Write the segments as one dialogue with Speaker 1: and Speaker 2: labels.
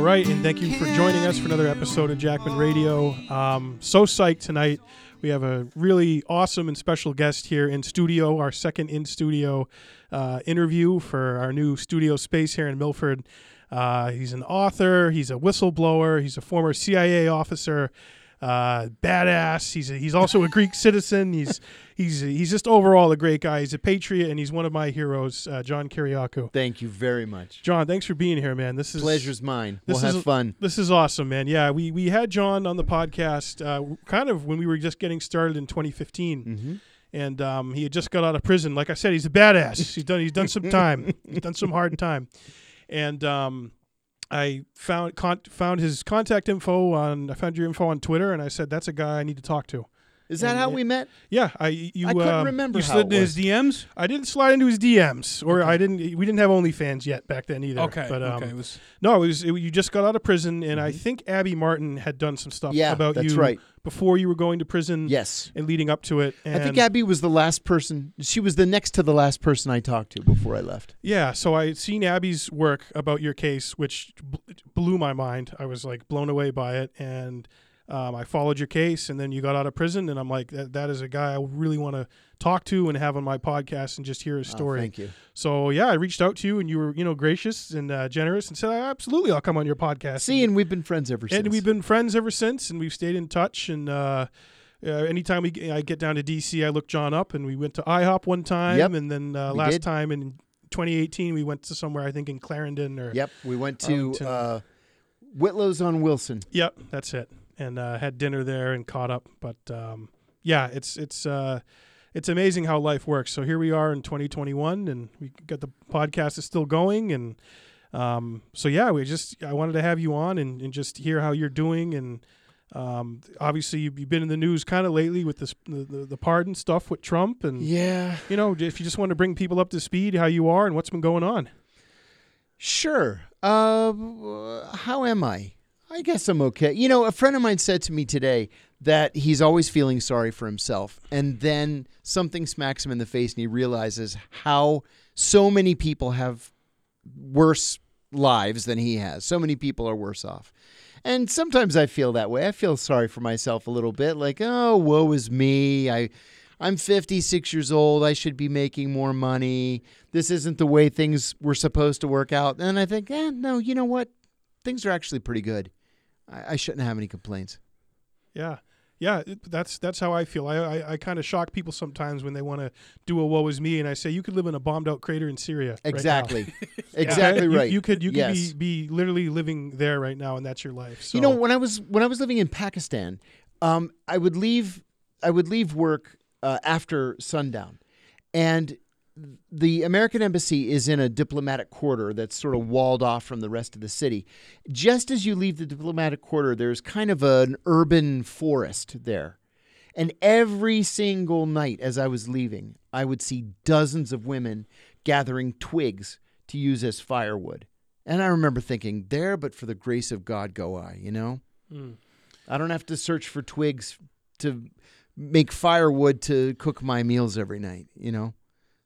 Speaker 1: right, and thank you for joining us for another episode of Jackman Radio. Um, so psyched tonight. We have a really awesome and special guest here in studio, our second in studio uh, interview for our new studio space here in Milford. Uh, he's an author, he's a whistleblower, he's a former CIA officer, uh, badass. He's, a, he's also a Greek citizen. He's, he's, he's just overall a great guy. He's a patriot, and he's one of my heroes, uh, John Kiriakou.
Speaker 2: Thank you very much.
Speaker 1: John, thanks for being here, man. This is
Speaker 2: Pleasure's mine.
Speaker 1: this
Speaker 2: We'll have
Speaker 1: is-
Speaker 2: fun.
Speaker 1: This is awesome, man. Yeah, we we had John on the podcast, uh, kind of when we were just getting started in 2015, and um, he had just got out of prison. Like I said, he's a badass. he's done he's done some time. he's done some hard time, and um, I found con- found his contact info on I found your info on Twitter, and I said that's a guy I need to talk to.
Speaker 2: Is that how we met?
Speaker 1: Yeah, I you
Speaker 2: I couldn't
Speaker 1: um,
Speaker 2: remember
Speaker 3: You
Speaker 2: how
Speaker 3: slid
Speaker 2: it
Speaker 3: in his
Speaker 2: was.
Speaker 3: DMs?
Speaker 1: I didn't slide into his DMs, or I didn't. We didn't have OnlyFans yet back then either.
Speaker 3: Okay.
Speaker 1: but um,
Speaker 3: okay. It was,
Speaker 1: No, it was it, you just got out of prison, and I think Abby Martin had done some stuff
Speaker 2: Mm-hmm. Yeah,
Speaker 1: about
Speaker 2: that's
Speaker 1: you
Speaker 2: right.
Speaker 1: before you were going to prison.
Speaker 2: Yes.
Speaker 1: and leading up to it. And
Speaker 2: I think Abby was the last person. She was the next to the last person I talked to before I left.
Speaker 1: yeah. So I had seen Abby's work about your case, which bl- blew my mind. I was like blown away by it, and um, I followed your case, and then you got out of prison, and I'm like, that, that is a guy I really want to talk to and have on my podcast and just hear his
Speaker 2: Oh,
Speaker 1: story.
Speaker 2: thank you.
Speaker 1: So yeah, I reached out to you, and you were you know gracious and uh, generous, and said, absolutely, I'll come on your podcast.
Speaker 2: See, and we've been friends ever since.
Speaker 1: and we've been friends ever since, and we've stayed in touch. And uh, uh, anytime we I get down to DC, I look John up, and we went to IHOP one time,
Speaker 2: Yep.
Speaker 1: and then uh,
Speaker 2: We
Speaker 1: last
Speaker 2: did.
Speaker 1: time in 2018 we went to somewhere I think in Clarendon or
Speaker 2: Yep. We went to
Speaker 1: Arlington.
Speaker 2: uh, Whitlow's on Wilson.
Speaker 1: Yep, that's it, and uh, had dinner there and caught up. But um, yeah, it's it's. Uh, it's amazing how life works. So here we are in 2021, and we got the podcast is still going, and um, so yeah, we just I wanted to have you on and, and just hear how you're doing, and um, obviously you've you've been in the news kind of lately with this the, the, the pardon stuff with Trump, and
Speaker 2: Yeah.
Speaker 1: you know if you just want to bring people up to speed how you are and what's been going on.
Speaker 2: Sure. Uh, how am I? I guess I'm okay. You know, a friend of mine said to me today that he's always feeling sorry for himself, and then something smacks him in the face, and he realizes how so many people have worse lives than he has. So many people are worse off. And sometimes I feel that way. I feel sorry for myself a little bit, like, oh, woe is me. I I'm 56 years old. I should be making more money. This isn't the way things were supposed to work out. And I think, eh, no, you know what? Things are actually pretty good. I, I shouldn't have any complaints.
Speaker 1: Yeah. Yeah, it- that's that's how I feel. I I, I kind of shock people sometimes when they want to do a woe is me, and I say you could live in a bombed out crater in Syria. right now."
Speaker 2: Exactly.
Speaker 1: Okay?
Speaker 2: exactly
Speaker 1: You-
Speaker 2: right.
Speaker 1: You, could you could
Speaker 2: Yes.
Speaker 1: be, be literally living there right now, and that's your life. So.
Speaker 2: You know, when I was when I was living in Pakistan, um, I would leave I would leave work uh, after sundown, and the American embassy is in a diplomatic quarter that's sort of walled off from the rest of the city. Just as you leave the diplomatic quarter, there's kind of an urban forest there. And every single night as I was leaving, I would see dozens of women gathering twigs to use as firewood. And I remember thinking, there but for the grace of God go I, you know?
Speaker 1: Mm.
Speaker 2: I don't have to search for twigs to make firewood to cook my meals every night, you know?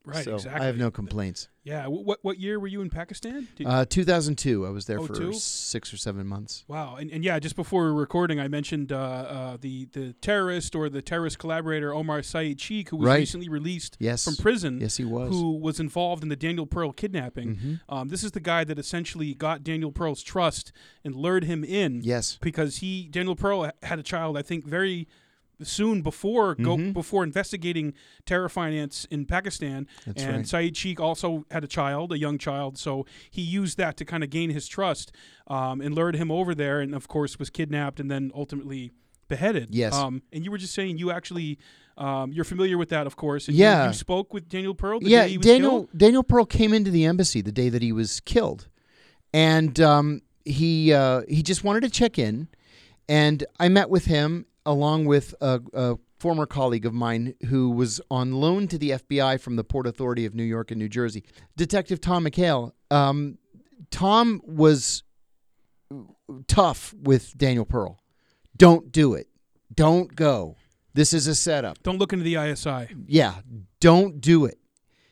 Speaker 3: right.
Speaker 2: so
Speaker 3: exactly.
Speaker 2: I have no complaints.
Speaker 3: Yeah. wh- What what year were you in Pakistan? Did, Oh,
Speaker 2: Uh, 2002, I was there for
Speaker 3: 02?
Speaker 2: six or seven months.
Speaker 3: wow. And, and yeah, just before we were recording, I mentioned uh, uh, the the terrorist or the terrorist collaborator Omar Saeed Sheikh, who was
Speaker 2: Right.
Speaker 3: recently released
Speaker 2: Yes.
Speaker 3: from prison.
Speaker 2: Yes, he was. Mm-hmm.
Speaker 3: Who was involved in the Daniel Pearl kidnapping? Um, this is the guy that essentially got Daniel Pearl's trust and lured him in.
Speaker 2: Yes.
Speaker 3: because he Daniel Pearl ha- had a child, I think, very soon before
Speaker 2: Mm-hmm.
Speaker 3: go before investigating terror finance in Pakistan.
Speaker 2: That's
Speaker 3: and
Speaker 2: right.
Speaker 3: Saeed Sheikh also had a child, a young child, so he used that to kind of gain his trust um, and lured him over there, and of course was kidnapped and then ultimately beheaded.
Speaker 2: Yes.
Speaker 3: Um, and you were just saying you actually. Um, you're familiar with that, of course. and you-
Speaker 2: Yeah.
Speaker 3: You, spoke with Daniel Pearl. The
Speaker 2: yeah,
Speaker 3: day he was
Speaker 2: Daniel
Speaker 3: killed?
Speaker 2: Daniel Pearl came into the embassy the day that he was killed, and um, he uh, he just wanted to check in, and I met with him along with a, a former colleague of mine who was on loan to the FBI from the Port Authority of New York and New Jersey, Detective Tom McHale. Um, Tom was tough with Daniel Pearl. Don't do it. Don't go. This is a setup
Speaker 3: Don't look into the ISI.
Speaker 2: yeah, don't do it.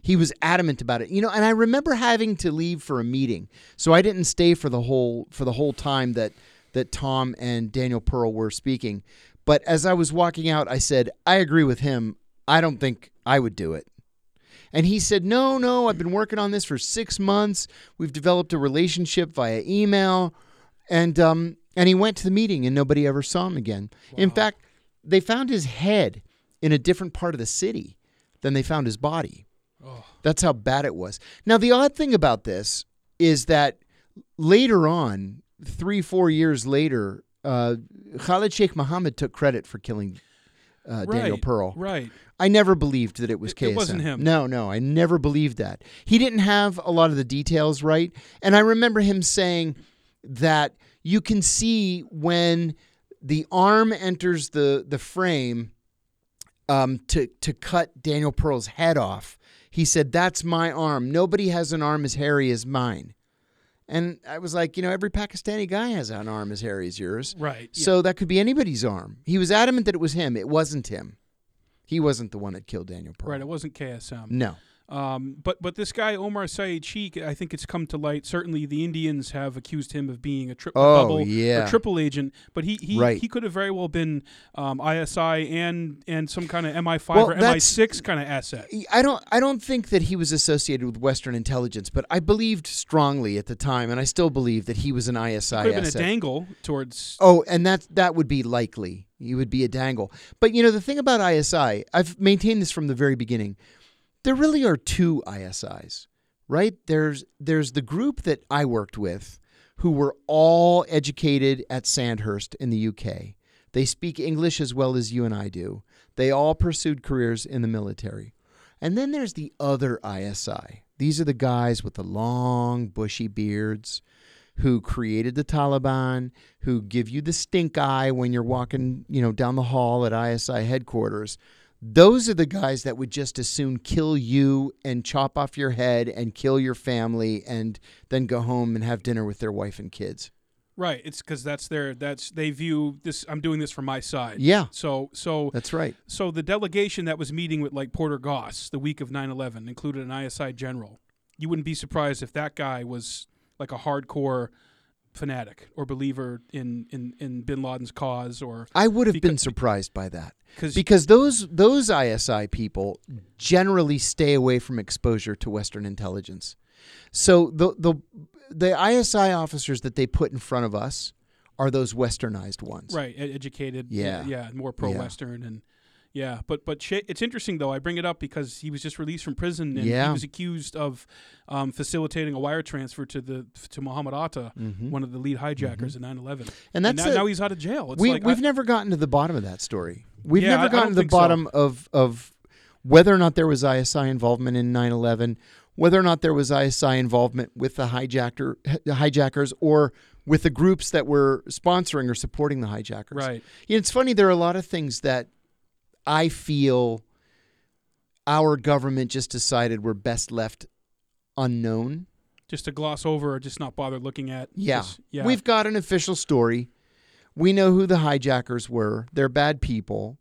Speaker 2: He was adamant about it. You know, and I remember having to leave for a meeting. So I didn't stay for the whole for the whole time that that Tom and Daniel Pearl were speaking. But as I was walking out, I said, "I agree with him. I don't think I would do it." And he said, No, no, I've been working on this for six months. We've developed a relationship via email. And um, and he went to the meeting and nobody ever saw him again. In fact, they found his head in a different part of the city than they found his body. That's how bad it was. Now, the odd thing about this is that later on, three, four years later, uh, Khalid Sheikh Mohammed took credit for killing uh, Daniel
Speaker 3: Right,
Speaker 2: Pearl.
Speaker 3: Right.
Speaker 2: I never believed that it was
Speaker 3: It- it
Speaker 2: KSM.
Speaker 3: wasn't him.
Speaker 2: No, no, I never believed that. He didn't have a lot of the details right, and I remember him saying that you can see when the arm enters the the frame um, to to cut Daniel Pearl's head off. He said, "That's my arm. Nobody has an arm as hairy as mine." And I was like, you know, every Pakistani guy has an arm as hairy as yours.
Speaker 3: Right. yeah.
Speaker 2: So that could be anybody's arm. He was adamant that it was him. It wasn't him. He wasn't the one that killed Daniel Pearl.
Speaker 3: Right. It wasn't KSM.
Speaker 2: No.
Speaker 3: Um, but but this guy Omar Syed Sheikh, I think it's come to light. Certainly, the Indians have accused him of being a triple
Speaker 2: Oh,
Speaker 3: double
Speaker 2: yeah.
Speaker 3: or triple agent. But he he,
Speaker 2: Right.
Speaker 3: he could have very well been um, ISI and and some kind of MI5
Speaker 2: Well,
Speaker 3: or
Speaker 2: that's-
Speaker 3: MI6 kind of asset.
Speaker 2: I don't I don't think that he was associated with Western intelligence, but I believed strongly at the time and I still believe that he was an ISI
Speaker 3: Could have been a
Speaker 2: asset.
Speaker 3: dangle towards.
Speaker 2: Oh, and that that would be likely. He would be a dangle. But you know the thing about ISI, I've maintained this from the very beginning. There really are two ISIs, right? There's there's the group that I worked with who were all educated at Sandhurst in the UK. They speak English as well as you and I do. They all pursued careers in the military. And then there's the other ISI. These are the guys with the long bushy beards who created the Taliban, who give you the stink eye when you're walking, you know, down the hall at ISI headquarters. Those are the guys that would just as soon kill you and chop off your head and kill your family and then go home and have dinner with their wife and kids.
Speaker 3: Right. It's because that's their that's they view this. I'm doing this for my side.
Speaker 2: Yeah,
Speaker 3: So so
Speaker 2: that's right.
Speaker 3: so the delegation that was meeting with like Porter Goss the week of 9/11 included an ISI general. You wouldn't be surprised if that guy was like a hardcore fanatic or believer in in, in Bin Laden's cause or
Speaker 2: I would have been
Speaker 3: Because-
Speaker 2: surprised by that.
Speaker 3: because
Speaker 2: because those those ISI people generally stay away from exposure to Western intelligence. So the the the ISI officers that they put in front of us are those westernized ones.
Speaker 3: right e- educated
Speaker 2: Yeah.
Speaker 3: yeah and more pro Western and yeah but but shit, it's interesting though I bring it up because he was just released from prison and
Speaker 2: Yeah.
Speaker 3: he was accused of um, facilitating a wire transfer to the to Muhammad Atta one of the lead hijackers in 9/11
Speaker 2: Mm-hmm. And that's
Speaker 3: now,
Speaker 2: a-
Speaker 3: now he's out of jail it's
Speaker 2: we
Speaker 3: like I-
Speaker 2: we've never gotten to the bottom of that story. We've
Speaker 3: Yeah, I- I
Speaker 2: never
Speaker 3: don't
Speaker 2: gotten to the
Speaker 3: think so.
Speaker 2: bottom of of whether or not there was ISI involvement in 9/11, whether or not there was ISI involvement with the hijacker the hijackers or with the groups that were sponsoring or supporting the hijackers.
Speaker 3: right
Speaker 2: You know, it's funny. There are a lot of things that I feel our government just decided were best left unknown.
Speaker 3: just to gloss over or just not bother looking at.
Speaker 2: Yeah.
Speaker 3: Just- yeah.
Speaker 2: We've got an official story. We know who the hijackers were. They're bad people.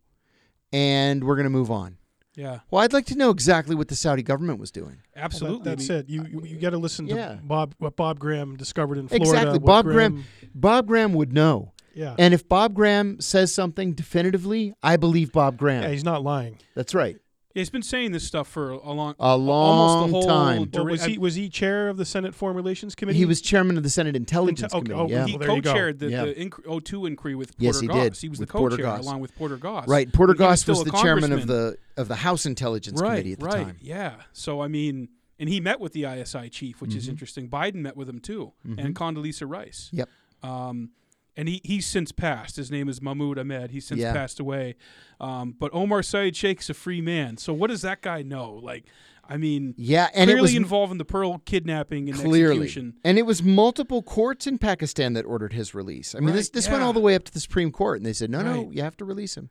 Speaker 2: And we're going to move on.
Speaker 3: yeah,
Speaker 2: Well, I'd like to know exactly what the Saudi government was doing.
Speaker 3: absolutely.
Speaker 1: Well, that- that's it. You you, you got to listen to
Speaker 2: Yeah.
Speaker 1: Bob what Bob Graham discovered in Florida.
Speaker 2: exactly.
Speaker 1: what
Speaker 2: Bob Graham, Bob Graham would know.
Speaker 1: Yeah.
Speaker 2: And if Bob Graham says something definitively, I believe Bob Graham.
Speaker 1: yeah, he's not lying.
Speaker 2: That's right.
Speaker 3: He's been saying this stuff for a long,
Speaker 2: A
Speaker 3: almost
Speaker 2: long
Speaker 3: the whole
Speaker 2: time.
Speaker 1: Well,
Speaker 3: dura-
Speaker 1: was he was he chair of the Senate Foreign Relations Committee?
Speaker 2: He was chairman of the Senate Intelligence
Speaker 1: okay,
Speaker 2: Committee.
Speaker 1: oh,
Speaker 2: yeah.
Speaker 3: he
Speaker 1: Well, there you go.
Speaker 3: co-chaired the,
Speaker 2: Yeah.
Speaker 3: the inc- O2 inquiry with Porter
Speaker 2: Yes, he
Speaker 3: Goss.
Speaker 2: did,
Speaker 3: He was
Speaker 2: with
Speaker 3: the
Speaker 2: Porter
Speaker 3: co-chair
Speaker 2: Goss.
Speaker 3: along with Porter Goss.
Speaker 2: Right. Porter
Speaker 3: When he
Speaker 2: Goss
Speaker 3: still
Speaker 2: was
Speaker 3: a
Speaker 2: the chairman of
Speaker 3: congressman.
Speaker 2: the of the House Intelligence
Speaker 3: right,
Speaker 2: Committee at the
Speaker 3: right,
Speaker 2: time.
Speaker 3: Yeah. So I mean, and he met with the ISI chief, which is interesting. Biden met with him too, and Condoleezza Rice.
Speaker 2: Mm-hmm. Yep.
Speaker 3: Um, and he, he's since passed. His name is Mahmoud Ahmed. He's since
Speaker 2: Yeah.
Speaker 3: passed away. Um, but Omar Syed Sheikh's a free man. So what does that guy know? Like, I mean,
Speaker 2: Yeah, and
Speaker 3: clearly
Speaker 2: it was
Speaker 3: involved in the Pearl kidnapping and
Speaker 2: clearly,
Speaker 3: execution.
Speaker 2: and it was multiple courts in Pakistan that ordered his release. I mean,
Speaker 3: Right,
Speaker 2: this this went
Speaker 3: yeah.
Speaker 2: all the way up to the Supreme Court, and they said, no, no,
Speaker 3: Right.
Speaker 2: you have to release him.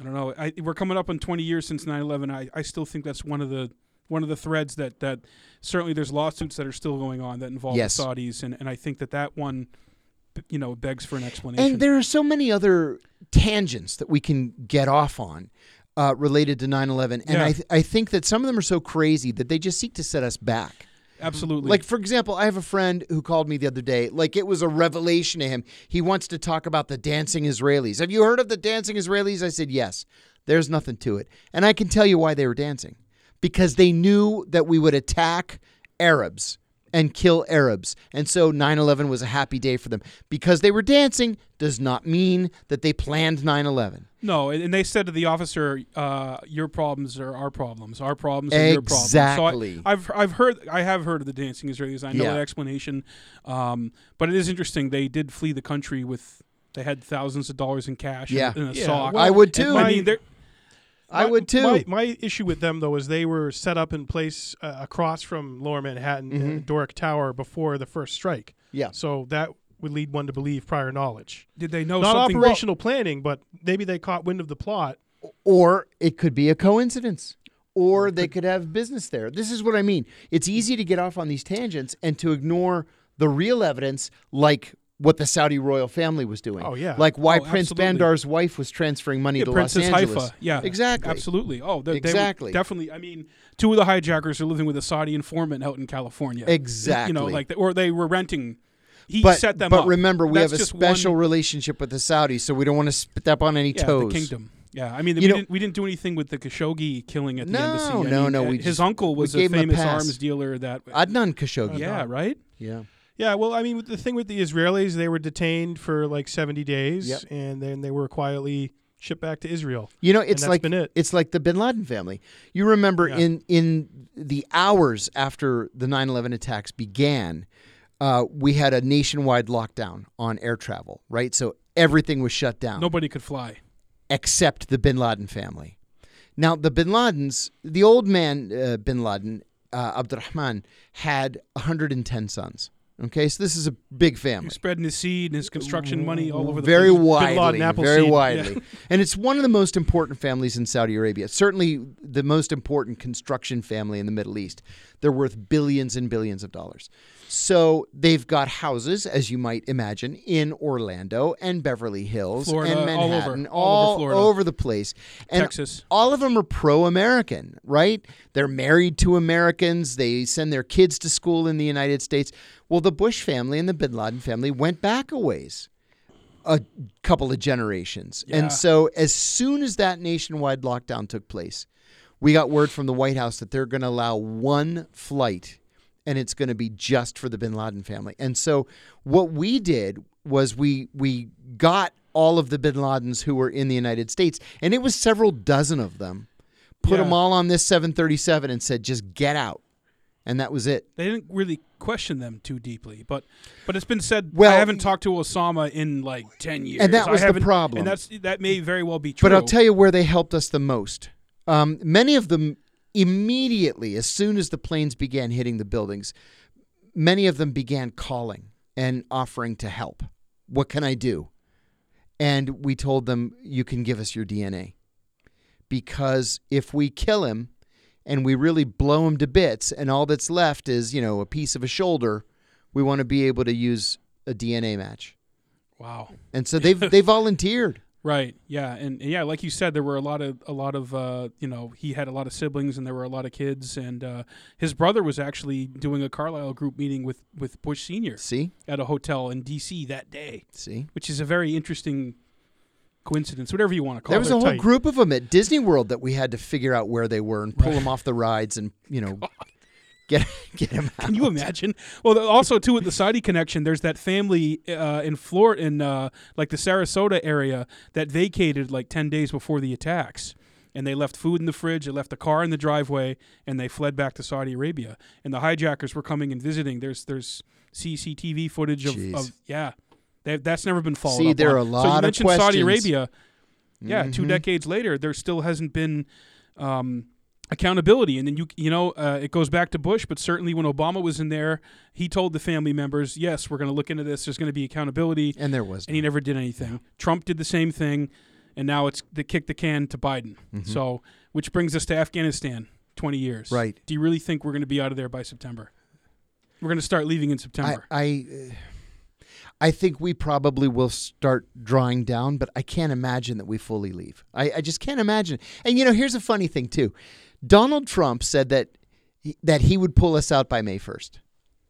Speaker 3: I don't know. I, we're coming up on 20 years since 9/11. I, I still think that's one of the one of the threads that that certainly there's lawsuits that are still going on that involve
Speaker 2: Yes.
Speaker 3: the Saudis, and and I think that that one, you know, begs for an explanation.
Speaker 2: And there are so many other tangents that we can get off on. uh, related to 9/11, and
Speaker 3: Yeah.
Speaker 2: I th- I think that some of them are so crazy that they just seek to set us back.
Speaker 3: Absolutely.
Speaker 2: Like for example, I have a friend who called me the other day. Like it was a revelation to him. He wants to talk about the dancing Israelis. Have you heard of the dancing Israelis? I said yes. There's nothing to it, and I can tell you why they were dancing, because they knew that we would attack Arabs and kill Arabs, and so 9/11 was a happy day for them. Because they were dancing does not mean that they planned 9/11.
Speaker 3: no, and and they said to the officer, uh, "Your problems are our problems. Our problems are your problems." So
Speaker 2: Exactly.
Speaker 3: I, have I've heard I have heard of the dancing Israelis. I know
Speaker 2: Yeah.
Speaker 3: that explanation, um, but it is interesting. They did flee the country with. They had thousands of dollars in cash
Speaker 2: Yeah.
Speaker 3: and, and a
Speaker 1: Yeah,
Speaker 3: sock.
Speaker 1: well,
Speaker 2: I would
Speaker 1: and
Speaker 2: too.
Speaker 1: my-
Speaker 3: I mean, they're-
Speaker 2: I
Speaker 1: My-
Speaker 2: would too.
Speaker 1: My, my issue with them though is they were set up in place uh, across from Lower Manhattan uh, Doric Tower before the first strike.
Speaker 2: Mm-hmm. Yeah.
Speaker 1: So that would lead one to believe prior knowledge.
Speaker 3: did they know
Speaker 1: Not
Speaker 3: Oh, something?
Speaker 1: operational planning, but maybe they caught wind of the plot.
Speaker 2: or it could be a coincidence or they could have business there this is what i mean it's easy to get off on these tangents and to ignore the real evidence like what the saudi royal family was doing
Speaker 1: Oh, yeah.
Speaker 2: like why
Speaker 3: Oh,
Speaker 2: prince
Speaker 3: absolutely.
Speaker 2: bandar's wife was transferring money
Speaker 3: Yeah,
Speaker 2: to
Speaker 3: Princess
Speaker 2: los angeles
Speaker 3: Haifa. Yeah,
Speaker 2: exactly
Speaker 3: Absolutely. Oh, they,
Speaker 2: Exactly.
Speaker 3: They were definitely. I mean, two of the hijackers are living with a Saudi informant out in California.
Speaker 2: exactly
Speaker 3: You know, like, or they were renting. He
Speaker 2: but,
Speaker 3: set them
Speaker 2: but
Speaker 3: up.
Speaker 2: remember we
Speaker 3: That's
Speaker 2: have a
Speaker 3: just
Speaker 2: special
Speaker 3: one,
Speaker 2: relationship with the saudis so we don't want to step on any
Speaker 3: yeah,
Speaker 2: toes
Speaker 3: The kingdom. Yeah, I mean, we,
Speaker 2: You know-
Speaker 3: didn't, we didn't do anything with the Khashoggi killing at the
Speaker 2: No,
Speaker 3: embassy. I
Speaker 2: no,
Speaker 3: mean,
Speaker 2: no,
Speaker 3: uh,
Speaker 2: we
Speaker 3: his
Speaker 2: just-
Speaker 3: uncle
Speaker 2: we
Speaker 3: was a
Speaker 2: gave him a
Speaker 3: famous
Speaker 2: pass.
Speaker 3: arms dealer. That
Speaker 2: adnan khashoggi
Speaker 3: yeah, right.
Speaker 2: yeah
Speaker 1: Yeah, well, I mean, with the thing with the Israelis, they were detained for like 70 days,
Speaker 2: Yep.
Speaker 1: and then they were quietly shipped back to Israel.
Speaker 2: You know, it's
Speaker 1: that's
Speaker 2: like
Speaker 1: been it.
Speaker 2: it's like the Bin Laden family. You remember in in the hours after the 9/11 attacks began, uh, we had a nationwide lockdown on air travel, right? So everything was shut down
Speaker 3: Nobody could fly.
Speaker 2: except the Bin Laden family. Now, the Bin Ladens, the old man uh, Bin Laden, uh, Abdurrahman, had 110 sons. Okay, so this is a big family.
Speaker 3: He's spreading his seed and his construction money all over the
Speaker 2: very
Speaker 3: place.
Speaker 2: widely,
Speaker 1: Laden apple
Speaker 2: very
Speaker 1: seed.
Speaker 2: widely, and it's one of the most important families in Saudi Arabia. Certainly, the most important construction family in the Middle East. They're worth billions and billions of dollars. So they've got houses, as you might imagine, in Orlando and Beverly Hills
Speaker 3: Florida,
Speaker 2: and
Speaker 3: all over,
Speaker 2: Manhattan,
Speaker 3: all over
Speaker 2: all
Speaker 3: Florida.
Speaker 2: over the place, and
Speaker 3: Texas.
Speaker 2: all of them are pro-American, right? They're married to Americans. They send their kids to school in the United States. Well, the Bush family and the Bin Laden family went back a ways, a couple of generations,
Speaker 3: Yeah.
Speaker 2: and so as soon as that nationwide lockdown took place, we got word from the White House that they're going to allow one flight, and it's going to be just for the Bin Laden family. And so what we did was we we got all of the Bin Ladens who were in the United States, and it was several dozen of them. Put
Speaker 3: Yeah.
Speaker 2: them all on this 737 and said, "Just get out," and that was it.
Speaker 3: They didn't really question them too deeply, but but it's been said.
Speaker 2: Well,
Speaker 3: I haven't talked to Osama in like ten years,
Speaker 2: that
Speaker 3: I
Speaker 2: was the
Speaker 3: haven't-
Speaker 2: problem.
Speaker 3: And that's that may very well be true.
Speaker 2: But I'll tell you where they helped us the most. Um, many of them immediately, as soon as the planes began hitting the buildings, many of them began calling and offering to help. What can I do? And we told them, you can give us your DNA. Because if we kill him and we really blow him to bits and all that's left is, you know, a piece of a shoulder, we want to be able to use a DNA match.
Speaker 3: wow,
Speaker 2: And so they've they volunteered.
Speaker 3: right? Yeah, and, and yeah, like you said, there were a lot of a lot of uh, you know he had a lot of siblings, and there were a lot of kids, and uh, his brother was actually doing a Carlisle group meeting with with Bush Senior
Speaker 2: See?
Speaker 3: at a hotel in D.C. that day,
Speaker 2: See?
Speaker 3: which is a very interesting coincidence, whatever you want to call
Speaker 2: There
Speaker 3: it.
Speaker 2: was a whole
Speaker 1: tight.
Speaker 2: group of them at Disney World that we had to figure out where they were and pull
Speaker 3: Right.
Speaker 2: them off the rides and you know get get them out.
Speaker 3: Can you imagine? Well, th- also too with the Saudi connection, there's that family uh, in Florida, in uh, like the Sarasota area, that vacated like ten days before the attacks, and they left food in the fridge, they left a car in the driveway, and they fled back to Saudi Arabia. And the hijackers were coming and visiting. There's there's CCTV footage of,
Speaker 2: Jeez.
Speaker 3: of yeah, they, that's never been followed.
Speaker 2: See,
Speaker 3: up
Speaker 2: there
Speaker 3: on.
Speaker 2: are a
Speaker 3: So you
Speaker 2: lot of
Speaker 3: mentioned
Speaker 2: questions.
Speaker 3: Saudi Arabia. Yeah, two
Speaker 2: Mhm.
Speaker 3: decades later, there still hasn't been. Um, accountability and then you you know uh, it goes back to bush but certainly when obama was in there he told the family members yes we're going to look into this there's going to be accountability
Speaker 2: And there was
Speaker 3: and he
Speaker 2: none.
Speaker 3: never did anything trump did the same thing and now it's the kick the can to biden so which brings us to afghanistan 20 years
Speaker 2: Mm-hmm. Right.
Speaker 3: do you really think we're going to be out of there by september we're going to start leaving in september
Speaker 2: I I uh, I think we probably will start drawing down, but I can't imagine that we fully leave. I, I just can't imagine. And you know, here's a funny thing too. Donald Trump said that he- that he would pull us out by May 1st.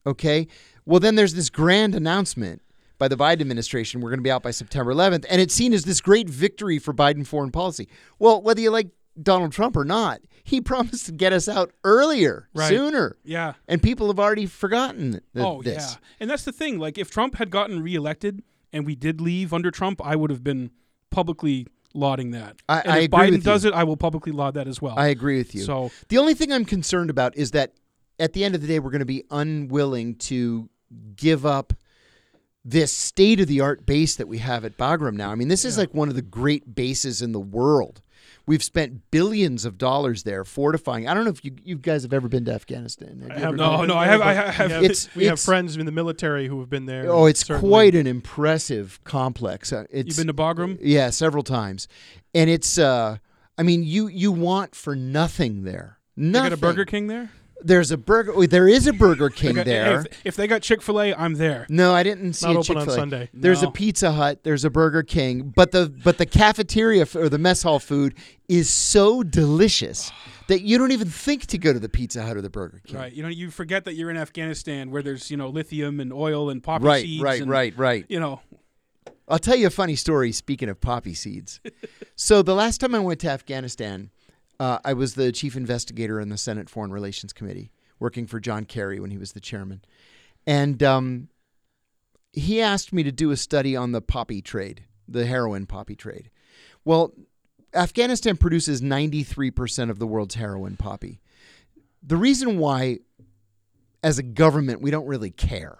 Speaker 2: Okay? Well, then there's this grand announcement by the Biden administration we're going to be out by September 11th, and it's seen as this great victory for Biden foreign policy. Well, whether you like Donald Trump or not, he promised to get us out earlier,
Speaker 3: Right.
Speaker 2: sooner.
Speaker 3: Yeah.
Speaker 2: And people have already forgotten th-
Speaker 3: oh
Speaker 2: this.
Speaker 3: yeah. And that's the thing. Like if Trump had gotten reelected and we did leave under Trump, I would have been publicly lauding that.
Speaker 2: I-
Speaker 3: and
Speaker 2: I
Speaker 3: if
Speaker 2: agree
Speaker 3: Biden
Speaker 2: with you.
Speaker 3: does it, I will publicly laud that as well.
Speaker 2: I agree with you.
Speaker 3: So
Speaker 2: The only thing I'm concerned about is that at the end of the day, we're going to be unwilling to give up this state of the art base that we have at Bagram now. I mean, this is like one of the great bases in the world. We've spent billions of dollars there fortifying. I don't know if you, you guys have ever been to Afghanistan. Have you ever
Speaker 3: no,
Speaker 2: been?
Speaker 3: no, I have- I have-
Speaker 2: It's-
Speaker 1: we have
Speaker 2: it's-
Speaker 1: friends in the military who have been there.
Speaker 2: Oh, it's
Speaker 1: certainly.
Speaker 2: quite an impressive complex. Uh, It's,
Speaker 3: you've been to Bagram?
Speaker 2: yeah, several times, and it's. Uh, I mean, you you want for nothing there.
Speaker 3: You
Speaker 2: Nothing.
Speaker 3: got a Burger King there?
Speaker 2: There's a burger. oh, There is a Burger King
Speaker 3: Got-
Speaker 2: there.
Speaker 3: If, if they got Chick Fil A, I'm there.
Speaker 2: No, I didn't see
Speaker 1: Not
Speaker 2: a
Speaker 1: open on
Speaker 2: Chick-fil-A.
Speaker 1: Sunday.
Speaker 2: There's
Speaker 3: No.
Speaker 2: a Pizza Hut. There's a Burger King. But the but the cafeteria f- or the mess hall food is so delicious that you don't even think to go to the Pizza Hut or the Burger King.
Speaker 3: Right. You know, you forget that you're in Afghanistan where there's you know lithium and oil and poppy
Speaker 2: Right,
Speaker 3: seeds.
Speaker 2: right,
Speaker 3: and,
Speaker 2: right, right.
Speaker 3: You know,
Speaker 2: I'll tell you a funny story. Speaking of poppy seeds, so the last time I went to Afghanistan, uh, I was the chief investigator in the Senate Foreign Relations Committee, working for John Kerry when he was the chairman, and um, he asked me to do a study on the poppy trade, the heroin poppy trade. Well, Afghanistan produces ninety three percent of the world's heroin poppy. The reason why, as a government, we don't really care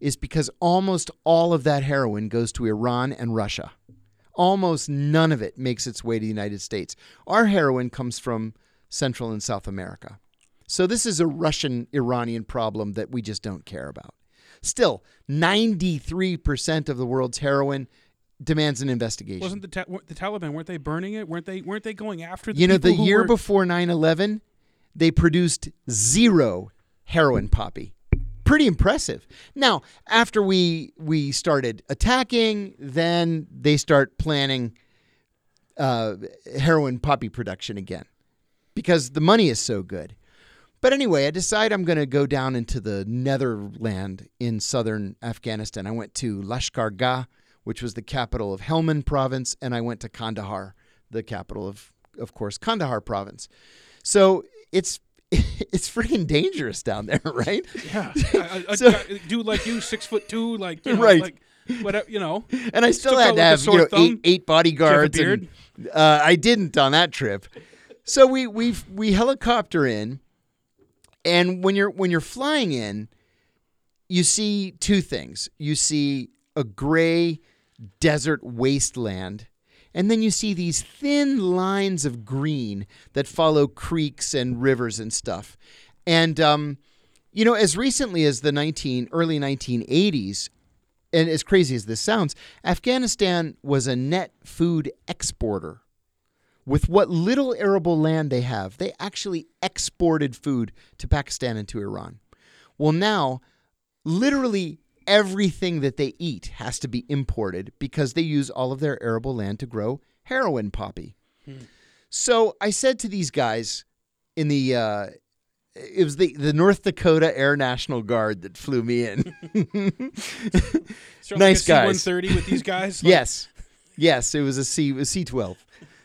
Speaker 2: is because almost all of that heroin goes to Iran and Russia. Almost none of it makes its way to the United States. Our heroin comes from Central and South America. So this is a Russian Iranian problem that we just don't care about. Still, 93% of the world's heroin demands an investigation.
Speaker 3: wasn't the ta- weren't the Taliban weren't they burning it? weren't they weren't they going after the
Speaker 2: you know, the
Speaker 3: people who
Speaker 2: year
Speaker 3: were-
Speaker 2: before 9 11, they produced zero heroin poppy. Pretty impressive. Now, after we we started attacking, then they start planning uh, heroin poppy production again because the money is so good. But anyway, I decide I'm going to go down into the Netherland in southern Afghanistan. I went to Lashkar Gah, which was the capital of Helmand province, and I went to Kandahar, the capital of, of course, Kandahar province. So it's it's freaking dangerous down there, right?
Speaker 3: Yeah, a, a-
Speaker 2: So-
Speaker 3: a dude like you, six foot two, like you know,
Speaker 2: Right.
Speaker 3: like whatever, you know.
Speaker 2: and I still had
Speaker 3: Stuck out with
Speaker 2: to
Speaker 3: a
Speaker 2: have you
Speaker 3: sore
Speaker 2: know,
Speaker 3: thumb?
Speaker 2: eight, eight bodyguards.
Speaker 3: Do you have a
Speaker 2: And, uh, I didn't on that trip. So we we we helicopter in, and when you're when you're flying in, you see two things. You see a gray desert wasteland, and then you see these thin lines of green that follow creeks and rivers and stuff. And um, you know, as recently as the 19 early 1980s, and as crazy as this sounds, Afghanistan was a net food exporter. With what little arable land they have, they actually exported food to Pakistan and to Iran. Well, now, literally everything that they eat has to be imported because they use all of their arable land to grow heroin poppy. So I said to these guys in the uh, it was the, the North Dakota Air National Guard that flew me in.
Speaker 3: Sort of
Speaker 2: Nice
Speaker 3: like a
Speaker 2: guys.
Speaker 3: C-130 with these guys. like-
Speaker 2: Yes, yes, it was a C, a C twelve.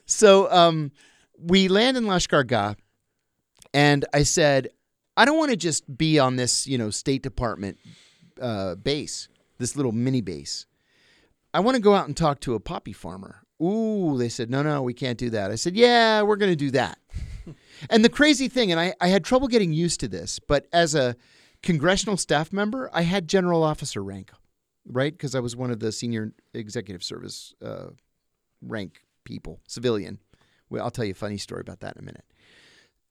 Speaker 2: So um, we land in Lashkar Gah, and I said, I don't want to just be on this, you know, State Department uh, base, this little mini base. I want to go out and talk to a poppy farmer. Ooh, they said, no, no, we can't do that. I said, yeah, we're going to do that. and the crazy thing, and I, I had trouble getting used to this, but as a congressional staff member, I had general officer rank, right? Because I was one of the senior executive service uh, rank people, civilian. Well, I'll tell you a funny story about that in a minute.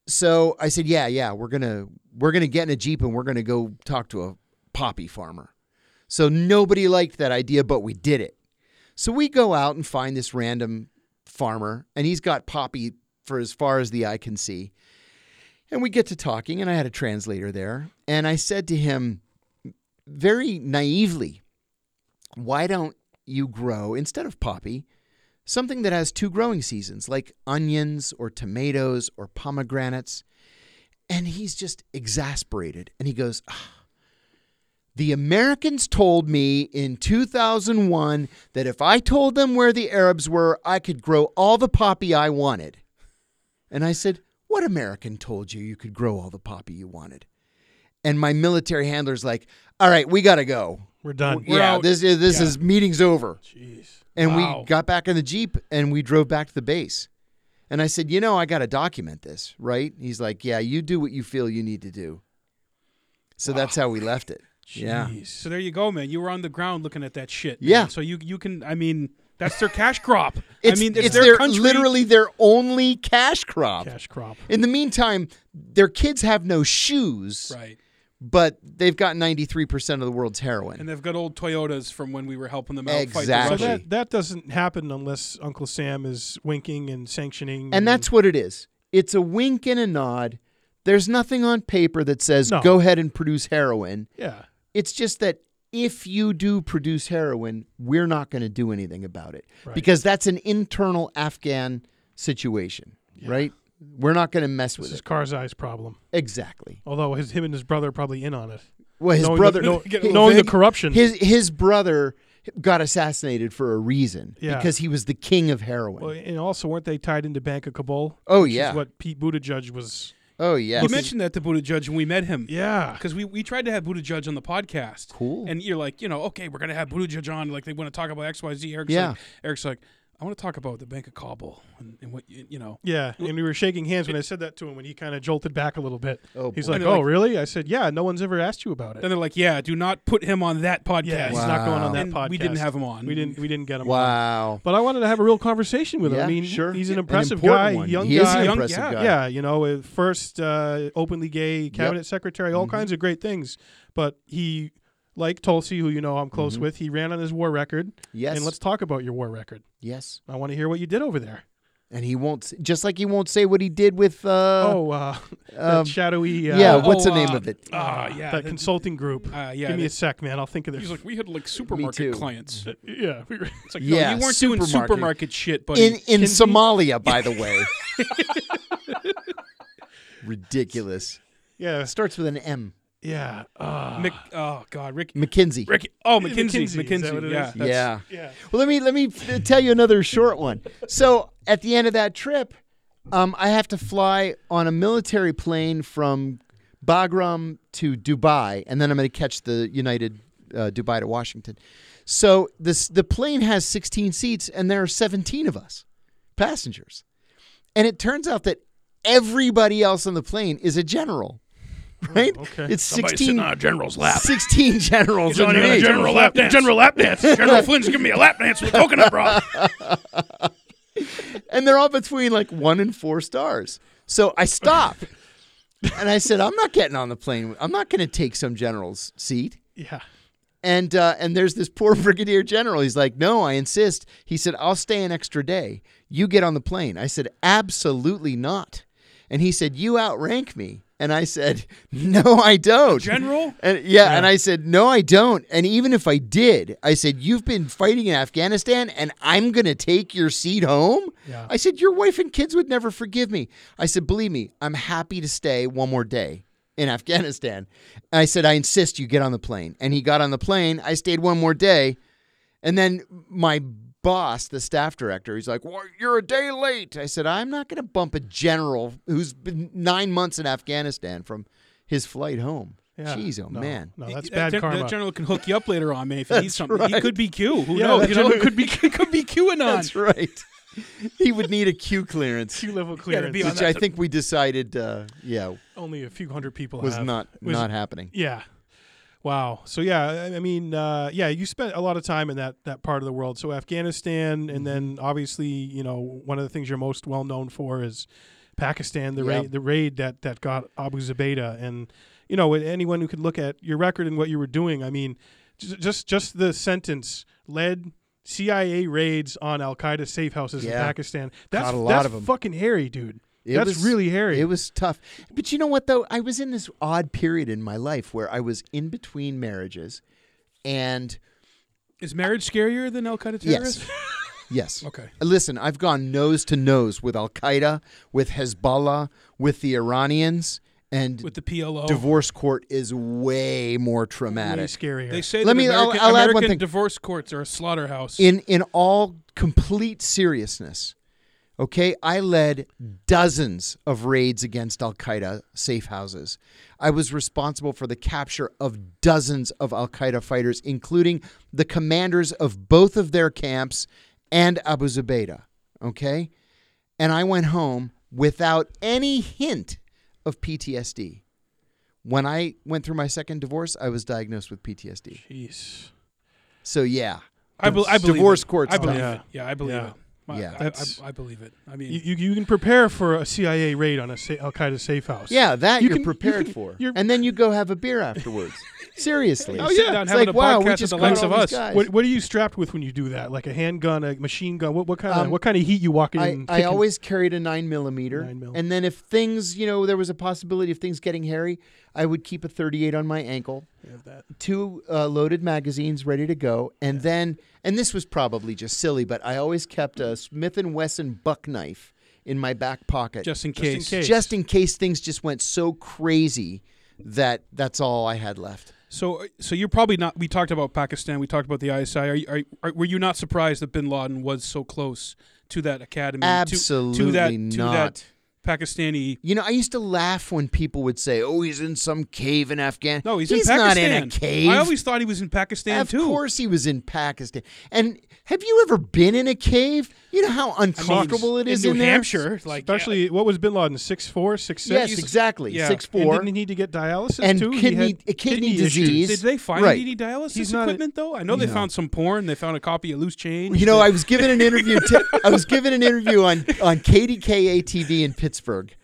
Speaker 2: So I said, yeah, yeah, we're gonna we're gonna get in a jeep and we're gonna go talk to a poppy farmer. So nobody liked that idea, but we did it. So we go out and find this random farmer, and he's got poppy for as far as the eye can see. And we get to talking, and I had a translator there, and I said to him very naively, why don't you grow instead of poppy something that has two growing seasons like onions or tomatoes or pomegranates and he's just exasperated and he goes "Ah, the americans told me in 2001 that if i told them where the arabs were i could grow all the poppy i wanted and i said what american told you you could grow all the poppy you wanted and my military handler's like all right we gotta go
Speaker 1: We're done.
Speaker 3: We're
Speaker 2: yeah,
Speaker 3: out.
Speaker 2: this is this
Speaker 1: Yeah.
Speaker 2: is meeting's over.
Speaker 1: Jeez.
Speaker 2: And
Speaker 3: Wow.
Speaker 2: we got back in the Jeep and we drove back to the base. And I said, "You know, I got to document this, right?" He's like, "Yeah, you do what you feel you need to do." So that's how we left it. Yeah.
Speaker 1: Jeez.
Speaker 3: So there you go, man. You were on the ground looking at that shit. man.
Speaker 2: Yeah.
Speaker 3: So you you can I mean that's their cash crop.
Speaker 2: It's,
Speaker 3: I mean it's,
Speaker 2: it's their
Speaker 3: country.
Speaker 2: literally their only cash crop.
Speaker 1: Cash crop.
Speaker 2: In the meantime, their kids have no shoes,
Speaker 3: right.
Speaker 2: but they've got 93% of the world's heroin.
Speaker 3: And they've got old Toyotas from when we were helping them out fight the
Speaker 1: So
Speaker 2: Exactly.
Speaker 3: Russians.
Speaker 1: that, that doesn't happen unless Uncle Sam is winking and sanctioning.
Speaker 2: And that's what it is. It's a wink and a nod. There's nothing on paper that says
Speaker 1: No.
Speaker 2: go ahead and produce heroin.
Speaker 1: yeah.
Speaker 2: It's just that if you do produce heroin, we're not going to do anything about it
Speaker 1: Right.
Speaker 2: because that's an internal Afghan situation, right? We're not going to mess with
Speaker 1: This is
Speaker 2: it.
Speaker 1: Karzai's problem.
Speaker 2: Exactly.
Speaker 1: Although his him and his brother are probably in on it.
Speaker 2: Well, his
Speaker 1: Knowing the-
Speaker 2: brother,
Speaker 1: know-
Speaker 2: his-
Speaker 1: knowing the corruption.
Speaker 2: His his brother got assassinated for a reason
Speaker 1: Yeah.
Speaker 2: because he was the king of heroin.
Speaker 1: Well, and also weren't they tied into Bank of Kabul?
Speaker 2: Oh,
Speaker 1: Which is
Speaker 2: yeah.
Speaker 1: what Pete Buttigieg was.
Speaker 2: oh yeah.
Speaker 3: You mentioned that to Buddha Judge when we met him.
Speaker 1: Yeah.
Speaker 3: Because we, we tried to have Buddha Judge on the podcast.
Speaker 2: Cool.
Speaker 3: And you're like, you know, okay, we're gonna have Buddha Judge on. Like they want to talk about X Y Z. Eric's
Speaker 2: Yeah.
Speaker 3: like, Eric's like, I want to talk about the Bank of Kabul and, and what you you know.
Speaker 1: Yeah, and we were shaking hands when I said that to him, and he kind of jolted back a little bit.
Speaker 2: Oh,
Speaker 1: He's
Speaker 2: boy.
Speaker 1: like,
Speaker 3: And they're
Speaker 1: "Oh,
Speaker 3: like-
Speaker 1: really?" I said, "Yeah, no one's ever asked you about
Speaker 3: Then
Speaker 1: it."
Speaker 3: they're like, yeah, do not put him on that podcast.
Speaker 1: Yeah, he's
Speaker 2: Wow.
Speaker 1: not going on that
Speaker 3: And
Speaker 1: podcast.
Speaker 3: we didn't have him on.
Speaker 1: We didn't. We didn't get him. on.
Speaker 2: wow.
Speaker 1: But I wanted to have a real conversation with him. I
Speaker 2: Yeah,
Speaker 1: mean,
Speaker 2: sure.
Speaker 1: he's an
Speaker 2: An
Speaker 1: impressive
Speaker 2: important
Speaker 1: guy,
Speaker 2: one.
Speaker 1: young
Speaker 2: He is
Speaker 1: guy,
Speaker 2: an
Speaker 3: Young-
Speaker 2: impressive
Speaker 3: yeah,
Speaker 2: guy.
Speaker 1: Yeah, you know, uh, first uh, openly gay cabinet secretary, all
Speaker 2: Mm-hmm.
Speaker 1: kinds of great things. But he, like Tulsi, who you know I'm close with, he ran on his war record.
Speaker 2: Mm-hmm. Yes.
Speaker 1: And let's talk about your war record.
Speaker 2: Yes.
Speaker 1: I want to hear what you did over there.
Speaker 2: And he won't, just like he won't say what he did with. Uh,
Speaker 1: oh, uh,
Speaker 2: um,
Speaker 1: that shadowy. Uh,
Speaker 2: yeah.
Speaker 3: Oh,
Speaker 2: what's the
Speaker 3: uh,
Speaker 2: name of it?
Speaker 3: Ah, yeah.
Speaker 1: that
Speaker 3: that-
Speaker 1: consulting group.
Speaker 3: uh, yeah.
Speaker 1: Give me
Speaker 3: that-
Speaker 1: a sec, man. I'll think of this.
Speaker 3: He's like, we had like supermarket
Speaker 2: too.
Speaker 3: clients.
Speaker 1: yeah, we were-
Speaker 3: It's like, no,
Speaker 2: Yeah,
Speaker 3: you weren't doing
Speaker 2: supermarket.
Speaker 3: supermarket shit, buddy.
Speaker 2: in in
Speaker 1: Can he-
Speaker 2: Somalia, by the way. Ridiculous.
Speaker 1: yeah,
Speaker 2: It starts with an M.
Speaker 1: yeah. Uh,
Speaker 3: Mc, oh God, Rick,
Speaker 2: McKinsey.
Speaker 3: Rick, oh
Speaker 1: Yeah,
Speaker 3: McKinsey,
Speaker 1: McKinsey,
Speaker 3: McKinsey,
Speaker 1: is that what it
Speaker 3: yeah,
Speaker 1: is?
Speaker 3: that's-
Speaker 2: yeah.
Speaker 1: yeah.
Speaker 2: Well, let me let me f- tell you another short one. So at the end of that trip, um, I have to fly on a military plane from Bagram to Dubai, and then I'm going to catch the United uh, Dubai to Washington. So this the plane has 16 seats, and there are 17 of us passengers, and it turns out that everybody else on the plane is a general. Right?
Speaker 1: okay.
Speaker 2: It's 16,
Speaker 3: a uh, general's lap.
Speaker 2: 16 generals. and me.
Speaker 3: lap dance. General lap dance. General Flynn's giving me a lap dance with coconut bra.
Speaker 2: and they're all between like one and four stars. So I stop, and I said, "I'm not getting on the plane. I'm not going to take some general's seat."
Speaker 1: Yeah.
Speaker 2: And uh, and there's this poor brigadier general. He's like, "No, I insist." He said, "I'll stay an extra day. You get on the plane." I said, "Absolutely not." And he said, "You outrank me." And I said, "No, I don't."
Speaker 3: General?
Speaker 2: And yeah, and I said, "No, I don't." And even if I did, I said, "You've been fighting in Afghanistan, and I'm going to take your seat home."
Speaker 1: Yeah.
Speaker 2: I said, "Your wife and kids would never forgive me." I said, "Believe me, I'm happy to stay one more day in Afghanistan." And I said, "I insist you get on the plane." And he got on the plane. I stayed one more day, and then my boss, the staff director, he's like, "Well, you're a day late." I said, "I'm not going to bump a general who's been nine months in Afghanistan from his flight home."
Speaker 1: Yeah.
Speaker 2: Jeez, oh
Speaker 1: No,
Speaker 2: man.
Speaker 1: No, that's
Speaker 3: That
Speaker 1: bad
Speaker 3: uh, gen-
Speaker 1: karma.
Speaker 3: That general can hook you up later on, man. If he needs something, he
Speaker 2: right.
Speaker 3: could be Q. Who
Speaker 1: Yeah,
Speaker 3: knows?
Speaker 1: that
Speaker 3: You know,
Speaker 1: general-
Speaker 3: could be could be QAnon.
Speaker 2: That's right. he would need a Q clearance,
Speaker 1: Two level
Speaker 3: gotta
Speaker 1: clearance,
Speaker 3: be on
Speaker 2: which I think we decided, uh, yeah,
Speaker 1: only a few hundred people
Speaker 2: was
Speaker 1: have.
Speaker 2: not
Speaker 1: was-
Speaker 2: not happening.
Speaker 1: Yeah. Wow. So yeah, I- I mean, uh, yeah, you spent a lot of time in that that part of the world. So Afghanistan,
Speaker 2: Mm-hmm.
Speaker 1: and then obviously, you know, one of the things you're most well known for is Pakistan, the
Speaker 2: Yeah.
Speaker 1: raid, the raid that that got Abu Zubaydah, and you know, anyone who could look at your record and what you were doing. I mean, ju- just just the sentence led. CIA raids on Al Qaeda safe houses in
Speaker 2: Yeah.
Speaker 1: Pakistan. That's
Speaker 2: Caught a lot
Speaker 1: that's
Speaker 2: of 'em.
Speaker 1: fucking hairy, dude.
Speaker 2: It
Speaker 1: that's
Speaker 2: was-
Speaker 1: really hairy.
Speaker 2: It was tough, but you know what though? I was in this odd period in my life where I was in between marriages, and
Speaker 3: Is marriage scarier than Al Qaeda terrorists?
Speaker 2: Yes. Yes. Uh,
Speaker 3: Okay.
Speaker 2: Listen, I've gone nose to nose with Al Qaeda, with Hezbollah, with the Iranians, and
Speaker 3: With the PLO.
Speaker 2: divorce court is way more
Speaker 1: Way
Speaker 2: traumatic.
Speaker 1: scarier.
Speaker 3: They say
Speaker 2: Let
Speaker 3: that
Speaker 2: me- I'll-
Speaker 3: American,
Speaker 2: I'll add one
Speaker 3: American
Speaker 2: thing.
Speaker 3: divorce courts are a slaughterhouse.
Speaker 2: In in all complete seriousness, okay, I led dozens of raids against Al Qaeda safe houses. I was responsible for the capture of dozens of Al Qaeda fighters, including the commanders of both of their camps and Abu Zubaydah. Okay, and I went home without any hint of PTSD. When I went through my second divorce, I was diagnosed with PTSD.
Speaker 1: Jeez.
Speaker 2: So yeah,
Speaker 3: I, be- I believe
Speaker 2: divorce
Speaker 3: it.
Speaker 2: courts
Speaker 3: I believe
Speaker 1: stuff.
Speaker 3: it. Yeah, I believe
Speaker 1: Yeah.
Speaker 3: it. My-
Speaker 2: Yeah.
Speaker 3: I-
Speaker 1: That's-
Speaker 3: I, I, believe it. I mean,
Speaker 1: You, you, you can prepare for a CIA raid on a sa- Al Qaeda safe house.
Speaker 2: Yeah, that
Speaker 1: You
Speaker 2: you are
Speaker 1: can- you
Speaker 2: prepared
Speaker 1: can-
Speaker 2: for,
Speaker 1: you're-
Speaker 2: and then you go have a beer afterwards. Seriously,
Speaker 3: Oh, yeah. Sit down
Speaker 2: it's
Speaker 3: having
Speaker 2: like
Speaker 3: a
Speaker 2: wow,
Speaker 3: podcast
Speaker 2: we
Speaker 3: with
Speaker 2: just
Speaker 3: the
Speaker 2: caught
Speaker 3: likes
Speaker 2: all these
Speaker 3: of us.
Speaker 2: guys.
Speaker 1: What, what are you strapped with when you do that? Like a handgun, a machine gun? What, what kind of
Speaker 2: Um,
Speaker 1: what kind of heat you walking
Speaker 2: I,
Speaker 1: in?
Speaker 2: I
Speaker 1: kicking-
Speaker 2: always carried a nine millimeter,
Speaker 1: Nine mil.
Speaker 2: and then if things, you know, there was a possibility of things getting hairy, I would keep a thirty-eight on my ankle,
Speaker 1: have that.
Speaker 2: two uh, loaded magazines ready to go, and then, and this was probably just silly, but I always kept a Smith and Wesson buck knife in my back pocket,
Speaker 3: just in
Speaker 1: in
Speaker 3: case.
Speaker 1: case.
Speaker 2: just in case things just went so crazy that that's all I had left.
Speaker 3: So, so you're probably not. We talked about Pakistan. We talked about the ISI. Are, you- are, are were you not surprised that Bin Laden was so close to that academy? to-
Speaker 2: Absolutely
Speaker 3: to, that,
Speaker 2: not.
Speaker 3: To that Pakistani.
Speaker 2: You know, I used to laugh when people would say, "Oh, he's in some cave in Afghanistan."
Speaker 3: No, he's, in
Speaker 2: not
Speaker 3: Pakistan.
Speaker 2: in a cave.
Speaker 3: I always thought he was in Pakistan
Speaker 2: of
Speaker 3: too.
Speaker 2: course, he was in Pakistan. And have you ever been in a cave? You know how uncomfortable it
Speaker 3: in
Speaker 2: is
Speaker 3: New
Speaker 2: in there?
Speaker 3: Hampshire, like
Speaker 1: Especially what was Bin Laden? Six four, six six.
Speaker 2: Yes, exactly.
Speaker 3: yeah.
Speaker 2: Six
Speaker 1: And
Speaker 2: four.
Speaker 1: didn't he need to get dialysis
Speaker 2: And
Speaker 1: too? He
Speaker 2: kidney-
Speaker 1: had
Speaker 2: kidney
Speaker 1: issues.
Speaker 2: disease.
Speaker 3: Did they find
Speaker 2: Right.
Speaker 3: any dialysis
Speaker 1: He's not-
Speaker 3: equipment though? I know they
Speaker 2: No.
Speaker 3: found some porn. They found a copy of Loose Change.
Speaker 2: You know, I was given an interview. T- I was given an interview on on KDKA TV in Pittsburgh,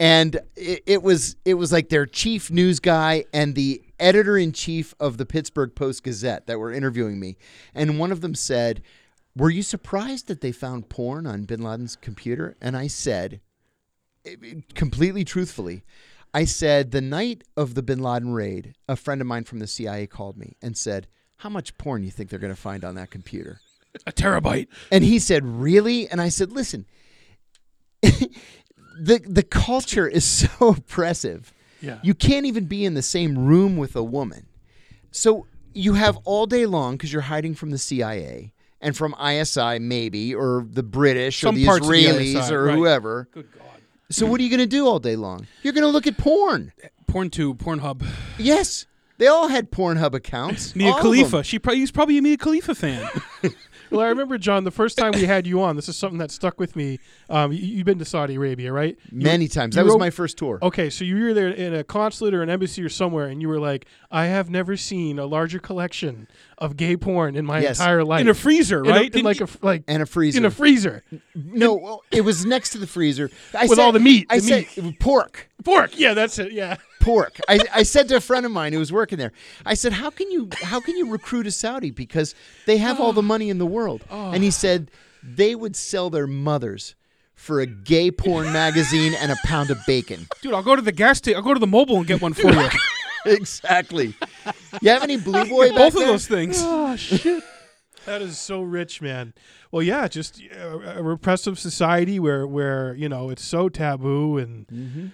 Speaker 2: and it, it was it was like their chief news guy and the editor in chief of the Pittsburgh Post Gazette that were interviewing me, and one of them said, "Were you surprised that they found porn on Bin Laden's computer?" And I said, it- it- completely truthfully. I said the night of the Bin Laden raid, a friend of mine from the CIA called me and said, "How much porn you think they're going to find on that computer?"
Speaker 3: a terabyte.
Speaker 2: And he said, "Really?" And I said, "Listen, the the culture is so oppressive.
Speaker 1: Yeah.
Speaker 2: You can't even be in the same room with a woman. So you have all day long because you're hiding from the CIA and from ISI, maybe, or the British
Speaker 3: Some
Speaker 2: or the
Speaker 3: parts of the
Speaker 2: Israelis
Speaker 3: ISI,
Speaker 2: or
Speaker 3: right.
Speaker 2: whoever.
Speaker 3: Good God.
Speaker 2: So what are you going to do all day long? You're going to look at porn.
Speaker 3: Porn tube, Pornhub.
Speaker 2: Yes, they all had Pornhub accounts.
Speaker 3: Mia
Speaker 2: all of them.
Speaker 3: Khalifa. She probably he's probably a Mia Khalifa fan.
Speaker 1: Well, I remember John. The first time we had you on, this is something that stuck with me. Um, you, you've been to Saudi Arabia, right? You-
Speaker 2: Many times. That
Speaker 1: you
Speaker 2: was
Speaker 1: wrote-
Speaker 2: my first tour.
Speaker 3: Oh,
Speaker 1: Okay, so you were there in a consulate or an embassy or somewhere, and you were like, "I have never seen a larger collection of gay porn in my
Speaker 2: Yes.
Speaker 1: entire life."
Speaker 3: in a freezer,
Speaker 1: In a-
Speaker 3: right?
Speaker 1: in
Speaker 3: Didn't
Speaker 1: like
Speaker 3: you-
Speaker 1: a fr- like
Speaker 2: And a freezer.
Speaker 1: in a freezer,
Speaker 2: No, well, it was next to the freezer. I
Speaker 1: With
Speaker 2: said-
Speaker 1: all the meat,
Speaker 2: I
Speaker 1: the
Speaker 2: said pork,
Speaker 1: pork. Yeah, that's it. Yeah,
Speaker 2: pork. I, I said to a friend of mine who was working there. I said, "How can you how can you recruit a Saudi because they have all the money in the world?" And he said they would sell their mothers for a gay porn magazine and a pound of bacon.
Speaker 3: dude, I'll go to the gas station. I'll go to the mobile and get one for you.
Speaker 2: exactly. You have any blue boy? back
Speaker 3: Both of
Speaker 2: there?
Speaker 3: those things.
Speaker 1: Oh shit. That is so rich, man. Well, yeah, just uh, a repressive society where, where you know it's so taboo and.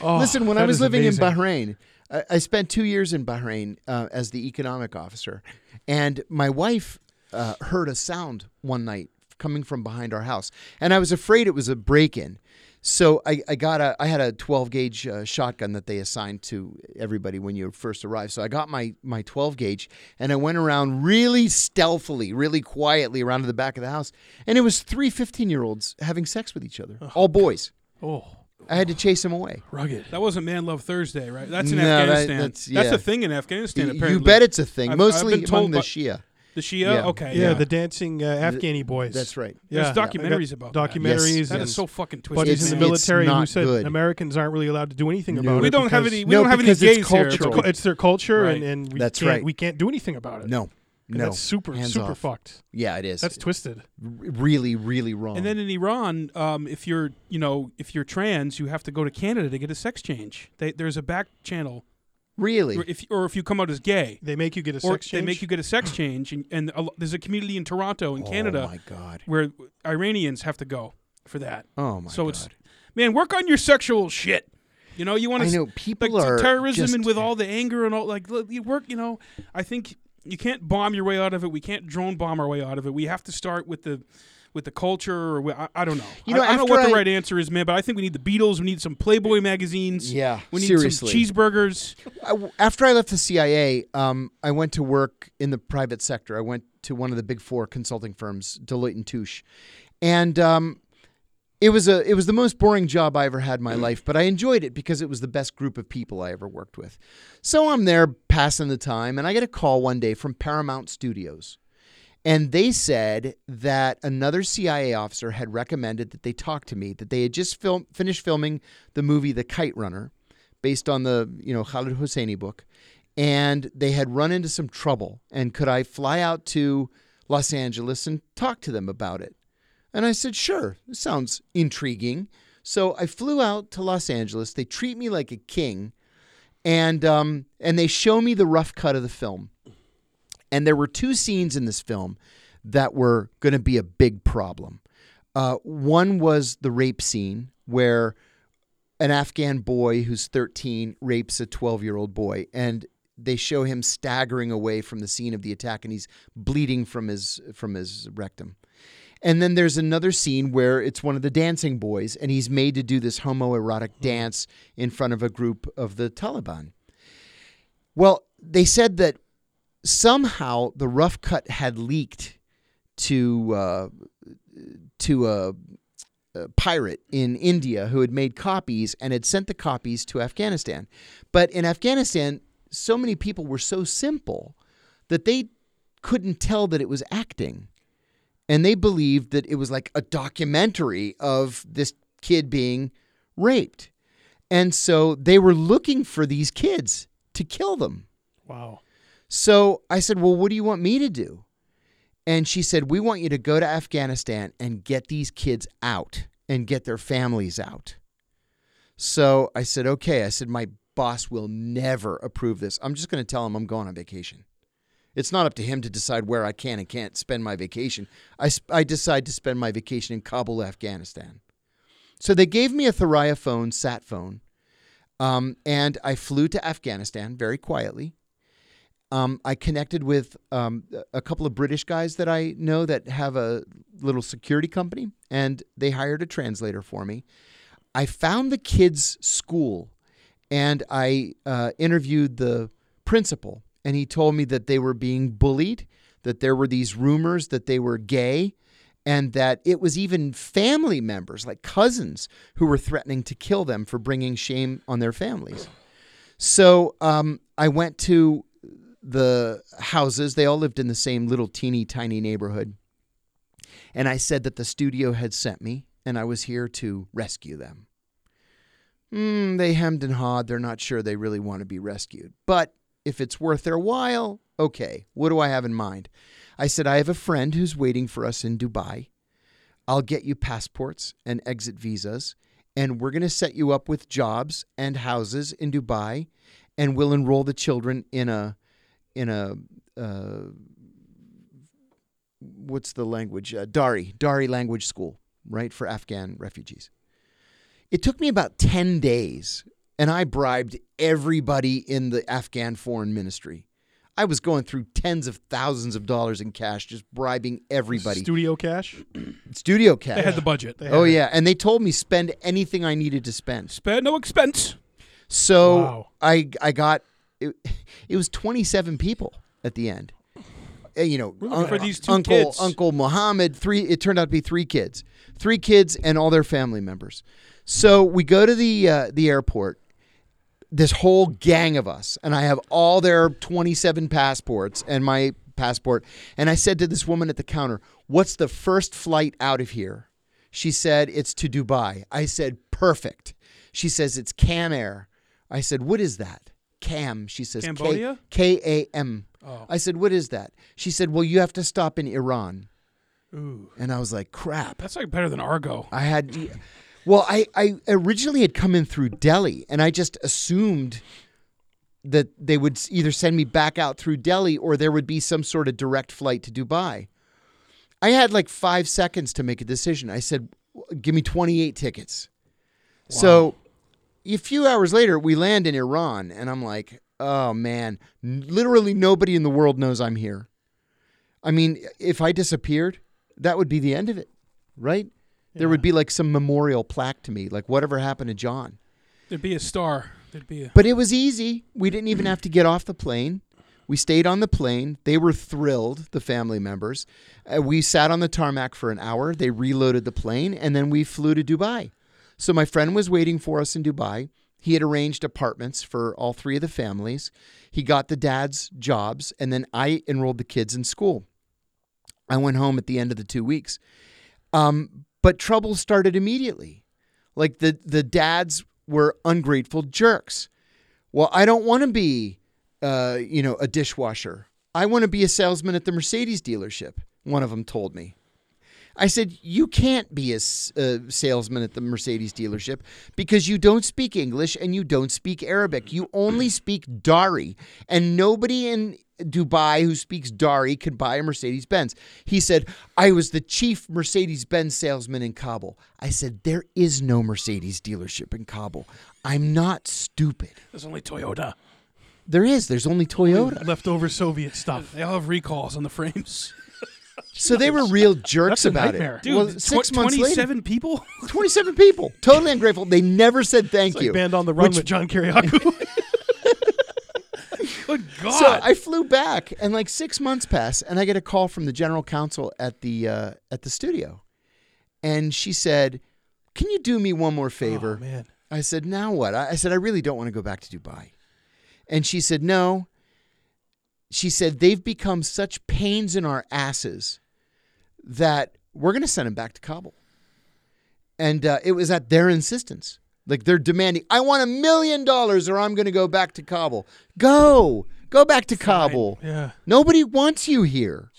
Speaker 1: Oh,
Speaker 2: Listen, when I
Speaker 1: that
Speaker 2: was
Speaker 1: is
Speaker 2: living
Speaker 1: amazing.
Speaker 2: in Bahrain, I, I spent two years in Bahrain uh, as the economic officer, and my wife uh, heard a sound one night coming from behind our house, and I was afraid it was a break-in. So I, I got a I had a 12 gauge uh, shotgun that they assigned to everybody when you first arrived. So I got my my 12 gauge and I went around really stealthily, really quietly around to the back of the house, and it was three 15 year olds having sex with each other, all boys.
Speaker 1: oh,
Speaker 2: I had to chase them away.
Speaker 1: rugged.
Speaker 3: That wasn't Man Love Thursday, right? That's in
Speaker 2: No, that-
Speaker 3: Afghanistan.
Speaker 2: that's-
Speaker 3: that's,
Speaker 2: yeah.
Speaker 3: the thing in Afghanistan.
Speaker 2: Y-
Speaker 3: Apparently,
Speaker 2: You bet it's a thing,
Speaker 3: I've- I've
Speaker 2: mostly
Speaker 3: been told
Speaker 2: among the
Speaker 3: by-
Speaker 2: Shia.
Speaker 3: the Shia.
Speaker 2: Yeah.
Speaker 3: Okay,
Speaker 1: Yeah,
Speaker 2: Yeah.
Speaker 1: the dancing uh, Afghani boys.
Speaker 2: That's right.
Speaker 1: Yeah,
Speaker 3: There's documentaries about that.
Speaker 1: documentaries.
Speaker 2: Yes.
Speaker 3: that
Speaker 1: and
Speaker 3: is so fucking twisted.
Speaker 1: buddies
Speaker 2: It's-
Speaker 1: in
Speaker 3: man.
Speaker 1: the military who
Speaker 2: not
Speaker 1: said
Speaker 2: good.
Speaker 1: Americans aren't really allowed to do anything about it.
Speaker 3: we don't have
Speaker 1: because
Speaker 3: any. We
Speaker 2: No,
Speaker 3: don't have any
Speaker 2: because it's
Speaker 3: gays here.
Speaker 1: It's,
Speaker 3: It's
Speaker 2: cultural.
Speaker 1: cu- it's their culture, and,
Speaker 3: Right.
Speaker 1: and we
Speaker 2: That's
Speaker 1: can't,
Speaker 2: right.
Speaker 1: We can't do anything about it.
Speaker 2: No,
Speaker 1: And
Speaker 2: no.
Speaker 1: that's super
Speaker 2: Hands
Speaker 1: super
Speaker 2: off.
Speaker 1: fucked.
Speaker 2: Yeah, it is.
Speaker 1: That's
Speaker 2: That's
Speaker 1: twisted.
Speaker 2: really, really wrong.
Speaker 3: And then in Iran, um, if you're you know if you're trans, you have to go to Canada to get a sex change. They, there's a back channel
Speaker 2: Really?
Speaker 3: Or if or if you come out as gay,
Speaker 1: They make you get a
Speaker 3: or
Speaker 1: sex change.
Speaker 3: they make you get a sex change, and, and a, lo- there's a community in Toronto in
Speaker 2: Oh
Speaker 3: Canada
Speaker 2: my god.
Speaker 3: where Iranians have to go for that.
Speaker 2: Oh my
Speaker 3: so
Speaker 2: god.
Speaker 3: it's man, work on your sexual shit. You know, you want
Speaker 2: I
Speaker 3: to
Speaker 2: know
Speaker 3: like
Speaker 2: people
Speaker 3: ter-
Speaker 2: are
Speaker 3: terrorism
Speaker 2: just,
Speaker 3: and with all the anger and all like look, you work you know i think you can't bomb your way out of it we can't drone bomb our way out of it we have to start with the with the culture or wh- I, I don't know
Speaker 2: You
Speaker 3: I-
Speaker 2: know,
Speaker 3: I, don't know what
Speaker 2: after
Speaker 3: the
Speaker 2: I-
Speaker 3: right answer is man but i think we need the beatles we need some playboy magazines
Speaker 2: Yeah,
Speaker 3: we need
Speaker 2: seriously.
Speaker 3: some cheeseburgers
Speaker 2: I w after I left the CIA, um, I went to work in the private sector. I went to one of the big four consulting firms, Deloitte and Touche, and um, it was a it was the most boring job I ever had in my life. But I enjoyed it because it was the best group of people I ever worked with. So I'm there passing the time, and I get a call one day from Paramount Studios. And they said that another CIA officer had recommended that they talk to me, that they had just film, finished filming the movie The Kite Runner, based on the, you know, Khalid Hosseini book. And they had run into some trouble. And could I fly out to Los Angeles and talk to them about it? And I said, sure, this sounds intriguing. So I flew out to Los Angeles. They treat me like a king. And, um, and they show me the rough cut of the film. And there were two scenes in this film that were going to be a big problem. Uh, one was the rape scene where an Afghan boy who's 13 rapes a 12 year old boy, and they show him staggering away from the scene of the attack, and he's bleeding from his from his rectum. And then there's another scene where it's one of the dancing boys, and he's made to do this homoerotic dance in front of a group of the Taliban. Well, they said that somehow the rough cut had leaked to uh, to a, a pirate in India who had made copies and had sent the copies to Afghanistan. But in Afghanistan, so many people were so simple that they couldn't tell that it was acting. And they believed that it was like a documentary of this kid being raped. And so they were looking for these kids to kill them.
Speaker 1: wow.
Speaker 2: So I said, Well, what do you want me to do? And she said, We want you to go to Afghanistan and get these kids out and get their families out. So I said, Okay. I said, My boss will never approve this. I'm just going to tell him I'm going on vacation. It's not up to him to decide where I can and can't spend my vacation. I, sp- I decide to spend my vacation in Kabul, Afghanistan. So they gave me a Thuraya phone, sat phone, um, and I flew to Afghanistan very quietly um, I connected with um, a couple of British guys that I know that have a little security company, and they hired a translator for me. I found the kids' school, and I uh, interviewed the principal, and he told me that they were being bullied, that there were these rumors that they were gay, and that it was even family members, like cousins, who were threatening to kill them for bringing shame on their families. So um, I went to the houses. They all lived in the same little teeny tiny neighborhood. And I said that the studio had sent me and I was here to rescue them. Hmm, they hemmed and hawed. They're not sure they really want to be rescued. But if it's worth their while, okay, what do I have in mind? I said, I have a friend who's waiting for us in Dubai. I'll get you passports and exit visas, and we're going to set you up with jobs and houses in Dubai, and we'll enroll the children in a in a uh, what's the language uh, Dari Dari language school, right for Afghan refugees. It took me about ten days, and I bribed everybody in the Afghan foreign ministry. I was going through tens of thousands of dollars in cash, just bribing everybody.
Speaker 1: Studio cash.
Speaker 2: Studio cash.
Speaker 3: they had the budget
Speaker 1: They
Speaker 2: Oh
Speaker 1: had it.
Speaker 2: yeah, and they told me spend anything I needed to spend.
Speaker 3: spare no expense
Speaker 2: So
Speaker 1: Wow.
Speaker 2: I I got it, it was 27 people at the end. Uh, You know,
Speaker 3: looking for these two
Speaker 2: Uncle
Speaker 3: kids.
Speaker 2: Uncle Mohammed, three it turned out to be three kids. Three kids and all their family members. So we go to the uh, the airport this whole gang of us, and I have all their 27 passports and my passport. And I said to this woman at the counter, What's the first flight out of here? She said, It's to Dubai. I said, Perfect. She says, It's Cam Air. I said, What is that? Cam, she says,
Speaker 3: Cambodia?
Speaker 2: K A M.
Speaker 3: Oh.
Speaker 2: I said, What is that? She said, Well, you have to stop in Iran.
Speaker 1: Ooh.
Speaker 2: And I was like, Crap.
Speaker 3: that's like better than argo
Speaker 2: I had, well, I, I originally had come in through Delhi, and I just assumed that they would s- either send me back out through Delhi or there would be some sort of direct flight to Dubai. I had like five seconds to make a decision. I said, "W- "Give me 28 tickets." So, a few hours later, we land in Iran, and I'm like, "Oh man, n- literally nobody in the world knows I'm here." I mean, if I disappeared, that would be the end of it, right? There would be like some memorial plaque to me, like whatever happened to John.
Speaker 3: There'd be a star. There'd be a.
Speaker 2: But it was easy. We didn't even have to get off the plane. We stayed on the plane. They were thrilled, the family members. Uh, we sat on the tarmac for an hour. They reloaded the plane and then we flew to Dubai. So my friend was waiting for us in Dubai. He had arranged apartments for all three of the families. He got the dad's jobs and then I enrolled the kids in school. I went home at the end of the two weeks. Um, but trouble started immediately. Like the, the dads were ungrateful jerks well i don't want to be uh, you know a dishwasher i want to be a salesman at the mercedes dealership one of them told me i said you can't be a, s- a salesman at the mercedes dealership because you don't speak english and you don't speak arabic you only speak dari and nobody in dubai who speaks dari can buy a mercedes-benz he said i was the chief mercedes-benz salesman in kabul i said there is no mercedes dealership in kabul i'm not stupid
Speaker 3: There's only Toyota.
Speaker 2: there is. There's only Toyota.
Speaker 1: Leftover Soviet stuff.
Speaker 3: They all have recalls on the frames.
Speaker 2: So they were real jerks
Speaker 3: a
Speaker 2: about
Speaker 3: nightmare.
Speaker 2: it.
Speaker 3: Dude,
Speaker 2: well,
Speaker 3: tw-
Speaker 2: six months later,
Speaker 3: 27 people?
Speaker 2: 27 people, totally ungrateful. They never said thank
Speaker 1: Like
Speaker 2: you.
Speaker 1: Band on the Run
Speaker 2: Which-
Speaker 1: with John Kiriakou.
Speaker 3: Good God.
Speaker 2: so I flew back, and like six months pass, and I get a call from the general counsel at the uh, at the studio, and she said, "Can you do me one more favor?"
Speaker 1: oh, man.
Speaker 2: I said, now what? I I said, I really don't want to go back to Dubai. And she said, no. She said, they've become such pains in our asses that we're going to send them back to Kabul. And uh, it was at their insistence. Like they're demanding, I want a million dollars or I'm going to go back to Kabul. Go, go back to Kabul.
Speaker 1: Yeah.
Speaker 2: Nobody wants you here.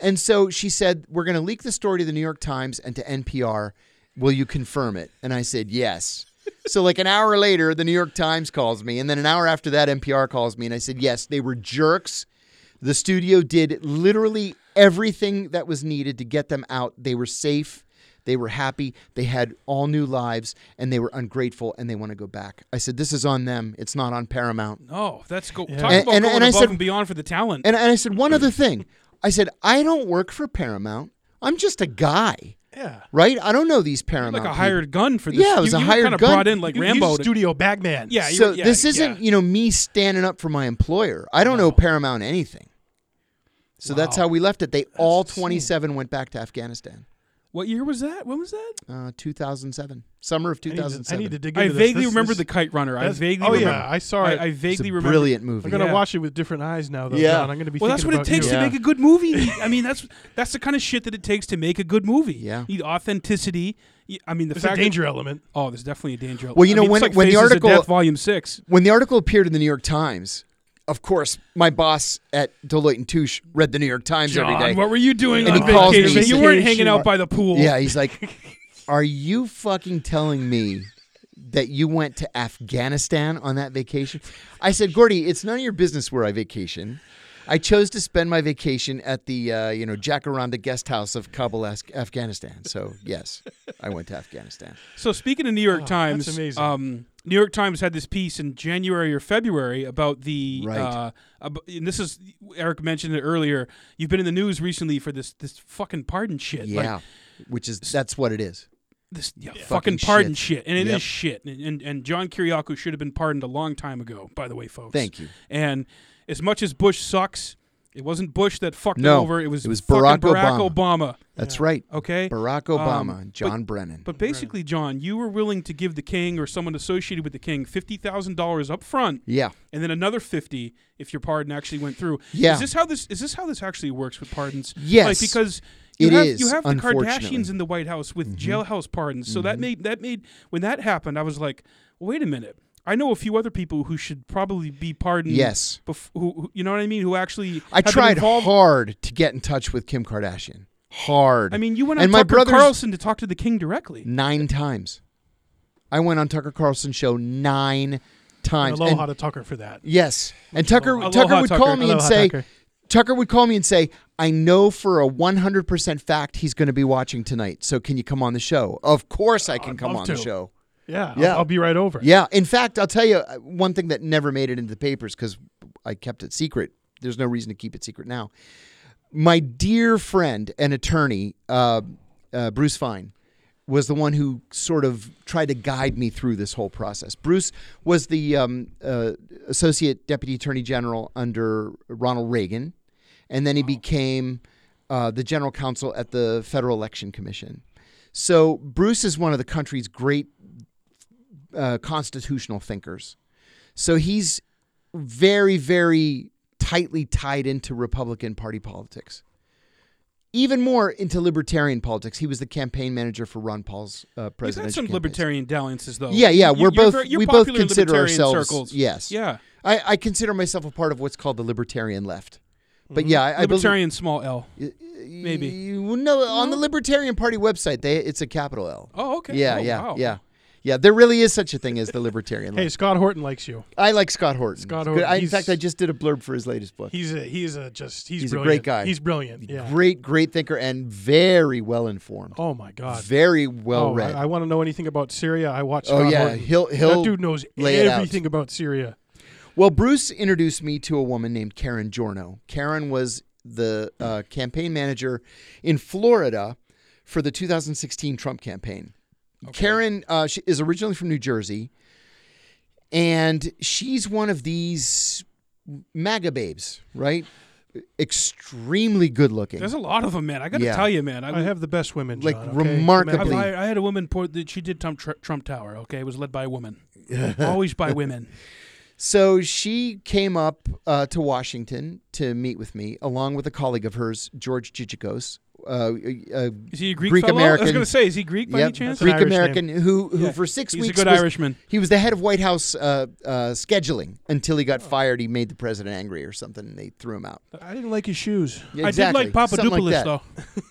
Speaker 2: And so she said, We're going to leak the story to the New York Times and to NPR. Will you confirm it? And I said, Yes. so, like an hour later, the New York Times calls me. And then an hour after that, NPR calls me. And I said, Yes, they were jerks. The studio did literally everything that was needed to get them out. They were safe. They were happy. They had all new lives and they were ungrateful and they want to go back. I said, This is on them. It's not on Paramount.
Speaker 3: no, that's go.
Speaker 1: Yeah.
Speaker 3: Talk
Speaker 2: And-
Speaker 3: about
Speaker 2: and-
Speaker 3: going
Speaker 2: and I
Speaker 3: above
Speaker 2: said-
Speaker 3: and beyond for the talent.
Speaker 2: And, and I said, one other thing. I said, I don't work for Paramount. I'm just a guy,
Speaker 1: Yeah.
Speaker 2: right? I don't know these
Speaker 3: You're
Speaker 2: Paramount.
Speaker 3: like a
Speaker 2: people."
Speaker 3: hired gun for this.
Speaker 2: Yeah, it was
Speaker 3: you,
Speaker 2: a
Speaker 3: you
Speaker 2: hired
Speaker 3: kind of
Speaker 2: gun.
Speaker 3: brought in like
Speaker 1: You- you
Speaker 3: Rambo. to-
Speaker 1: studio bagman.
Speaker 3: yeah, you-
Speaker 2: So
Speaker 3: yeah,
Speaker 2: this
Speaker 3: yeah.
Speaker 2: isn't, you know, me standing up for my employer. I don't know Paramount anything. So that's
Speaker 3: Wow.
Speaker 2: how we left it. They all
Speaker 1: insane.
Speaker 2: 27 went back to Afghanistan.
Speaker 3: What year was that? When was that?
Speaker 2: Uh, 2007, summer of
Speaker 1: I need, to,
Speaker 2: 2007.
Speaker 1: I need to dig into
Speaker 3: I
Speaker 1: this.
Speaker 3: vaguely
Speaker 1: This-
Speaker 3: remember
Speaker 1: this-
Speaker 3: the Kite Runner. I
Speaker 1: that's-
Speaker 3: vaguely.
Speaker 1: oh, yeah,
Speaker 3: remember.
Speaker 1: I saw it.
Speaker 3: I, vaguely
Speaker 2: it's a
Speaker 3: remember.
Speaker 2: brilliant
Speaker 1: I'm
Speaker 2: movie.
Speaker 1: gonna
Speaker 3: Yeah.
Speaker 1: watch it with different eyes now, though.
Speaker 2: Yeah.
Speaker 1: John. I'm gonna be.
Speaker 3: Well, that's what
Speaker 1: thinking
Speaker 3: it takes
Speaker 1: about
Speaker 2: you.
Speaker 3: to
Speaker 2: Yeah.
Speaker 3: make a good movie. I mean, that's that's the kind of shit that it takes to make a good movie.
Speaker 2: Yeah.
Speaker 3: You need authenticity. You- I mean,
Speaker 1: you.
Speaker 3: the
Speaker 1: There's
Speaker 3: fact
Speaker 1: a
Speaker 3: that-
Speaker 1: danger element.
Speaker 3: oh, there's definitely a danger.
Speaker 2: Well, you
Speaker 3: I
Speaker 2: know,
Speaker 3: mean, it's
Speaker 2: when-
Speaker 3: like
Speaker 2: when the
Speaker 3: Faces of
Speaker 2: article-
Speaker 3: Death, Volume Six.
Speaker 2: when the article appeared in the New York Times, of course, my boss at Deloitte and Touche read the New York Times every day.
Speaker 3: what were you doing
Speaker 2: And
Speaker 3: on
Speaker 2: he calls me,
Speaker 3: vacation?
Speaker 2: he
Speaker 3: you
Speaker 2: said-
Speaker 3: weren't hanging out by the pool.
Speaker 2: Yeah, he's like, "Are you fucking telling me that you went to Afghanistan on that vacation?" I said, "Gordy, it's none of your business where I vacation. I chose to spend my vacation at the uh, you know Jacaranda guest house of Kabul, Af- Afghanistan. So yes, I went to Afghanistan.
Speaker 3: So speaking of New York
Speaker 1: Oh,
Speaker 3: Times,
Speaker 1: that's amazing.
Speaker 3: Um, New York Times had this piece in January or February about the.
Speaker 2: Right.
Speaker 3: Uh, ab- and this is Eric mentioned it earlier. You've been in the news recently for this this fucking pardon shit. Like,
Speaker 2: Yeah, which is that's what it is.
Speaker 3: this yeah, fucking,
Speaker 2: Fucking
Speaker 3: pardon shit.
Speaker 2: shit.
Speaker 3: and it is
Speaker 2: Yep.
Speaker 3: shit. And, and and John Kiriakou should have been pardoned a long time ago. By the way, folks.
Speaker 2: Thank you.
Speaker 3: And as much as Bush sucks, it wasn't Bush that fucked him
Speaker 2: No,
Speaker 3: over. It was
Speaker 2: it was
Speaker 3: fucking
Speaker 2: Barack
Speaker 3: Barack Obama.
Speaker 2: That's
Speaker 1: Yeah.
Speaker 2: right.
Speaker 3: Okay.
Speaker 2: Barack
Speaker 3: Um,
Speaker 2: Obama,
Speaker 3: but-
Speaker 2: John Brennan.
Speaker 3: But basically, John, you were willing to give the king or someone associated with the king fifty thousand dollars up front,
Speaker 2: yeah,
Speaker 3: and then another fifty if your pardon actually went through.
Speaker 2: Yeah.
Speaker 3: Is this how this is this how this actually works with pardons?
Speaker 2: Yes.
Speaker 3: Like, because you
Speaker 2: It
Speaker 3: have
Speaker 2: is,
Speaker 3: you have the
Speaker 2: unfortunately. Mm-hmm.
Speaker 3: Kardashians in the White House with jailhouse pardons. So that made that made when that happened, I was like, wait a minute. I know a few other people who should probably be pardoned.
Speaker 2: Yes.
Speaker 3: Bef- who, who you know what I mean? Who actually
Speaker 2: I
Speaker 3: have been
Speaker 2: tried
Speaker 3: involved-
Speaker 2: hard to get in touch with Kim Kardashian. Hard.
Speaker 3: I mean, you went on
Speaker 2: and my
Speaker 3: Tucker
Speaker 2: brother's
Speaker 3: Carlson to talk to the king directly.
Speaker 2: nine times. I went on Tucker Carlson's show nine times.
Speaker 1: Aloha
Speaker 2: And-
Speaker 1: to Tucker for that.
Speaker 2: yes, and Tucker
Speaker 3: Aloha,
Speaker 2: Tucker would call
Speaker 3: Tucker.
Speaker 2: me and
Speaker 1: Aloha,
Speaker 2: say,
Speaker 1: Tucker.
Speaker 2: Tucker would call me and say, I know for a 100% fact he's going to be watching tonight. So can you come on the show? Of course I can
Speaker 1: I'd
Speaker 2: come
Speaker 1: love
Speaker 2: on the
Speaker 1: to.
Speaker 2: show.
Speaker 1: Yeah,
Speaker 2: Yeah.
Speaker 1: I'll, I'll be right over.
Speaker 2: Yeah. In fact, I'll tell you uh, one thing that never made it into the papers because I kept it secret. There's no reason to keep it secret now. My dear friend and attorney, uh, uh, Bruce Fine, was the one who sort of tried to guide me through this whole process. Bruce was the um, uh, associate deputy attorney general under Ronald Reagan, and then he became uh, the general counsel at the Federal Election Commission. So Bruce is one of the country's great uh, constitutional thinkers. So he's very, very tightly tied into Republican Party politics. Even more into libertarian politics. He was the campaign manager for Ron Paul's uh,
Speaker 3: You've had
Speaker 2: presidential
Speaker 3: some
Speaker 2: campaigns.
Speaker 3: libertarian dalliances, though.
Speaker 2: Yeah, yeah,
Speaker 3: You-
Speaker 2: we're
Speaker 3: you're
Speaker 2: both
Speaker 3: very- you're
Speaker 2: we both
Speaker 3: popular in
Speaker 2: consider
Speaker 3: libertarian
Speaker 2: ourselves.
Speaker 3: circles.
Speaker 2: Yes,
Speaker 3: Yeah,
Speaker 2: I, I consider myself a part of what's called the libertarian left.
Speaker 3: Mm-hmm.
Speaker 2: But yeah, I, I believe-
Speaker 3: libertarian small L. maybe.
Speaker 2: You- E, no, on the Libertarian Party website, they it's a capital L.
Speaker 3: Oh, okay.
Speaker 2: Yeah,
Speaker 3: Oh,
Speaker 2: yeah,
Speaker 3: wow.
Speaker 2: yeah, yeah. There really is such a thing as the Libertarian
Speaker 1: Hey,
Speaker 2: left.
Speaker 1: Scott Horton likes you.
Speaker 2: I like Scott Horton.
Speaker 1: Scott
Speaker 2: It's
Speaker 1: Horton,
Speaker 2: I- in
Speaker 1: he's-
Speaker 2: fact, I just did a blurb for his latest book.
Speaker 1: He's a he's a just he's,
Speaker 2: He's a
Speaker 1: brilliant.
Speaker 2: great guy.
Speaker 1: He's brilliant. Yeah.
Speaker 2: Great, great thinker and very well informed.
Speaker 1: Oh my God.
Speaker 2: very
Speaker 1: Oh,
Speaker 2: well
Speaker 1: I-
Speaker 2: read.
Speaker 1: I, want to know anything about Syria. I watched.
Speaker 2: oh
Speaker 1: Scott
Speaker 2: yeah,
Speaker 1: Horton.
Speaker 2: he'll he'll
Speaker 1: that dude knows
Speaker 2: lay it out.
Speaker 1: everything about Syria.
Speaker 2: Well, Bruce introduced me to a woman named Karen Jorno. Karen was the uh, campaign manager in Florida for the 2016 Trump campaign. Karen uh, she is originally from New Jersey, and she's one of these MAGA babes, right? Extremely good looking.
Speaker 3: There's a lot of them, man. I got to
Speaker 2: Yeah.
Speaker 3: tell you, man. I,
Speaker 1: I have the best women.
Speaker 2: Like,
Speaker 1: John, okay?
Speaker 2: remarkably-
Speaker 3: I've- I, I had a woman. Pour, that she did Trump, Trump Tower. Okay, it was led by a woman. Always by women.
Speaker 2: So she came up uh, to Washington to meet with me, along with a colleague of hers, George Chichikos, uh, a a
Speaker 3: Is he a Greek,
Speaker 2: Greek
Speaker 3: fellow? I was
Speaker 2: American.
Speaker 3: going to say, is he Greek by
Speaker 2: Yep,
Speaker 3: any chance?
Speaker 1: That's an
Speaker 2: Greek
Speaker 1: Irish
Speaker 2: American who who
Speaker 3: Yeah.
Speaker 2: for six
Speaker 3: He's a
Speaker 2: weeks
Speaker 3: good
Speaker 2: was,
Speaker 3: Irishman.
Speaker 2: He was the head of White House uh, uh, scheduling until he got
Speaker 3: Oh.
Speaker 2: fired. He made the president angry or something, and they threw him out.
Speaker 1: I didn't like his shoes.
Speaker 2: Yeah,
Speaker 3: I
Speaker 2: exactly.
Speaker 3: did like Papadopoulos
Speaker 2: Something like that.
Speaker 3: though.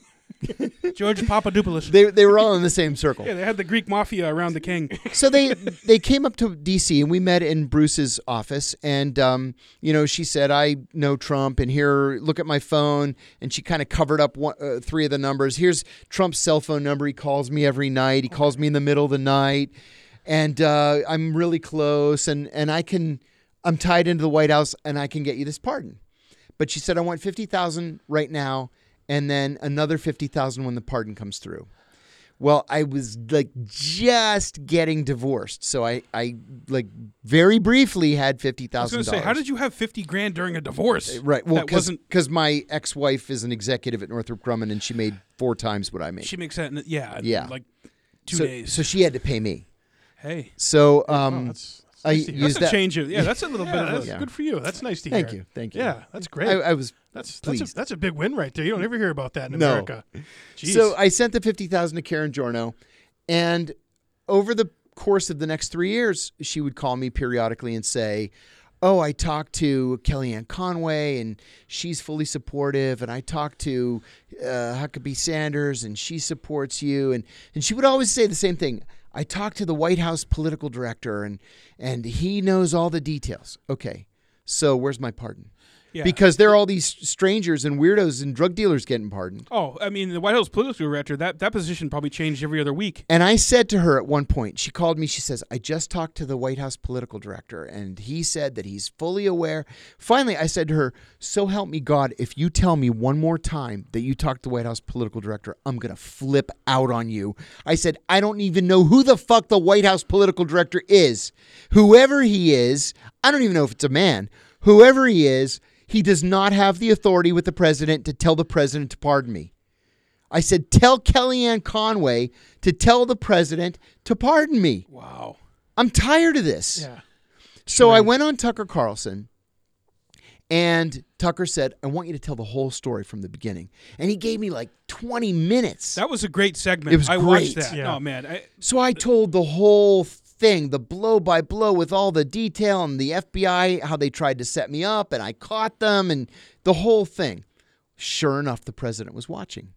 Speaker 3: George Papadopoulos.
Speaker 2: They they were all in the same circle.
Speaker 3: yeah, they had the Greek mafia around the king.
Speaker 2: so they they came up to D.C. and we met in Bruce's office, and um, you know she said, "I know Trump, and here, look at my phone." And she kind of covered up one, uh, three of the numbers. Here's Trump's cell phone number. He calls me every night. He calls me in the middle of the night, and uh, I'm really close, and and I can, I'm tied into the White House, and I can get you this pardon. But she said, "I want fifty thousand right now, and then another fifty thousand when the pardon comes through." Well, I was like just getting divorced, so I, I like very briefly had fifty
Speaker 3: I was
Speaker 2: thousand
Speaker 3: going to
Speaker 2: dollars.
Speaker 3: say, how did you have fifty grand during a divorce?
Speaker 2: Right, well,
Speaker 3: that wasn't.
Speaker 2: because my ex-wife is an executive at Northrop Grumman, and she made four times what I made.
Speaker 3: She makes that. In, yeah, in,
Speaker 2: Yeah.
Speaker 3: Like two
Speaker 2: so,
Speaker 3: days.
Speaker 2: so
Speaker 3: Oh,
Speaker 2: she had to pay me.
Speaker 3: hey,
Speaker 2: So, um,
Speaker 1: that's, that's
Speaker 2: I
Speaker 1: nice to hear.
Speaker 2: used
Speaker 3: that's a
Speaker 2: that-
Speaker 3: change of. Yeah, that's a little
Speaker 1: yeah,
Speaker 3: bit of.
Speaker 1: that's
Speaker 3: A,
Speaker 2: Yeah.
Speaker 1: good for you. That's nice to hear.
Speaker 2: thank you, thank you.
Speaker 1: Yeah, that's great.
Speaker 2: I, I was
Speaker 1: that's that's
Speaker 2: pleased.
Speaker 1: a, that's a big win right there. You don't ever hear about that in
Speaker 2: No.
Speaker 1: America. Jeez.
Speaker 2: So I sent the fifty thousand to Karen Jorno, and over the course of the next three years, she would call me periodically and say, "Oh, I talked to Kellyanne Conway, and she's fully supportive, and I talked to uh, Huckabee Sanders, and she supports you." And and she would always say the same thing. I talked to the White House political director, and and he knows all the details. Okay, so where's my pardon?
Speaker 3: yeah.
Speaker 2: Because there are all these strangers and weirdos and drug dealers getting pardoned.
Speaker 3: oh, I mean, the White House political director. That that position probably changed every other week.
Speaker 2: And I said to her at one point, she called me, she says, I just talked to the White House political director, and he said that he's fully aware. Finally, I said to her, So help me God, if you tell me one more time that you talked to the White House political director, I'm going to flip out on you. I said, I don't even know who the fuck the White House political director is. Whoever he is, I don't even know if it's a man. Whoever he is, he does not have the authority with the president to tell the president to pardon me. I said, tell Kellyanne Conway to tell the president to pardon me.
Speaker 3: Wow.
Speaker 2: I'm tired of this.
Speaker 1: yeah,
Speaker 2: So I went on Tucker Carlson, and Tucker said, I want you to tell the whole story from the beginning. And he gave me like 20 minutes.
Speaker 3: That was a great segment.
Speaker 2: It was
Speaker 3: I
Speaker 2: great.
Speaker 3: watched that.
Speaker 1: Yeah.
Speaker 3: Oh man, I,
Speaker 2: So I told the whole thing, the blow by blow with all the detail and the FBI, how they tried to set me up and I caught them and the whole thing. Sure enough, the president was watching.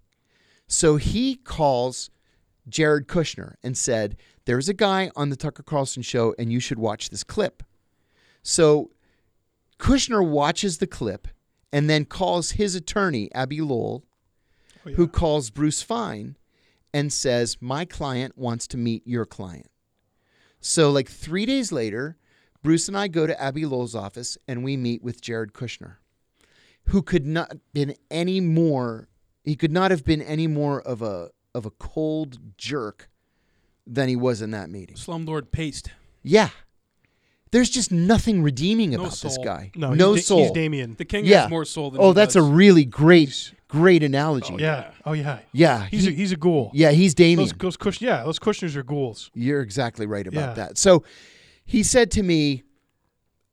Speaker 2: So he calls Jared Kushner and said, There's a guy on the Tucker Carlson show and you should watch this clip. So Kushner watches the clip and then calls his attorney, Abby Lowell,
Speaker 1: Oh, yeah.
Speaker 2: who calls Bruce Fine and says, My client wants to meet your client. So, like three days later, Bruce and I go to Abby Lowell's office and we meet with Jared Kushner, who could not been any more he could not have been any more of a of a cold jerk than he was in that meeting.
Speaker 3: Slumlord Paste.
Speaker 2: Yeah. There's just nothing redeeming
Speaker 3: No
Speaker 2: about this
Speaker 3: soul.
Speaker 2: guy.
Speaker 1: No,
Speaker 2: no
Speaker 1: he's, Da-
Speaker 2: soul.
Speaker 1: He's Damien.
Speaker 3: The king
Speaker 2: Yeah.
Speaker 3: has more soul than
Speaker 2: oh,
Speaker 3: he
Speaker 2: that's
Speaker 3: does.
Speaker 2: a really great, great analogy.
Speaker 3: Oh,
Speaker 1: yeah.
Speaker 3: yeah.
Speaker 1: Oh yeah.
Speaker 2: Yeah.
Speaker 1: He's
Speaker 2: he-
Speaker 1: a, he's a ghoul.
Speaker 2: yeah, he's Damien.
Speaker 1: Those, those Kush, yeah, those Kushners are ghouls.
Speaker 2: You're exactly right about
Speaker 1: Yeah.
Speaker 2: that. So he said to me,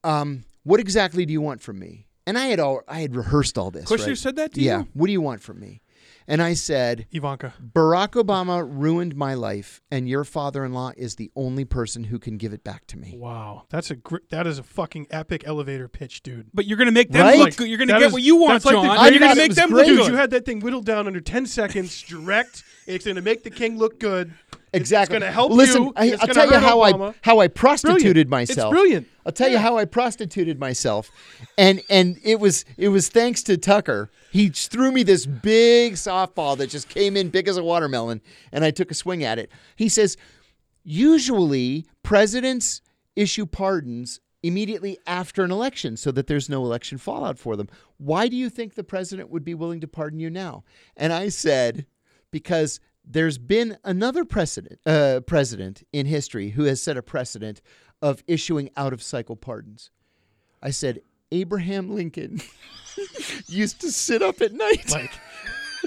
Speaker 2: um, "What exactly do you want from me?" And I had all I had rehearsed all this.
Speaker 3: Kushner
Speaker 2: right?
Speaker 3: said that to
Speaker 2: yeah.
Speaker 3: you?
Speaker 2: What do you want from me? And I said,
Speaker 1: Ivanka.
Speaker 2: "Barack Obama ruined my life, and your father-in-law is the only person who can give it back to me."
Speaker 1: Wow, that's a gr- that is a fucking epic elevator pitch, dude.
Speaker 3: But you're gonna make them
Speaker 2: Right?
Speaker 3: look good. You're gonna
Speaker 1: That
Speaker 3: get
Speaker 1: is-
Speaker 3: what you want,
Speaker 1: that's like the
Speaker 3: John.
Speaker 1: greatest-
Speaker 2: I
Speaker 3: and you're gonna
Speaker 2: thought it
Speaker 3: make
Speaker 2: was
Speaker 3: them
Speaker 2: great.
Speaker 1: Dude,
Speaker 3: look
Speaker 1: you
Speaker 3: good.
Speaker 1: had that thing whittled down under ten seconds, direct. It's gonna make the king look good.
Speaker 2: Exactly.
Speaker 1: gonna help
Speaker 2: Listen,
Speaker 1: you.
Speaker 2: I,
Speaker 1: It's
Speaker 2: will
Speaker 1: gonna
Speaker 2: tell you
Speaker 1: hurt
Speaker 2: how I
Speaker 1: Obama.
Speaker 2: how I
Speaker 1: Brilliant.
Speaker 2: prostituted myself.
Speaker 1: It's brilliant.
Speaker 2: I'll tell you how I prostituted myself, and and it was it was thanks to Tucker. He just threw me this big softball that just came in big as a watermelon, and I took a swing at it. He says, usually presidents issue pardons immediately after an election so that there's no election fallout for them. Why do you think the president would be willing to pardon you now? And I said, because there's been another precedent uh, president in history who has set a precedent of issuing out of cycle pardons. I said Abraham Lincoln used to sit up at night.
Speaker 1: Like,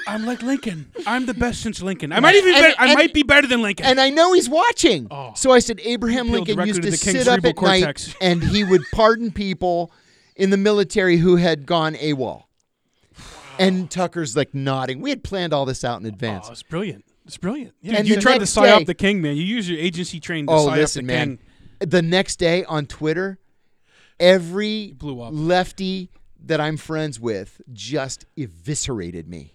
Speaker 3: I'm like Lincoln. I'm the best since Lincoln. I might even
Speaker 2: And-
Speaker 3: be- I
Speaker 2: and-
Speaker 3: might be better than Lincoln.
Speaker 2: and I know he's watching.
Speaker 1: Oh.
Speaker 2: So I said Abraham
Speaker 3: Appeal
Speaker 2: Lincoln
Speaker 3: directly
Speaker 2: used to,
Speaker 3: to the king's
Speaker 2: sit up
Speaker 3: cerebral
Speaker 2: at night
Speaker 3: cortex.
Speaker 2: and he would pardon people in the military who had gone AWOL. And Tucker's like nodding. We had planned all this out in advance.
Speaker 1: oh, it's brilliant. It's brilliant. Yeah,
Speaker 2: And
Speaker 3: you
Speaker 2: the
Speaker 3: tried to
Speaker 2: next
Speaker 3: psyop
Speaker 2: day-
Speaker 3: the king, man. You use your agency train to
Speaker 2: Oh,
Speaker 3: psyop
Speaker 2: listen,
Speaker 3: the
Speaker 2: man.
Speaker 3: king.
Speaker 2: The next day on Twitter, every
Speaker 3: blew up.
Speaker 2: lefty that I'm friends with just eviscerated me.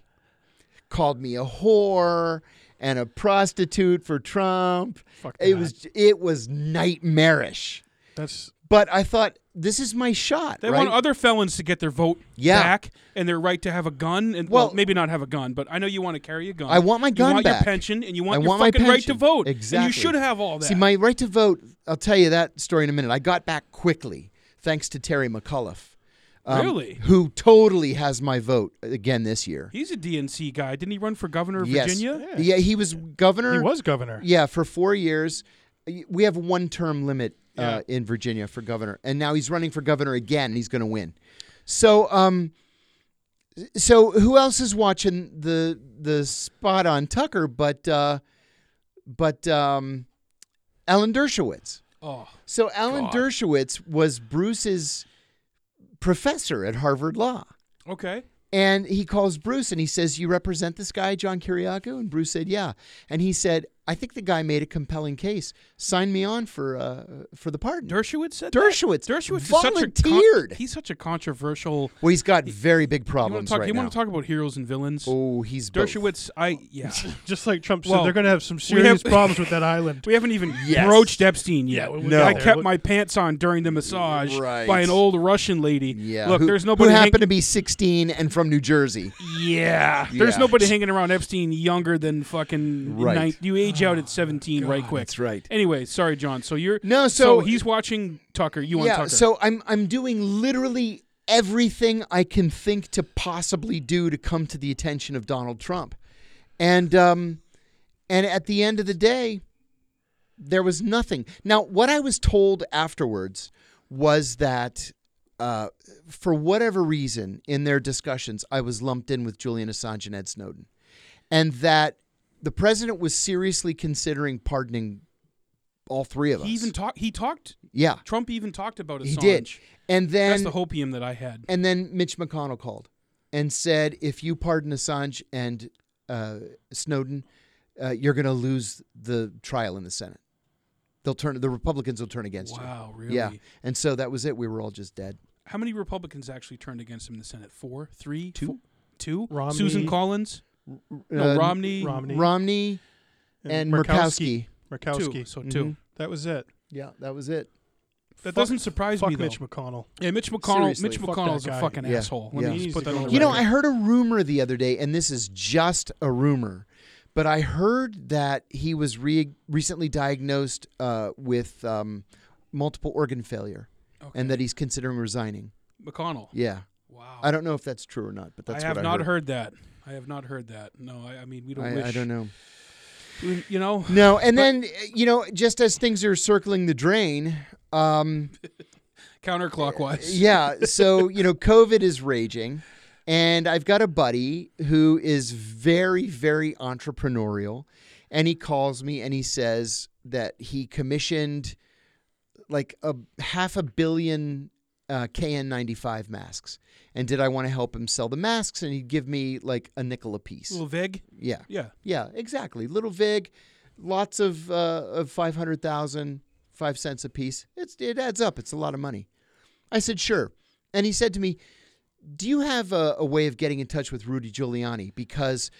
Speaker 2: Called me a whore and a prostitute for Trump.
Speaker 1: Fuck
Speaker 2: It
Speaker 1: that.
Speaker 2: was it was nightmarish.
Speaker 1: that's
Speaker 2: But I thought this is my shot,
Speaker 3: They
Speaker 2: right?
Speaker 3: want other felons to get their vote
Speaker 2: Yeah.
Speaker 3: back and their right to have a gun. And well,
Speaker 2: Well-
Speaker 3: maybe not have a gun, but I know you want to carry a gun.
Speaker 2: I want my gun
Speaker 3: You want
Speaker 2: back.
Speaker 3: your pension, and you want
Speaker 2: I
Speaker 3: your
Speaker 2: want my
Speaker 3: fucking right to
Speaker 2: pension.
Speaker 3: vote. And
Speaker 2: Exactly.
Speaker 3: you should have all that.
Speaker 2: See, my right to vote, I'll tell you that story in a minute. I got back quickly thanks to Terry McAuliffe. um,
Speaker 3: Really?
Speaker 2: Who totally has my vote again this year.
Speaker 3: He's a DNC guy. Didn't he run for governor of
Speaker 2: Yes.
Speaker 3: Virginia?
Speaker 2: Yeah, he was governor.
Speaker 1: he was governor.
Speaker 2: Yeah, for four years. We have one term limit uh, in Virginia for governor, and now he's running for governor again. And he's going to win. So, um, so who else is watching the the spot on Tucker? But uh, but um, Alan Dershowitz.
Speaker 3: Oh,
Speaker 2: So Alan
Speaker 3: God.
Speaker 2: Dershowitz was Bruce's professor at Harvard Law.
Speaker 3: Oh, okay.
Speaker 2: And he calls Bruce and he says, You represent this guy, John Kiriakou? And Bruce said, Yeah. And he said, I think the guy made a compelling case. Sign me on for uh, for the pardon.
Speaker 3: Dershowitz said that?
Speaker 2: Dershowitz.
Speaker 3: Dershowitz is such a
Speaker 2: volunteered.
Speaker 3: con- he's such a controversial.
Speaker 2: well, he's got very big
Speaker 3: You want
Speaker 2: problems
Speaker 3: to talk?
Speaker 2: right
Speaker 3: you
Speaker 2: now.
Speaker 3: want to talk about heroes and villains?
Speaker 2: oh, he's both.
Speaker 3: Dershowitz, I yeah.
Speaker 1: Just like Trump said,
Speaker 3: Well,
Speaker 1: they're gonna have some
Speaker 3: we have-
Speaker 1: serious problems with that island.
Speaker 3: We haven't even
Speaker 2: Yes.
Speaker 3: broached Epstein yet.
Speaker 1: Yeah, we- we
Speaker 2: No.
Speaker 3: I
Speaker 2: got there.
Speaker 3: kept my pants on during the massage
Speaker 2: Right.
Speaker 3: by an old Russian lady.
Speaker 2: Yeah.
Speaker 3: Look,
Speaker 2: who,
Speaker 3: there's nobody.
Speaker 2: who
Speaker 3: hang-
Speaker 2: happened to be 16 and from New Jersey.
Speaker 3: yeah. There's
Speaker 2: Yeah.
Speaker 3: nobody hanging around Epstein younger than fucking.
Speaker 2: Right.
Speaker 3: nine- you age
Speaker 1: Oh
Speaker 3: out at 17 right quick.
Speaker 2: that's right.
Speaker 3: Anyway, sorry, John. So you're
Speaker 2: No, so-
Speaker 3: he's watching Tucker. You on
Speaker 2: yeah,
Speaker 3: Tucker?
Speaker 2: so I'm I'm doing literally everything I can think to possibly do to come to the attention of Donald Trump, and um, and at the end of the day, there was nothing. Now, what I was told afterwards was that. Uh, for whatever reason, in their discussions, I was lumped in with Julian Assange and Ed Snowden, and that the president was seriously considering pardoning all three of us.
Speaker 3: he even talked. He talked.
Speaker 2: yeah,
Speaker 3: Trump even talked about Assange.
Speaker 2: he did. And then
Speaker 3: That's the hopium that I had.
Speaker 2: and then Mitch McConnell called and said, if you pardon Assange and uh, Snowden, uh, you're going to lose the trial in the Senate. They'll turn. The Republicans will turn against
Speaker 3: Wow,
Speaker 2: you.
Speaker 3: really?
Speaker 2: Yeah. And so that was it. We were all just dead.
Speaker 3: How many Republicans actually turned against him in the Senate? Four, three,
Speaker 2: Two.
Speaker 3: four- two?
Speaker 1: Romney.
Speaker 3: Susan Collins, no,
Speaker 2: Uh,
Speaker 3: Romney,
Speaker 1: Romney,
Speaker 2: Romney, and, Murkowski.
Speaker 1: Murkowski.
Speaker 3: two. So two.
Speaker 2: Mhm.
Speaker 1: That was it.
Speaker 2: Yeah, that was it.
Speaker 3: That
Speaker 1: Mm-hmm. Fuck-
Speaker 3: doesn't surprise
Speaker 1: Fuck
Speaker 3: me though.
Speaker 1: Mitch McConnell.
Speaker 3: yeah, Mitch McConnell.
Speaker 2: Seriously,
Speaker 1: fuck
Speaker 3: Mitch McConnell's
Speaker 1: that guy.
Speaker 3: a fucking
Speaker 2: Yeah,
Speaker 3: asshole. Let
Speaker 2: yeah.
Speaker 3: me
Speaker 1: He needs to
Speaker 3: just put that
Speaker 1: go
Speaker 3: on the
Speaker 1: to
Speaker 2: You know,
Speaker 3: record.
Speaker 2: I heard a rumor the other day, and this is just a rumor, but I heard that he was re- recently diagnosed uh, with um, multiple organ failure,
Speaker 3: Okay.
Speaker 2: and that he's considering resigning.
Speaker 3: McConnell.
Speaker 2: Yeah,
Speaker 3: Wow.
Speaker 2: I don't know if that's true or not, but that's
Speaker 3: I have
Speaker 2: what I
Speaker 3: not
Speaker 2: heard.
Speaker 3: heard. that. I have not heard that. No, I, I mean we don't
Speaker 2: I,
Speaker 3: wish.
Speaker 2: I don't know.
Speaker 3: we- You know,
Speaker 2: No, and
Speaker 3: But-
Speaker 2: then uh, you know, just as things are circling the drain, um,
Speaker 3: counterclockwise.
Speaker 2: yeah. So you know, COVID is raging, and I've got a buddy who is very, very entrepreneurial, and he calls me and he says that he commissioned like a half a billion uh, KN95 masks, and did I want to help him sell the masks? And he'd give me like a nickel a piece.
Speaker 3: Little Vig.
Speaker 2: yeah.
Speaker 3: Yeah.
Speaker 2: Yeah, exactly. Little Vig, lots of uh, of 500,000, five cents a piece. It's, it adds up. It's a lot of money. I said, sure. And he said to me, do you have a, a way of getting in touch with Rudy Giuliani? Because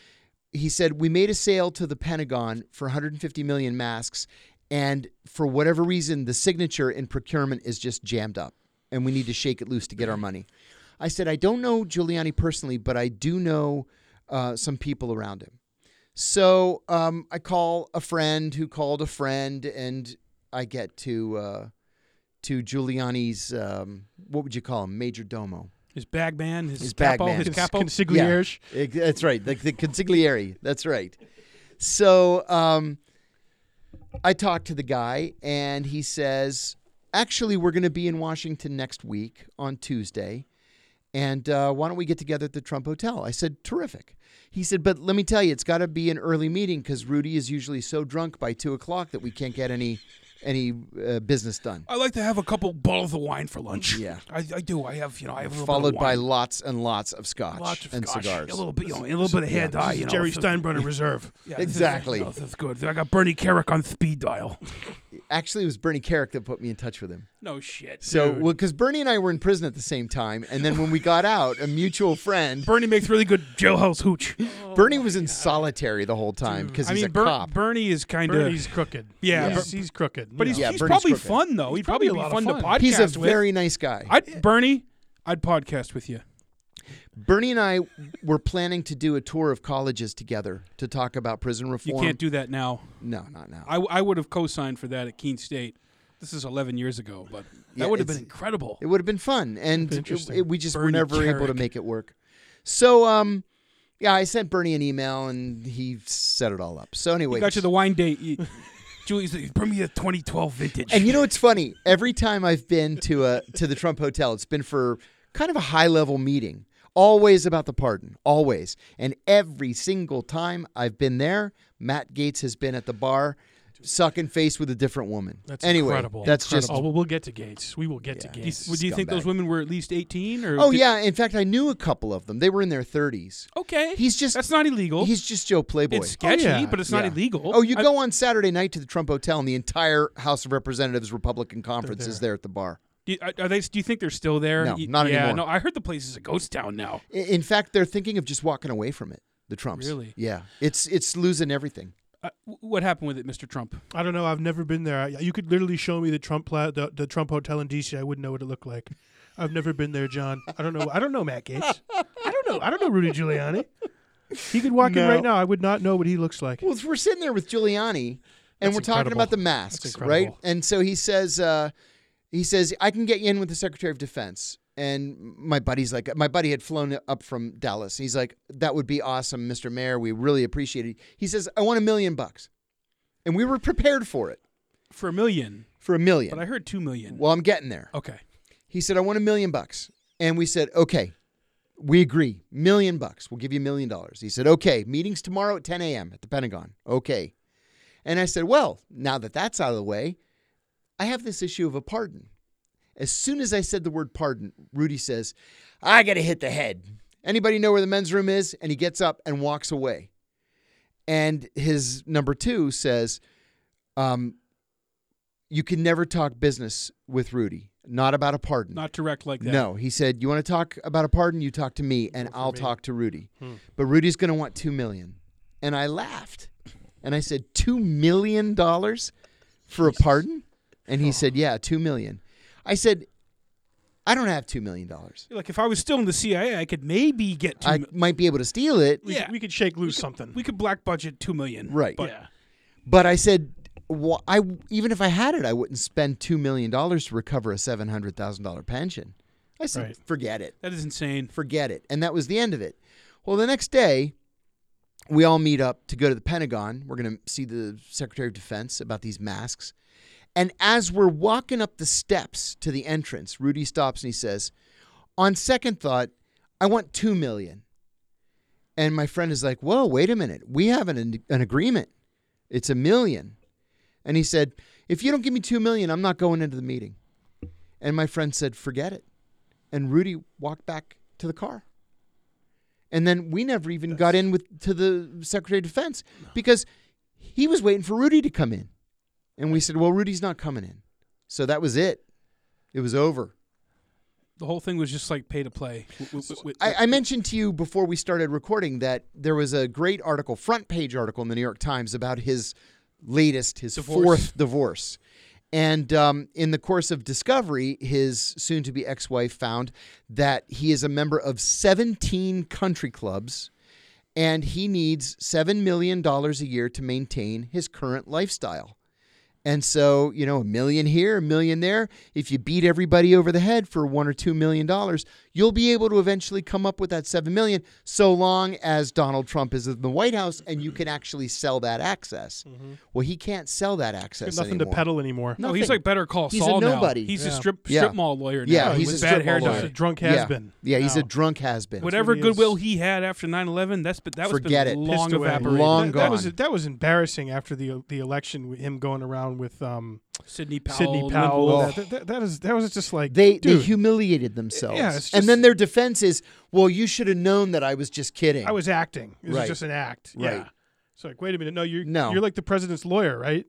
Speaker 2: he said, we made a sale to the Pentagon for 150 million masks. And for whatever reason, the signature in procurement is just jammed up. And we need to shake it loose to get our money. I said, I don't know Giuliani personally, but I do know uh, some people around him. So um, I call a friend who called a friend, and I get to uh, to Giuliani's um, what would you call him, major domo?
Speaker 3: His bag man. His,
Speaker 2: His bag
Speaker 3: capo.
Speaker 2: man.
Speaker 3: His
Speaker 1: Cons-
Speaker 3: capo.
Speaker 1: Consigliere.
Speaker 2: Ex- That's right, like the consigliere. That's right. So um, I talked to the guy, and he says, "Actually, we're going to be in Washington next week on Tuesday, and uh, why don't we get together at the Trump Hotel?" I said, "Terrific." He said, "But let me tell you, it's got to be an early meeting because Rudy is usually so drunk by two o'clock that we can't get any any uh, business done."
Speaker 3: I like to have a couple bottles of wine for lunch.
Speaker 2: Yeah.
Speaker 3: I, I do. I have you know I have a little
Speaker 2: Followed
Speaker 3: bit
Speaker 2: by
Speaker 3: of wine,
Speaker 2: lots and lots of scotch
Speaker 3: lots of
Speaker 2: and
Speaker 3: scotch,
Speaker 2: cigars.
Speaker 3: a little bit you know, a little bit of hair dye. You know,
Speaker 1: Jerry
Speaker 3: so-
Speaker 1: Steinbrenner Reserve.
Speaker 3: yeah, this is-
Speaker 2: Exactly.
Speaker 3: no, This is good. I got Bernie Carrick on speed dial.
Speaker 2: Actually, it was Bernie Carrick that put me in touch with him.
Speaker 3: No shit.
Speaker 2: So,
Speaker 3: dude.
Speaker 2: well, because Bernie and I were in prison at the same time, and then when we got out, a mutual friend,
Speaker 3: Bernie makes really good jailhouse hooch.
Speaker 2: Bernie was in solitary the whole time because
Speaker 3: I
Speaker 2: he's
Speaker 3: mean,
Speaker 2: a
Speaker 3: Ber-
Speaker 2: cop.
Speaker 3: Bernie is kind of,
Speaker 1: Bernie's crooked.
Speaker 3: Yeah,
Speaker 1: He's-
Speaker 3: but-
Speaker 1: he's crooked.
Speaker 3: but he's,
Speaker 1: yeah.
Speaker 2: Yeah,
Speaker 3: he's
Speaker 2: Bernie's
Speaker 3: probably
Speaker 2: crooked.
Speaker 3: fun though. He'd
Speaker 1: probably
Speaker 3: probably,
Speaker 1: a lot of
Speaker 3: be fun,
Speaker 1: fun.
Speaker 3: to podcast
Speaker 2: he's a
Speaker 3: with.
Speaker 2: very nice guy.
Speaker 3: I'd Bernie. I'd podcast with you.
Speaker 2: Bernie and I were planning to do a tour of colleges together to talk about prison
Speaker 3: You
Speaker 2: reform.
Speaker 3: can't do that now.
Speaker 2: no, not now.
Speaker 3: I, I would have co-signed for that at Keene State. This is 11 years ago, but
Speaker 2: Yeah,
Speaker 3: that would have
Speaker 2: it's-
Speaker 3: been incredible.
Speaker 2: It would have been fun, and
Speaker 1: been
Speaker 2: it,
Speaker 1: interesting.
Speaker 2: it- we just were
Speaker 3: Bernie
Speaker 2: never able to
Speaker 3: Carrick.
Speaker 2: make it work. So, um, yeah, I sent Bernie an email, and he set it all up. So anyway,
Speaker 3: Got you the wine date. You- Julie's like, bring me the 2012 vintage.
Speaker 2: And you know what's funny? Every time I've been to a to the Trump Hotel, it's been for kind of a high level meeting. Always about the pardon, always. And every single time I've been there, Matt Gates has been at the bar, sucking face with a different woman.
Speaker 1: That's
Speaker 2: anyway,
Speaker 1: incredible.
Speaker 2: that's
Speaker 1: Oh, well, we'll get to Gates. We will get
Speaker 2: Yeah.
Speaker 1: to
Speaker 3: do you,
Speaker 1: Gates.
Speaker 3: would you think
Speaker 2: Scumbag.
Speaker 3: those women were at least 18 or?
Speaker 2: just. Oh
Speaker 3: did-
Speaker 2: yeah, in fact, I knew a couple of them. They were in their thirties.
Speaker 3: Okay.
Speaker 2: He's just
Speaker 3: That's not illegal.
Speaker 2: he's just Joe Playboy.
Speaker 3: it's sketchy,
Speaker 1: yeah,
Speaker 3: but it's not
Speaker 2: yeah.
Speaker 3: illegal.
Speaker 2: Oh, you
Speaker 3: I-
Speaker 2: go on Saturday night to the Trump Hotel, and the entire House of Representatives Republican conference is there at the bar.
Speaker 3: do you- are they? Do you think they're still there?
Speaker 2: No,
Speaker 3: You-
Speaker 2: not
Speaker 3: yeah,
Speaker 2: anymore.
Speaker 3: No, I heard the place is a ghost town now.
Speaker 2: I- In fact, they're thinking of just walking away from it. The Trumps.
Speaker 3: Really?
Speaker 2: Yeah. It's it's losing everything.
Speaker 3: Uh, wh- what happened with it, Mr. Trump?
Speaker 1: I don't know. I've never been there. I- You could literally show me the Trump pla- the, the Trump Hotel in D.C. I wouldn't know what it looked like. I've never been there, John. I don't know. I don't know Matt Gates. I don't know. I don't know Rudy Giuliani. He could walk
Speaker 2: No.
Speaker 1: in right now. I would not know what he looks like.
Speaker 2: Well, if we're sitting there with Giuliani, and
Speaker 1: That's
Speaker 2: we're
Speaker 1: incredible.
Speaker 2: talking about the
Speaker 1: That's
Speaker 2: masks, right?
Speaker 1: incredible.
Speaker 2: And so he says, uh, he says, I can get you in with the Secretary of Defense. And my buddy's like, my buddy had flown up from Dallas. He's like, that would be awesome, Mr. Mayor. We really appreciate it. He says, I want a million bucks, and we were prepared for it
Speaker 3: For a million,
Speaker 2: for a million.
Speaker 3: but I heard two million.
Speaker 2: well, I'm getting there.
Speaker 3: Okay.
Speaker 2: He said, I want a million bucks. And we said, okay, we agree. Million bucks. We'll give you a million dollars. He said, okay, meetings tomorrow at 10 a.m. at the Pentagon. Okay. And I said, well, now that that's out of the way, I have this issue of a pardon. As soon as I said the word pardon, Rudy says, I got to hit the head. Anybody know where the men's room is? And he gets up and walks away. And his number two says, um, You can never talk business with Rudy, not about a pardon.
Speaker 3: Not direct like that.
Speaker 2: No, he said, "You want to talk about a pardon? You talk to me, and
Speaker 1: for
Speaker 2: I'll
Speaker 1: me.
Speaker 2: talk to Rudy." But Rudy's going to want two million, and I laughed, and I said, two million dollars for a pardon?" And he said, "Yeah, two million. I said, I don't have $2 million.
Speaker 3: Like if I was still in the CIA, I could maybe get two.
Speaker 2: I
Speaker 3: mi-
Speaker 2: might be able to steal it.
Speaker 1: We,
Speaker 3: Yeah.
Speaker 1: could, we could shake loose something.
Speaker 3: we could black budget two million.
Speaker 2: Right.
Speaker 3: But
Speaker 1: yeah.
Speaker 2: But I said, wh- I even if I had it, I wouldn't spend $2 million to recover a $700,000 pension. I said,
Speaker 1: Right.
Speaker 2: forget it.
Speaker 3: that is insane.
Speaker 2: forget it. And that was the end of it. Well, the next day, we all meet up to go to the Pentagon. We're going to see the Secretary of Defense about these masks. And as we're walking up the steps to the entrance, Rudy stops and he says, On second thought, I want 2 million. And my friend is like, Whoa, wait a minute. We have an, an agreement. It's a million. And he said, If you don't give me 2 million, I'm not going into the meeting. And my friend said, Forget it and Rudy walked back to the car. And then we never even got in with to the Secretary of Defense because he was waiting for Rudy to come in. And we said, "Well, Rudy's not coming in." So that was it. It was over.
Speaker 3: The whole thing was just like pay to play. W- w- w-
Speaker 2: I, I mentioned to you before we started recording that there was a great article, front page article in the New York Times about his latest, his
Speaker 3: Divorce.
Speaker 2: fourth divorce. And um, in the course of discovery, his soon to be ex wife found that he is a member of 17 country clubs and he needs $7 million a year to maintain his current lifestyle. And so, you know, a million here, a million there. If you beat everybody over the head for one or two million dollars, you'll be able to eventually come up with that seven million, so long as Donald Trump is in the White House and you can actually sell that access. Well, he can't sell that access.
Speaker 1: Got nothing
Speaker 2: anymore.
Speaker 1: to peddle anymore.
Speaker 2: No.
Speaker 3: oh, he's
Speaker 2: nothing.
Speaker 3: like Better Call
Speaker 2: He's a
Speaker 3: Saul now.
Speaker 2: nobody.
Speaker 3: He's a
Speaker 1: Yeah.
Speaker 3: strip
Speaker 2: Yeah.
Speaker 3: strip mall lawyer now.
Speaker 1: Uh,
Speaker 2: Yeah, he's
Speaker 3: with
Speaker 2: a
Speaker 3: bad
Speaker 2: strip
Speaker 3: hair
Speaker 2: mall
Speaker 1: Just
Speaker 2: lawyer.
Speaker 1: a
Speaker 3: dye.
Speaker 1: drunk
Speaker 2: Yeah.
Speaker 1: has been.
Speaker 2: Yeah, he's a
Speaker 1: now.
Speaker 2: drunk has been.
Speaker 3: Whatever
Speaker 1: what he
Speaker 3: goodwill
Speaker 1: is.
Speaker 3: he had after 9-11, that's been, that was
Speaker 2: Forget it.
Speaker 3: been long
Speaker 1: Pissed away.
Speaker 3: evaporated.
Speaker 2: Long
Speaker 1: that, that was
Speaker 2: gone.
Speaker 1: that was embarrassing after the the election. with Him going around with um,
Speaker 3: Sidney Powell.
Speaker 1: Sidney
Speaker 3: Lynn
Speaker 1: Powell.
Speaker 3: Wolf.
Speaker 2: Oh.
Speaker 1: That, that- that- that is that was just like
Speaker 2: They
Speaker 1: dude,
Speaker 2: they humiliated themselves.
Speaker 1: Yeah, it's
Speaker 2: and
Speaker 1: just-
Speaker 2: then their defense is, well, you should have known that I was just kidding.
Speaker 1: I was acting. It was
Speaker 2: Right.
Speaker 1: just an act. Yeah.
Speaker 2: Right.
Speaker 1: It's like wait a minute. No, you're
Speaker 2: No.
Speaker 1: you're like the president's lawyer, right?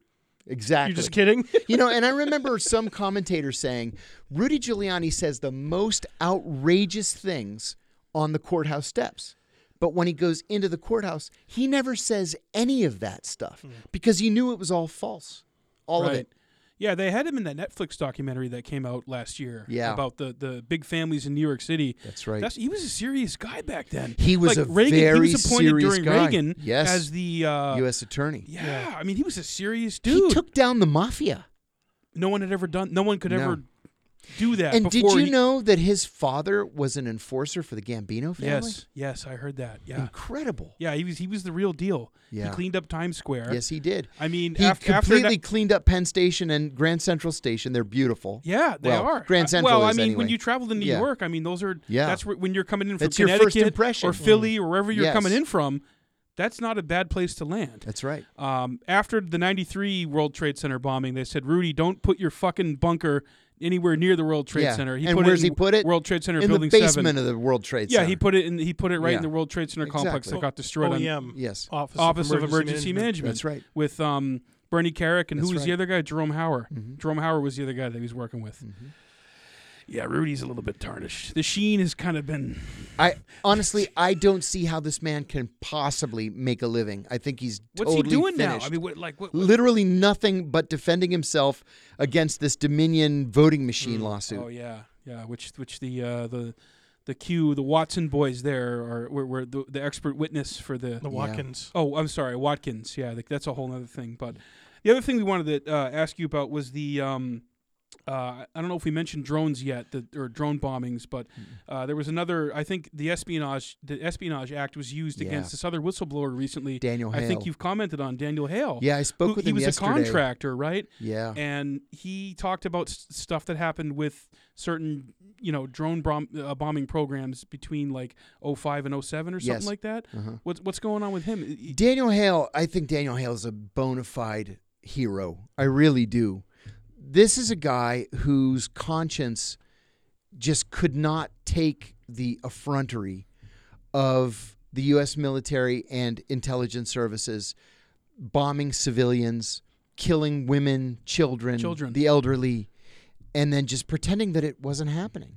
Speaker 2: exactly.
Speaker 1: You're just kidding.
Speaker 2: you know, and I remember some commentator saying Rudy Giuliani says the most outrageous things on the courthouse steps. But when he goes into the courthouse, he never says any of that stuff because he knew it was all false. All of
Speaker 3: Hmm. Right.
Speaker 2: it.
Speaker 3: Yeah, they had him in that Netflix documentary that came out last year.
Speaker 2: Yeah.
Speaker 3: about the, the big families in New York City.
Speaker 2: That's right.
Speaker 3: That's, he was a serious guy back then.
Speaker 2: He was
Speaker 3: like
Speaker 2: a
Speaker 3: Reagan,
Speaker 2: very
Speaker 3: he was appointed
Speaker 2: serious
Speaker 3: during
Speaker 2: guy.
Speaker 3: Reagan
Speaker 2: Yes.
Speaker 3: as the uh,
Speaker 2: U.S. attorney.
Speaker 3: yeah, I mean, he was a serious
Speaker 2: He
Speaker 3: dude.
Speaker 2: took down the mafia.
Speaker 3: no one had ever done. No one could
Speaker 2: No.
Speaker 3: ever do that.
Speaker 2: And did
Speaker 3: before
Speaker 2: you
Speaker 3: he-
Speaker 2: know that his father was an enforcer for the Gambino family?
Speaker 3: Yes, yes, I heard that. Yeah,
Speaker 2: Incredible.
Speaker 3: yeah, he was he was the real deal.
Speaker 2: Yeah.
Speaker 3: He cleaned up Times Square.
Speaker 2: Yes, he did.
Speaker 3: I mean,
Speaker 2: He
Speaker 3: af- after
Speaker 2: completely
Speaker 3: that-
Speaker 2: cleaned up Penn Station and Grand Central Station. They're beautiful.
Speaker 3: Yeah, they
Speaker 2: Well,
Speaker 3: are.
Speaker 2: Grand
Speaker 3: Uh,
Speaker 2: Central
Speaker 3: Well, I
Speaker 2: is
Speaker 3: mean, when
Speaker 2: anyway.
Speaker 3: you travel to New
Speaker 2: Yeah.
Speaker 3: York, I mean, those are.
Speaker 2: Yeah.
Speaker 3: That's where, when you're coming in from
Speaker 2: That's your first
Speaker 3: Connecticut
Speaker 2: impression. Mm.
Speaker 3: or Philly or wherever you're
Speaker 2: Yes.
Speaker 3: coming in from. That's not a bad place to land.
Speaker 2: That's right.
Speaker 3: Um, after the '93 World Trade Center bombing, they said, "Rudy, don't put your fucking bunker anywhere near the World Trade
Speaker 2: Yeah.
Speaker 3: Center."
Speaker 2: And where's he
Speaker 3: in
Speaker 2: put it?
Speaker 3: World Trade Center
Speaker 2: in
Speaker 3: building
Speaker 2: the basement
Speaker 3: seven.
Speaker 2: of the World Trade
Speaker 3: yeah,
Speaker 2: Center.
Speaker 3: he put it in. He put it right
Speaker 2: Yeah.
Speaker 3: in the World Trade Center complex
Speaker 2: Exactly.
Speaker 3: that got destroyed. on
Speaker 1: OEM.
Speaker 2: Yes.
Speaker 1: E Office,
Speaker 3: Office of Oh, Emergency Management.
Speaker 2: That's right.
Speaker 3: With um, Bernie Carrick and
Speaker 2: That's
Speaker 3: who was the
Speaker 2: right. Mm-hmm.
Speaker 3: other guy? Jerome Hauer. Jerome Hauer was the other guy that he was working with. Mm-hmm. Yeah, Rudy's a little bit tarnished. The sheen has kind of been.
Speaker 2: I honestly, I don't see how this man can possibly make a living. I think he's
Speaker 3: What's
Speaker 2: totally
Speaker 3: he doing now? I
Speaker 2: finished.
Speaker 3: mean, what, like, what,
Speaker 2: literally nothing but defending himself against this Dominion voting machine lawsuit.
Speaker 3: Oh yeah, yeah. Which which the uh, the the Q the Watson boys there are were, were the, the expert witness for the.
Speaker 1: The Watkins.
Speaker 3: Oh, I'm sorry, Watkins. Yeah, like, that's a whole other thing. But the other thing we wanted to uh, ask you about was the. Um, uh, I don't know if we mentioned drones yet, the, or drone bombings, but uh, there was another. I think the espionage, the Espionage Act, was used
Speaker 2: Yeah.
Speaker 3: against this other whistleblower recently.
Speaker 2: Daniel
Speaker 3: I think
Speaker 2: Hale.
Speaker 3: you've commented on Daniel Hale.
Speaker 2: Yeah, I spoke
Speaker 3: who-
Speaker 2: with
Speaker 3: he
Speaker 2: him
Speaker 3: was
Speaker 2: yesterday.
Speaker 3: a contractor, right?
Speaker 2: Yeah.
Speaker 3: and he talked about s- stuff that happened with certain you know drone brom- uh, bombing programs between like 05 and 07 or something
Speaker 2: Yes.
Speaker 3: like that
Speaker 2: Uh-huh.
Speaker 3: what's what's going on with him I- I-
Speaker 2: Daniel Hale, I think Daniel Hale is a bona fide hero. I really do. This is a guy whose conscience just could not take the effrontery of the U.S. military and intelligence services bombing civilians, killing women, children,
Speaker 3: Children.
Speaker 2: the elderly, and then just pretending that it wasn't happening.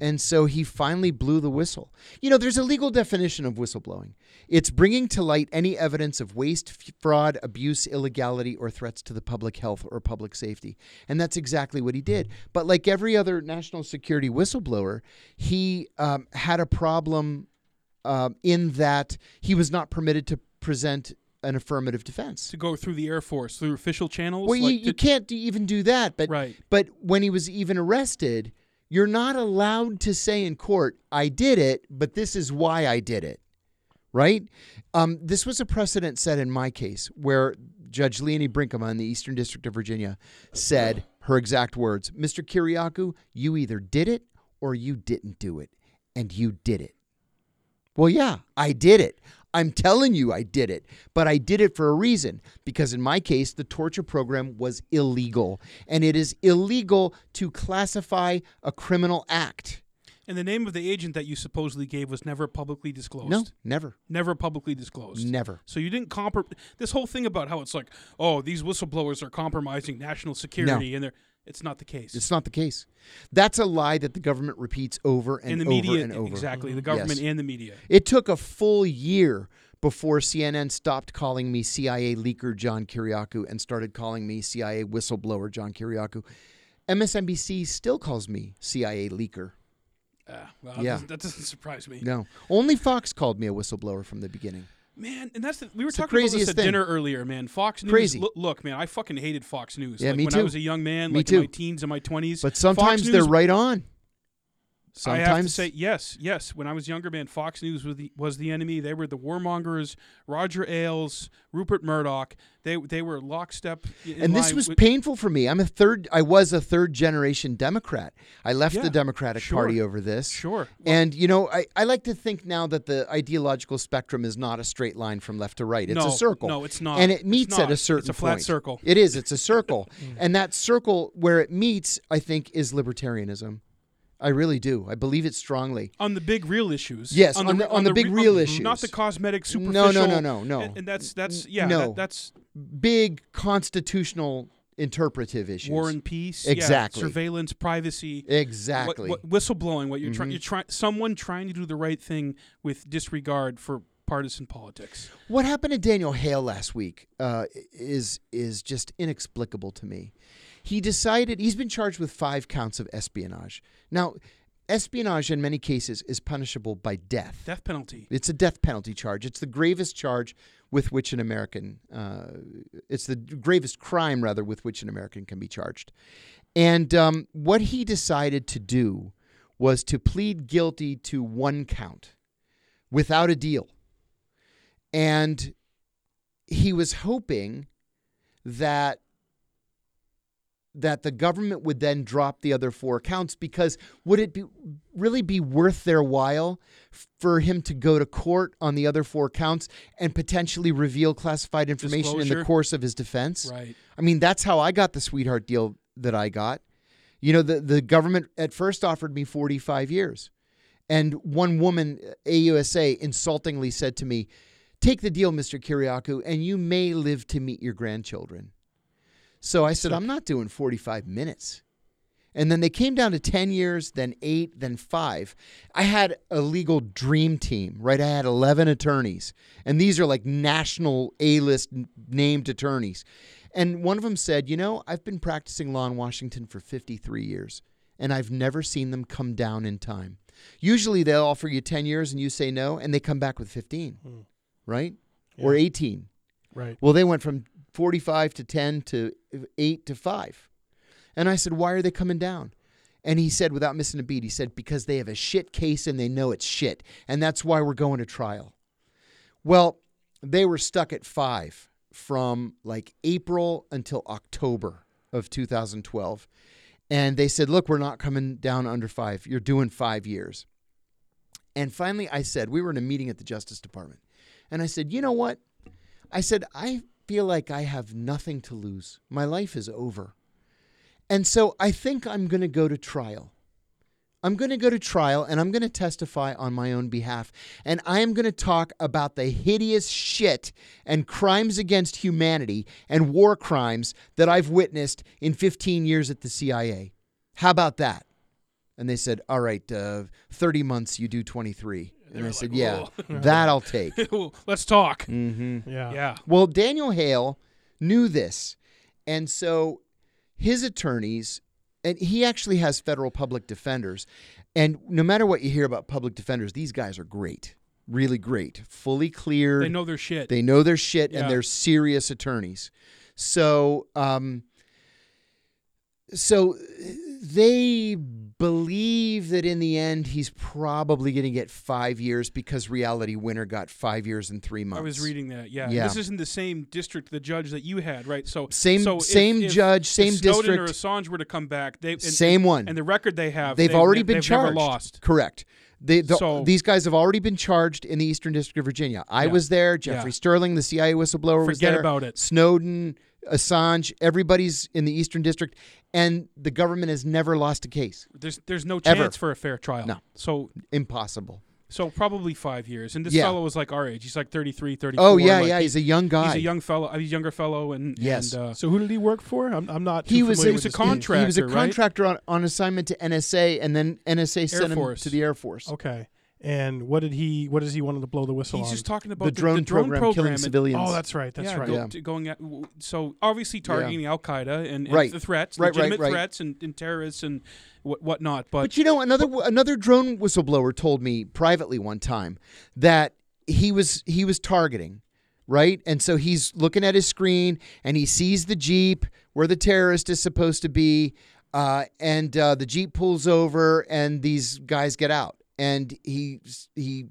Speaker 2: And so he finally blew the whistle. You know, there's a legal definition of whistleblowing it's bringing to light any evidence of waste, f- fraud, abuse, illegality, or threats to the public health or public safety. And that's exactly what he did. But like every other national security whistleblower, he um, had a problem um, in that he was not permitted to present an affirmative defense.
Speaker 3: to go through the Air Force through official channels.
Speaker 2: Well, you,
Speaker 3: like
Speaker 2: you
Speaker 3: to-
Speaker 2: can't do- even do that. But
Speaker 3: Right.
Speaker 2: but when he was even arrested, you're not allowed to say in court, "I did it," but this is why I did it. Right? Um, this was a precedent set in my case where Judge Leonie Brinkema in the Eastern District of Virginia said her exact words, "Mr. Kiriakou, you either did it or you didn't do it, and you did it." Well, yeah, I did it. I'm telling you, I did it. But I did it for a reason because, in my case, the torture program was illegal. And it is illegal to classify a criminal act.
Speaker 3: And the name of the agent that you supposedly gave was never publicly disclosed.
Speaker 2: No, never,
Speaker 3: Never publicly disclosed.
Speaker 2: never.
Speaker 3: So you didn't comprom this whole thing about how it's like, oh, these whistleblowers are compromising national security, and they're it's not the case.
Speaker 2: It's not the case. That's a lie that the government repeats over and,
Speaker 3: and the
Speaker 2: over
Speaker 3: media
Speaker 2: and over. Mm-hmm.
Speaker 3: exactly the government
Speaker 2: Yes.
Speaker 3: and the media.
Speaker 2: It took a full year before CNN stopped calling me CIA leaker John Kiriakou and started calling me CIA whistleblower John Kiriakou. MSNBC still calls me CIA leaker.
Speaker 3: Uh,
Speaker 2: Yeah.
Speaker 3: well, that, doesn't, that doesn't surprise me,
Speaker 2: No, only Fox called me a whistleblower from the beginning.
Speaker 3: man. And that's the, we were
Speaker 2: It's the
Speaker 3: talking about this
Speaker 2: craziest
Speaker 3: at
Speaker 2: thing.
Speaker 3: dinner earlier, man. Fox News.
Speaker 2: Crazy.
Speaker 3: Look, look, man, I fucking hated Fox News.
Speaker 2: Yeah,
Speaker 3: like
Speaker 2: me
Speaker 3: when I
Speaker 2: too.
Speaker 3: was a young man,
Speaker 2: Me
Speaker 3: like in my
Speaker 2: too.
Speaker 3: teens and my twenties.
Speaker 2: But sometimes they're right on.
Speaker 3: I have to
Speaker 2: Sometimes-
Speaker 3: say yes, yes. When I was younger, man, Fox News was the was the enemy. They were the warmongers, Roger Ailes, Rupert Murdoch. They they were lockstep. i- in
Speaker 2: And this
Speaker 3: line
Speaker 2: was
Speaker 3: with-
Speaker 2: painful for me. I'm a third. I was a third generation Democrat. I left
Speaker 3: Yeah,
Speaker 2: the Democratic
Speaker 3: sure.
Speaker 2: Party over this.
Speaker 3: sure.
Speaker 2: And you know, I, I like to think now that the ideological spectrum is not a straight line from left to right. It's
Speaker 3: No,
Speaker 2: a circle.
Speaker 3: no, it's not.
Speaker 2: And it
Speaker 3: It's
Speaker 2: meets
Speaker 3: not.
Speaker 2: at a
Speaker 3: It's a
Speaker 2: certain
Speaker 3: flat
Speaker 2: point.
Speaker 3: circle. Mm.
Speaker 2: It is. It's a circle. and that circle where it meets, I think, is libertarianism. I really do. I believe it strongly.
Speaker 3: On the big real issues.
Speaker 2: Yes, on the-
Speaker 3: re-
Speaker 2: on the big real
Speaker 3: Not
Speaker 2: issues.
Speaker 3: the cosmetic
Speaker 2: No,
Speaker 3: superficial.
Speaker 2: no, no, no, no.
Speaker 3: And, and that's that's yeah.
Speaker 2: no.
Speaker 3: that- that's
Speaker 2: Big constitutional interpretive issues.
Speaker 3: war and peace.
Speaker 2: Exactly.
Speaker 3: Yeah, surveillance, privacy.
Speaker 2: Exactly. Mm-hmm.
Speaker 3: What, what, whistleblowing. What you're trying. You're trying. Someone trying to do the right thing with disregard for partisan politics.
Speaker 2: What happened to Daniel Hale last week uh, is is just inexplicable to me. He decided he's been charged with five counts of espionage. Now, espionage in many cases is punishable by death.
Speaker 3: Death penalty.
Speaker 2: It's a death penalty charge. It's the gravest charge with which an American, uh, it's the gravest crime, rather, with which an American can be charged. And um, what he decided to do was to plead guilty to one count without a deal. And he was hoping that that the government would then drop the other four counts because would it be really be worth their while for him to go to court on the other four counts and potentially reveal classified information in
Speaker 3: Disclosure.
Speaker 2: the course of his defense?
Speaker 3: Right.
Speaker 2: I mean, that's how I got the sweetheart deal that I got. You know, the, the government at first offered me 45 years. And one woman, uh, AUSA, insultingly said to me, Take the deal, Mr. Kiriakou, and you may live to meet your grandchildren. So I said, I'm not doing 45 minutes. And then they came down to 10 years, then eight, then five. I had a legal dream team, right? I had 11 attorneys, and these are like national A list named attorneys. And one of them said, You know, I've been practicing law in Washington for 53 years, and I've never seen them come down in time. Usually they'll offer you 10 years and you say no, and they come back with 15, right? Or 18.
Speaker 1: Right.
Speaker 2: Well, they went from 45 to 10 to 8 to 5. And I said, Why are they coming down? And he said, without missing a beat, he said, Because they have a shit case and they know it's shit. And that's why we're going to trial. Well, they were stuck at five from like April until October of 2012. And they said, Look, we're not coming down under five. You're doing five years. And finally, I said, We were in a meeting at the Justice Department. And I said, You know what? I said, I feel like I have nothing to lose. My life is over. And so I think I'm going to go to trial. I'm going to go to trial and I'm going to testify on my own behalf. And I am going to talk about the hideous shit and crimes against humanity and war crimes that I've witnessed in 15 years at the CIA. How about that? And they said, all right, uh, 30 months, you do 23. And I
Speaker 3: were
Speaker 2: said,
Speaker 3: like,
Speaker 2: yeah, that I'll take.
Speaker 3: Let's talk.
Speaker 2: hmm
Speaker 1: Yeah.
Speaker 3: Yeah.
Speaker 2: Well, Daniel Hale knew this. And so his attorneys, and he actually has federal public defenders. And no matter what you hear about public defenders, these guys are great, really great, fully cleared.
Speaker 3: They know their shit.
Speaker 2: They know their shit
Speaker 3: Yeah.
Speaker 2: and they're serious attorneys. So, um, so they believe that in the end he's probably going to get five years because Reality Winner got five years and three months.
Speaker 3: I was reading that. Yeah.
Speaker 2: Yeah.
Speaker 3: This isn't the same district the judge that you had, right? So
Speaker 2: Same-
Speaker 3: so if-
Speaker 2: same
Speaker 3: if-
Speaker 2: judge,
Speaker 3: if
Speaker 2: same
Speaker 3: Snowden or
Speaker 2: district.
Speaker 3: Assange were to come back, they and,
Speaker 2: Same one.
Speaker 3: and the record they have.
Speaker 2: they've, already
Speaker 3: ne-
Speaker 2: been
Speaker 3: they've
Speaker 2: charged.
Speaker 3: Never lost.
Speaker 2: Correct. They, the,
Speaker 3: So-
Speaker 2: these guys have already been charged in the Eastern District of Virginia. I
Speaker 3: Yeah.
Speaker 2: was there. Jeffrey
Speaker 3: Yeah.
Speaker 2: Sterling, the CIA whistleblower, was
Speaker 3: Forget
Speaker 2: there.
Speaker 3: about it.
Speaker 2: Snowden, Assange, everybody's in the Eastern District, and the government has never lost a case.
Speaker 3: There's there's no
Speaker 2: Ever.
Speaker 3: chance for a fair trial.
Speaker 2: No.
Speaker 3: So
Speaker 2: Impossible.
Speaker 3: so probably five years. And this
Speaker 2: Yeah.
Speaker 3: fellow was like our age. He's like 33, 34.
Speaker 2: Oh yeah,
Speaker 3: like,
Speaker 2: yeah.
Speaker 3: He's,
Speaker 2: He's a young guy.
Speaker 3: he's a young fellow. A younger fellow. And
Speaker 2: Yes.
Speaker 3: And, uh,
Speaker 1: So who did he work for? I'm, I'm not. Too
Speaker 2: he was,
Speaker 1: familiar
Speaker 2: a,
Speaker 1: with
Speaker 3: was a
Speaker 1: this
Speaker 2: he-
Speaker 1: case.
Speaker 2: He was a
Speaker 3: contractor, right?
Speaker 2: contractor on, on assignment to NSA, and then NSA sent
Speaker 3: Force.
Speaker 2: him to the Air Force.
Speaker 1: Okay. And what did he? What does he want to blow the whistle
Speaker 3: he's
Speaker 1: on?
Speaker 3: just talking about
Speaker 2: The, drone program, killing
Speaker 3: and-
Speaker 2: civilians.
Speaker 1: oh, that's right. That's
Speaker 3: yeah,
Speaker 1: right.
Speaker 3: go-
Speaker 2: Yeah.
Speaker 3: to going at w- so obviously targeting Al Qaeda and, and
Speaker 2: Right.
Speaker 3: the threats,
Speaker 2: Right, right,
Speaker 3: legitimate
Speaker 2: right.
Speaker 3: threats and, and terrorists and what whatnot. But,
Speaker 2: But you know, another another drone whistleblower told me privately one time that he was he was targeting, right? And so he's looking at his screen and he sees the jeep where the terrorist is supposed to be, uh, and uh, the jeep pulls over and these guys get out, and he he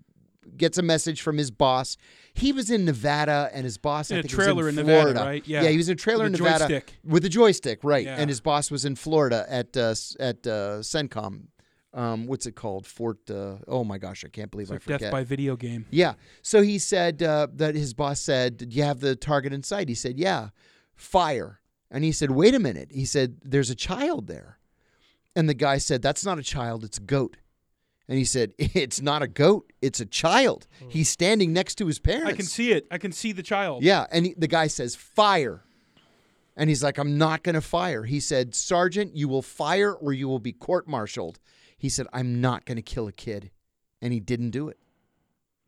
Speaker 2: gets a message from his boss. He was in Nevada and his boss
Speaker 3: In
Speaker 2: I
Speaker 3: a
Speaker 2: think
Speaker 3: trailer in
Speaker 2: was in,
Speaker 3: Nevada,
Speaker 2: Florida.
Speaker 3: right? Yeah.
Speaker 2: he was in a trailer
Speaker 3: With
Speaker 2: in
Speaker 3: a
Speaker 2: Nevada
Speaker 3: joystick.
Speaker 2: with a joystick, right?
Speaker 3: Yeah.
Speaker 2: And his boss was in Florida at uh, s- at uh, Sencom. Um, what's it called? Fort. Uh, oh my gosh, I can't believe I
Speaker 3: like
Speaker 2: forget.
Speaker 3: death by video game.
Speaker 2: yeah. So he said uh, that his boss said, "Did you have the target in sight?" He said, "Yeah." Fire. And he said, "Wait a minute." He said, "There's a child there." And the guy said, "That's not a child. It's a goat." And he said, "It's not a goat. It's a child. He's standing next to his parents."
Speaker 3: Hmm. I can see it. I can see the
Speaker 1: Oh.
Speaker 3: child.
Speaker 2: Yeah, and he, the guy says fire, and he's like, "I'm not going to fire." He said, "Sergeant, you will fire or you will be court-martialed." He said, "I'm not going to kill a kid," and he didn't do it.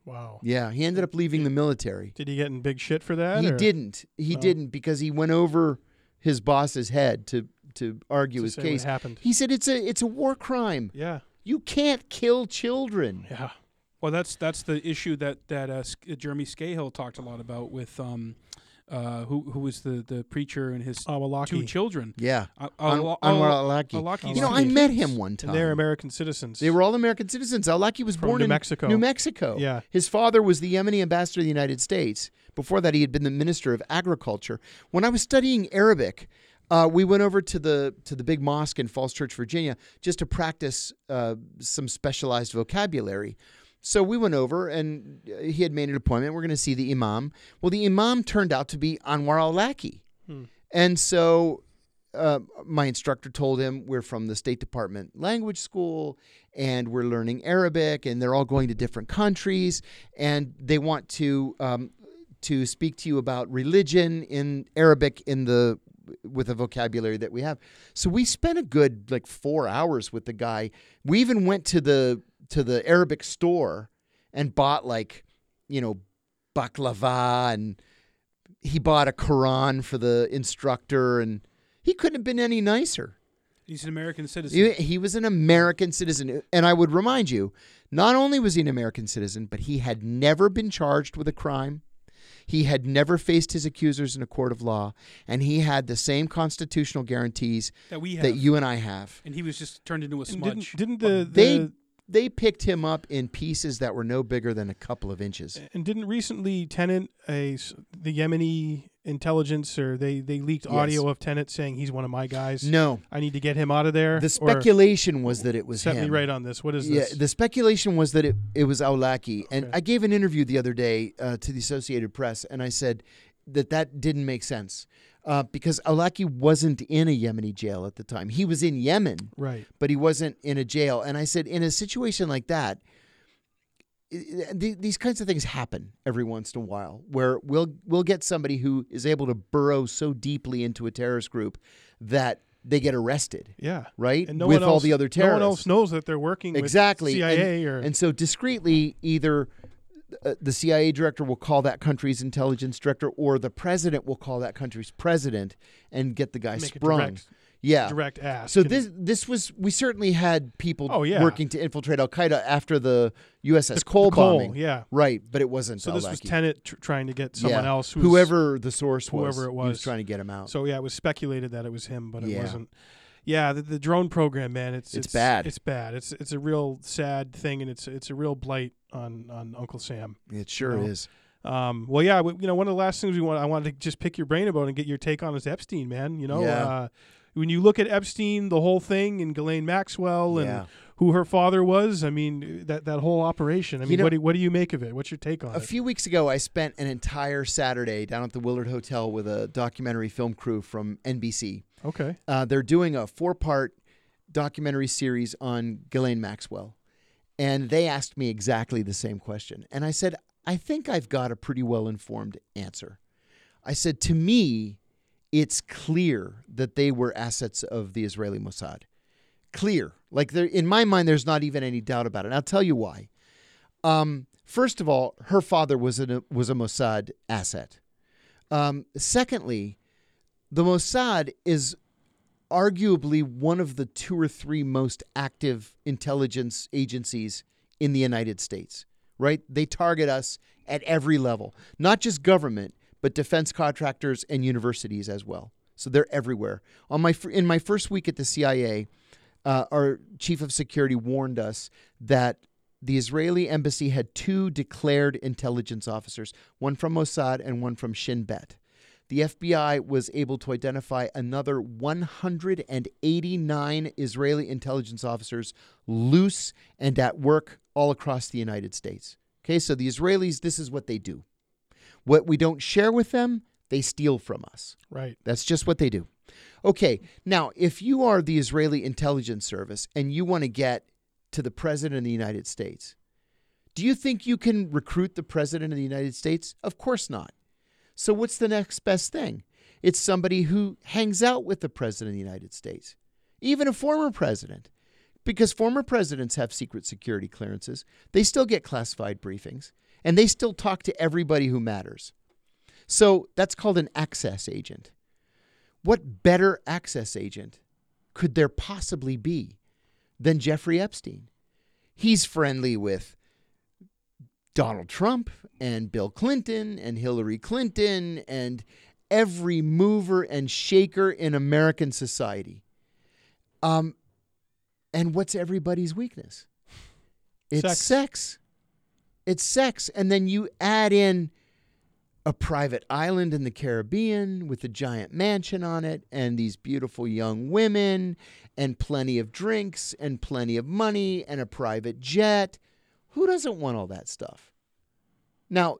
Speaker 1: Wow.
Speaker 2: Yeah, he ended up leaving the military.
Speaker 1: Did he get in big shit for that?
Speaker 2: He
Speaker 1: or-
Speaker 2: didn't. He
Speaker 1: Oh.
Speaker 2: didn't because he went over his boss's head to to argue
Speaker 1: To
Speaker 2: his
Speaker 1: say
Speaker 2: case.
Speaker 1: What happened?
Speaker 2: He said, "It's a it's a war crime.
Speaker 1: Yeah.
Speaker 2: You can't kill children."
Speaker 1: Yeah.
Speaker 3: Well, that's that's the issue that that uh, Sk- uh, Jeremy Scahill talked a lot about with um, uh, who who was the the preacher and his two
Speaker 1: Awalaki.
Speaker 3: children.
Speaker 2: Yeah,
Speaker 3: Al-
Speaker 2: An-
Speaker 3: Al-
Speaker 2: Anwar
Speaker 3: Al-
Speaker 2: al-Awlaki.
Speaker 3: Awlaki's
Speaker 2: You know,
Speaker 3: two
Speaker 2: I met
Speaker 3: kids.
Speaker 2: him one time.
Speaker 1: And they're American citizens.
Speaker 2: They were all American citizens. Al-Awlaki was
Speaker 1: From
Speaker 2: born
Speaker 1: New
Speaker 2: in
Speaker 1: Mexico.
Speaker 2: New Mexico.
Speaker 1: Yeah.
Speaker 2: His father was the Yemeni ambassador to the United States. Before that, he had been the minister of agriculture. When I was studying Arabic, uh, we went over to the to the big mosque in Falls Church, Virginia, just to practice uh, some specialized vocabulary. So we went over, and uh, he had made an appointment. We're going to see the imam. Well, the imam turned out to be Anwar al-Awlaki,
Speaker 1: Hmm.
Speaker 2: and so uh, my instructor told him we're from the State Department language school and we're learning Arabic and they're all going to different countries and they want to um, to speak to you about religion in Arabic in the with the vocabulary that we have. So we spent a good like four hours with the guy. We even went to the to the Arabic store and bought like you know baklava and he bought a Quran for the instructor and he couldn't have been any nicer.
Speaker 3: He's an American citizen.
Speaker 2: He, he was an American citizen. And I would remind you, not only was he an American citizen, but he had never been charged with a crime. He had never faced his accusers in a court of law. And he had the same constitutional guarantees
Speaker 3: that we have.
Speaker 2: that you and I have.
Speaker 3: and he was just turned into a
Speaker 1: And
Speaker 3: smudge.
Speaker 1: Didn't, didn't the,
Speaker 2: They-
Speaker 1: the
Speaker 2: They picked him up in pieces that were no bigger than a couple of inches.
Speaker 1: and didn't recently Tenant a s- the Yemeni intelligence or they they leaked
Speaker 2: Yes.
Speaker 1: audio of Tenant saying he's one of my guys.
Speaker 2: No.
Speaker 1: I need to get him out of there.
Speaker 2: The
Speaker 1: or
Speaker 2: speculation was that it was
Speaker 1: set
Speaker 2: him.
Speaker 1: me right on this. What is
Speaker 2: Yeah,
Speaker 1: this?
Speaker 2: the speculation was that it, it was Aulaki. And
Speaker 1: Okay.
Speaker 2: I gave an interview the other day uh, to the Associated Press, and I said that that didn't make sense uh, because Aulaki wasn't in a Yemeni jail at the time. He was in Yemen,
Speaker 1: right.
Speaker 2: but he wasn't in a jail. And I said, in a situation like that, i- i- th- these kinds of things happen every once in a while where we'll we'll get somebody who is able to burrow so deeply into a terrorist group that they get arrested,
Speaker 1: Yeah.
Speaker 2: right?
Speaker 1: And no
Speaker 2: With
Speaker 1: one
Speaker 2: all
Speaker 1: else-
Speaker 2: the other
Speaker 1: No
Speaker 2: terrorists.
Speaker 1: one else knows that they're working
Speaker 2: exactly
Speaker 1: with
Speaker 2: And-
Speaker 1: CIA or
Speaker 2: and so discreetly either uh, the CIA director will call that country's intelligence director or the president will call that country's president and get the guy
Speaker 1: Make a
Speaker 2: sprung
Speaker 1: direct-
Speaker 2: yeah
Speaker 1: direct ask.
Speaker 2: so
Speaker 1: and-
Speaker 2: this this was we certainly had people
Speaker 1: Oh, yeah.
Speaker 2: working to infiltrate Al Qaeda after the USS Cole
Speaker 1: the coal,
Speaker 2: bombing
Speaker 1: yeah.
Speaker 2: right but it wasn't
Speaker 1: So this was
Speaker 2: Al-Awlaki.
Speaker 1: Tenet tr- trying to get someone
Speaker 2: Yeah.
Speaker 1: else, who's,
Speaker 2: whoever the source was
Speaker 1: whoever it
Speaker 2: he was
Speaker 1: was.
Speaker 2: trying to get him out
Speaker 1: So yeah, it was speculated that it was him, but it
Speaker 2: Oh. Yeah.
Speaker 1: wasn't. Yeah, the, the drone program, man, it's,
Speaker 2: It's bad.
Speaker 1: It's bad. It's it's a real sad thing, and it's it's a real blight on on Uncle Sam.
Speaker 2: it sure
Speaker 1: you know.
Speaker 2: is
Speaker 1: Um, well, yeah, we, you know, one of the last things we want, I wanted to just pick your brain about and get your take on is Epstein, man. You know,
Speaker 2: Yeah.
Speaker 1: uh, when you look at Epstein, the whole thing, and Ghislaine Maxwell, and
Speaker 2: Yeah.
Speaker 1: who her father was, I mean, that that whole operation. I mean,
Speaker 2: know-
Speaker 1: what do what do you make of it? What's your take on
Speaker 2: A
Speaker 1: it?
Speaker 2: few weeks ago, I spent an entire Saturday down at the Willard Hotel with a documentary film crew from NBC.
Speaker 1: okay,
Speaker 2: Uh, they're doing a four part documentary series on Ghislaine Maxwell. And they asked me exactly the same question. And I said, I think I've got a pretty well informed answer. I said, to me, it's clear that they were assets of the Israeli Mossad. Clear. Like, there- in my mind, there's not even any doubt about it. And I'll tell you why. Um, first of all, her father was a was a Mossad asset. Um, secondly, the Mossad is arguably one of the two or three most active intelligence agencies in the United States. Right? They target us at every level, not just government, but defense contractors and universities as well. So they're everywhere. On my fir- in my first week at the CIA, uh, our chief of security warned us that the Israeli embassy had two declared intelligence officers, one from Mossad and one from Shin Bet. The FBI was able to identify another 189 Israeli intelligence officers loose and at work all across the United States. Okay, so the Israelis, this is what they do. What we don't share with them, they steal from us.
Speaker 1: right.
Speaker 2: That's just what they do. Okay, now if you are the Israeli intelligence service and you want to get to the president of the United States, do you think you can recruit the president of the United States? Of course not. So what's the next best thing? It's somebody who hangs out with the president of the United States, even a former president. Because former presidents have secret security clearances, they still get classified briefings, and they still talk to everybody who matters. So that's called an access agent. What better access agent could there possibly be than Jeffrey Epstein? He's friendly with Donald Trump and Bill Clinton and Hillary Clinton and every mover and shaker in American society. Um, and what's everybody's weakness? It's
Speaker 1: Sex.
Speaker 2: sex. It's sex. And then you add in a private island in the Caribbean with a giant mansion on it and these beautiful young women and plenty of drinks and plenty of money and a private jet. Who doesn't want all that stuff? Now,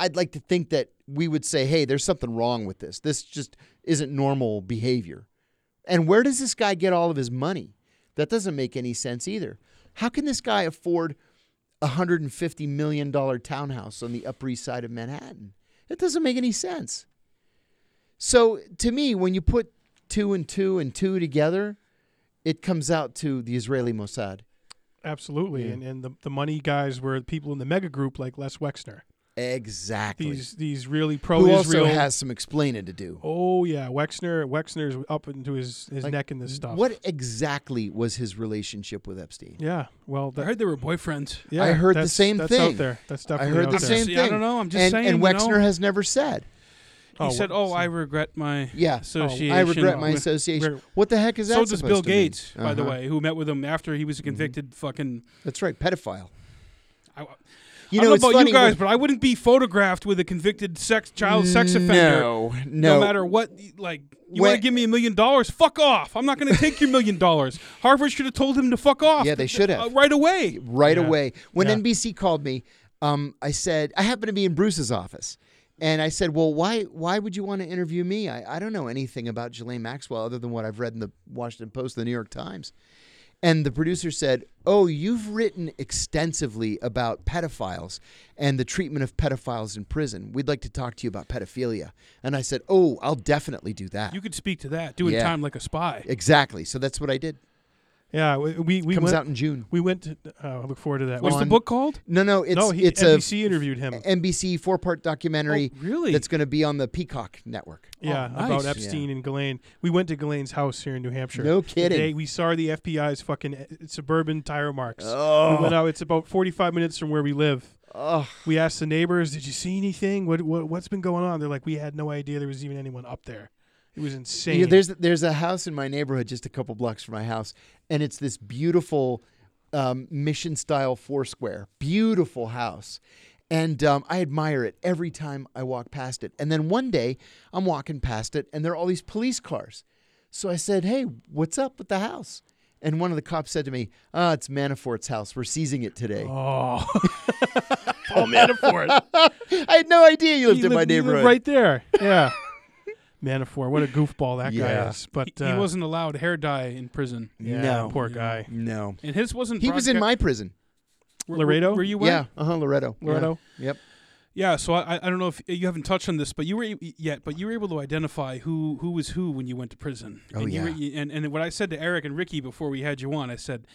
Speaker 2: I'd like to think that we would say, hey, there's something wrong with this. This just isn't normal behavior. And where does this guy get all of his money? That doesn't make any sense either. How can this guy afford a $150 million townhouse on the Upper East Side of Manhattan? That doesn't make any sense. So to me, when you put two and two and two together, it comes out to the Israeli Mossad.
Speaker 1: Absolutely,
Speaker 2: Yeah.
Speaker 1: and and the, the money guys were people in the mega group like Les Wexner.
Speaker 2: Exactly.
Speaker 1: These these really pro
Speaker 2: Who also
Speaker 1: Israel.
Speaker 2: has some explaining to do.
Speaker 1: oh yeah, Wexner Wexner's up into his, his
Speaker 2: Like,
Speaker 1: neck in this stuff.
Speaker 2: What exactly was his relationship with Epstein?
Speaker 1: Yeah, well,
Speaker 3: I
Speaker 1: that,
Speaker 3: heard they were boyfriends.
Speaker 1: yeah,
Speaker 2: I heard the
Speaker 1: that's-
Speaker 2: same
Speaker 1: that's
Speaker 2: thing.
Speaker 1: out there. That's
Speaker 2: I
Speaker 1: definitely
Speaker 2: heard
Speaker 1: out
Speaker 2: the
Speaker 1: there.
Speaker 2: same
Speaker 3: See,
Speaker 2: thing.
Speaker 3: I don't know, I'm just
Speaker 2: and,
Speaker 3: saying,
Speaker 2: And
Speaker 3: you
Speaker 2: Wexner
Speaker 3: know.
Speaker 2: has never said.
Speaker 3: He
Speaker 1: Oh,
Speaker 3: said,
Speaker 1: well,
Speaker 3: "Oh, I regret my
Speaker 2: Yeah.
Speaker 3: association.
Speaker 2: I regret
Speaker 3: with-
Speaker 2: my association.
Speaker 1: we're-
Speaker 2: What the heck is that?
Speaker 3: So does
Speaker 2: supposed
Speaker 3: Bill
Speaker 2: to mean?
Speaker 3: Gates, by the
Speaker 2: Uh-huh.
Speaker 3: way, who met with him after he was a convicted fucking.
Speaker 2: That's right, pedophile.
Speaker 3: I,
Speaker 2: You
Speaker 3: I don't know
Speaker 2: it's
Speaker 3: about
Speaker 2: funny
Speaker 3: you guys,
Speaker 2: when-
Speaker 3: but I wouldn't be photographed with a convicted sex child sex offender.
Speaker 2: No,
Speaker 3: No
Speaker 2: no.
Speaker 3: matter what, like you
Speaker 2: When-
Speaker 3: want to give me a million dollars? Fuck off! I'm not going to take your million dollars. Harvard should have told him to fuck off.
Speaker 2: Yeah, they
Speaker 3: th-
Speaker 2: should
Speaker 3: uh,
Speaker 2: have.
Speaker 3: right away.
Speaker 2: right
Speaker 1: Yeah.
Speaker 2: away. When
Speaker 1: Yeah.
Speaker 2: NBC called me, um, I said I happened to be in Bruce's office, and I said, "Well, why why would you want to interview me? I, I don't know anything about Ghislaine Maxwell other than what I've read in the Washington Post, the New York Times." And the producer said, Oh, you've written extensively about pedophiles and the treatment of pedophiles in prison. We'd like to talk to you about pedophilia. And I said, Oh, I'll definitely do that.
Speaker 3: You could speak to that. Doing
Speaker 2: Yeah.
Speaker 3: time like a spy.
Speaker 2: exactly. So that's what I did.
Speaker 1: Yeah, we we, we
Speaker 2: Comes
Speaker 1: went.
Speaker 2: out in June.
Speaker 1: We went. To, uh, I look forward to that.
Speaker 3: What's the
Speaker 2: on-
Speaker 3: book called?
Speaker 2: No, no, it's
Speaker 1: no, he,
Speaker 2: it's
Speaker 1: NBC interviewed him.
Speaker 2: a NBC four part documentary
Speaker 3: Oh, really?
Speaker 2: that's going to be on the Peacock network.
Speaker 1: Yeah,
Speaker 3: Oh,
Speaker 1: about
Speaker 3: nice.
Speaker 1: Epstein and Ghislaine. We went to Ghislaine's house here in New Hampshire.
Speaker 2: No
Speaker 1: The
Speaker 2: kidding.
Speaker 1: day we saw the FBI's fucking uh, suburban tire marks.
Speaker 2: Oh.
Speaker 1: We went out. It's about 45 minutes from where we live.
Speaker 2: Oh,
Speaker 1: We asked the neighbors, "Did you see anything? What, what what's been going on?" They're like, "We had no idea there was even anyone up there. It was insane."
Speaker 2: You know, there's there's a house in my neighborhood just a couple blocks from my house, and it's this beautiful um, mission style foursquare, beautiful house, and um, I admire it every time I walk past it. And then one day I'm walking past it, and there are all these police cars, so I said, "Hey, what's up with the house?" And one of the cops said to me, "Ah, it's Manafort's house. We're seizing it today."
Speaker 1: oh, Paul Manafort.
Speaker 2: I had no idea you lived
Speaker 1: He
Speaker 2: in my
Speaker 1: lived- he lived
Speaker 2: neighborhood.
Speaker 1: right there. Yeah, Manafort. What a goofball that guy
Speaker 2: Yeah.
Speaker 1: is. But
Speaker 3: He-
Speaker 1: uh,
Speaker 3: he, wasn't allowed hair dye in prison,
Speaker 1: yeah,
Speaker 2: No.
Speaker 1: poor guy.
Speaker 2: No,
Speaker 3: and his wasn't.
Speaker 2: he was in
Speaker 3: broadca-
Speaker 2: my prison.
Speaker 3: were-
Speaker 1: Laredo?
Speaker 3: Were, you? at?
Speaker 2: Yeah, uh huh, Loretto. Yeah.
Speaker 1: Loretto.
Speaker 2: Yep.
Speaker 3: Yeah, so I, I- I don't know if eh, you haven't touched on this, but you were a- yet, but you were able to identify who who was who when you went to prison.
Speaker 2: Oh,
Speaker 3: and You were,
Speaker 2: yeah.
Speaker 3: you- and and what I said to Eric and Ricky before we had you on, I said,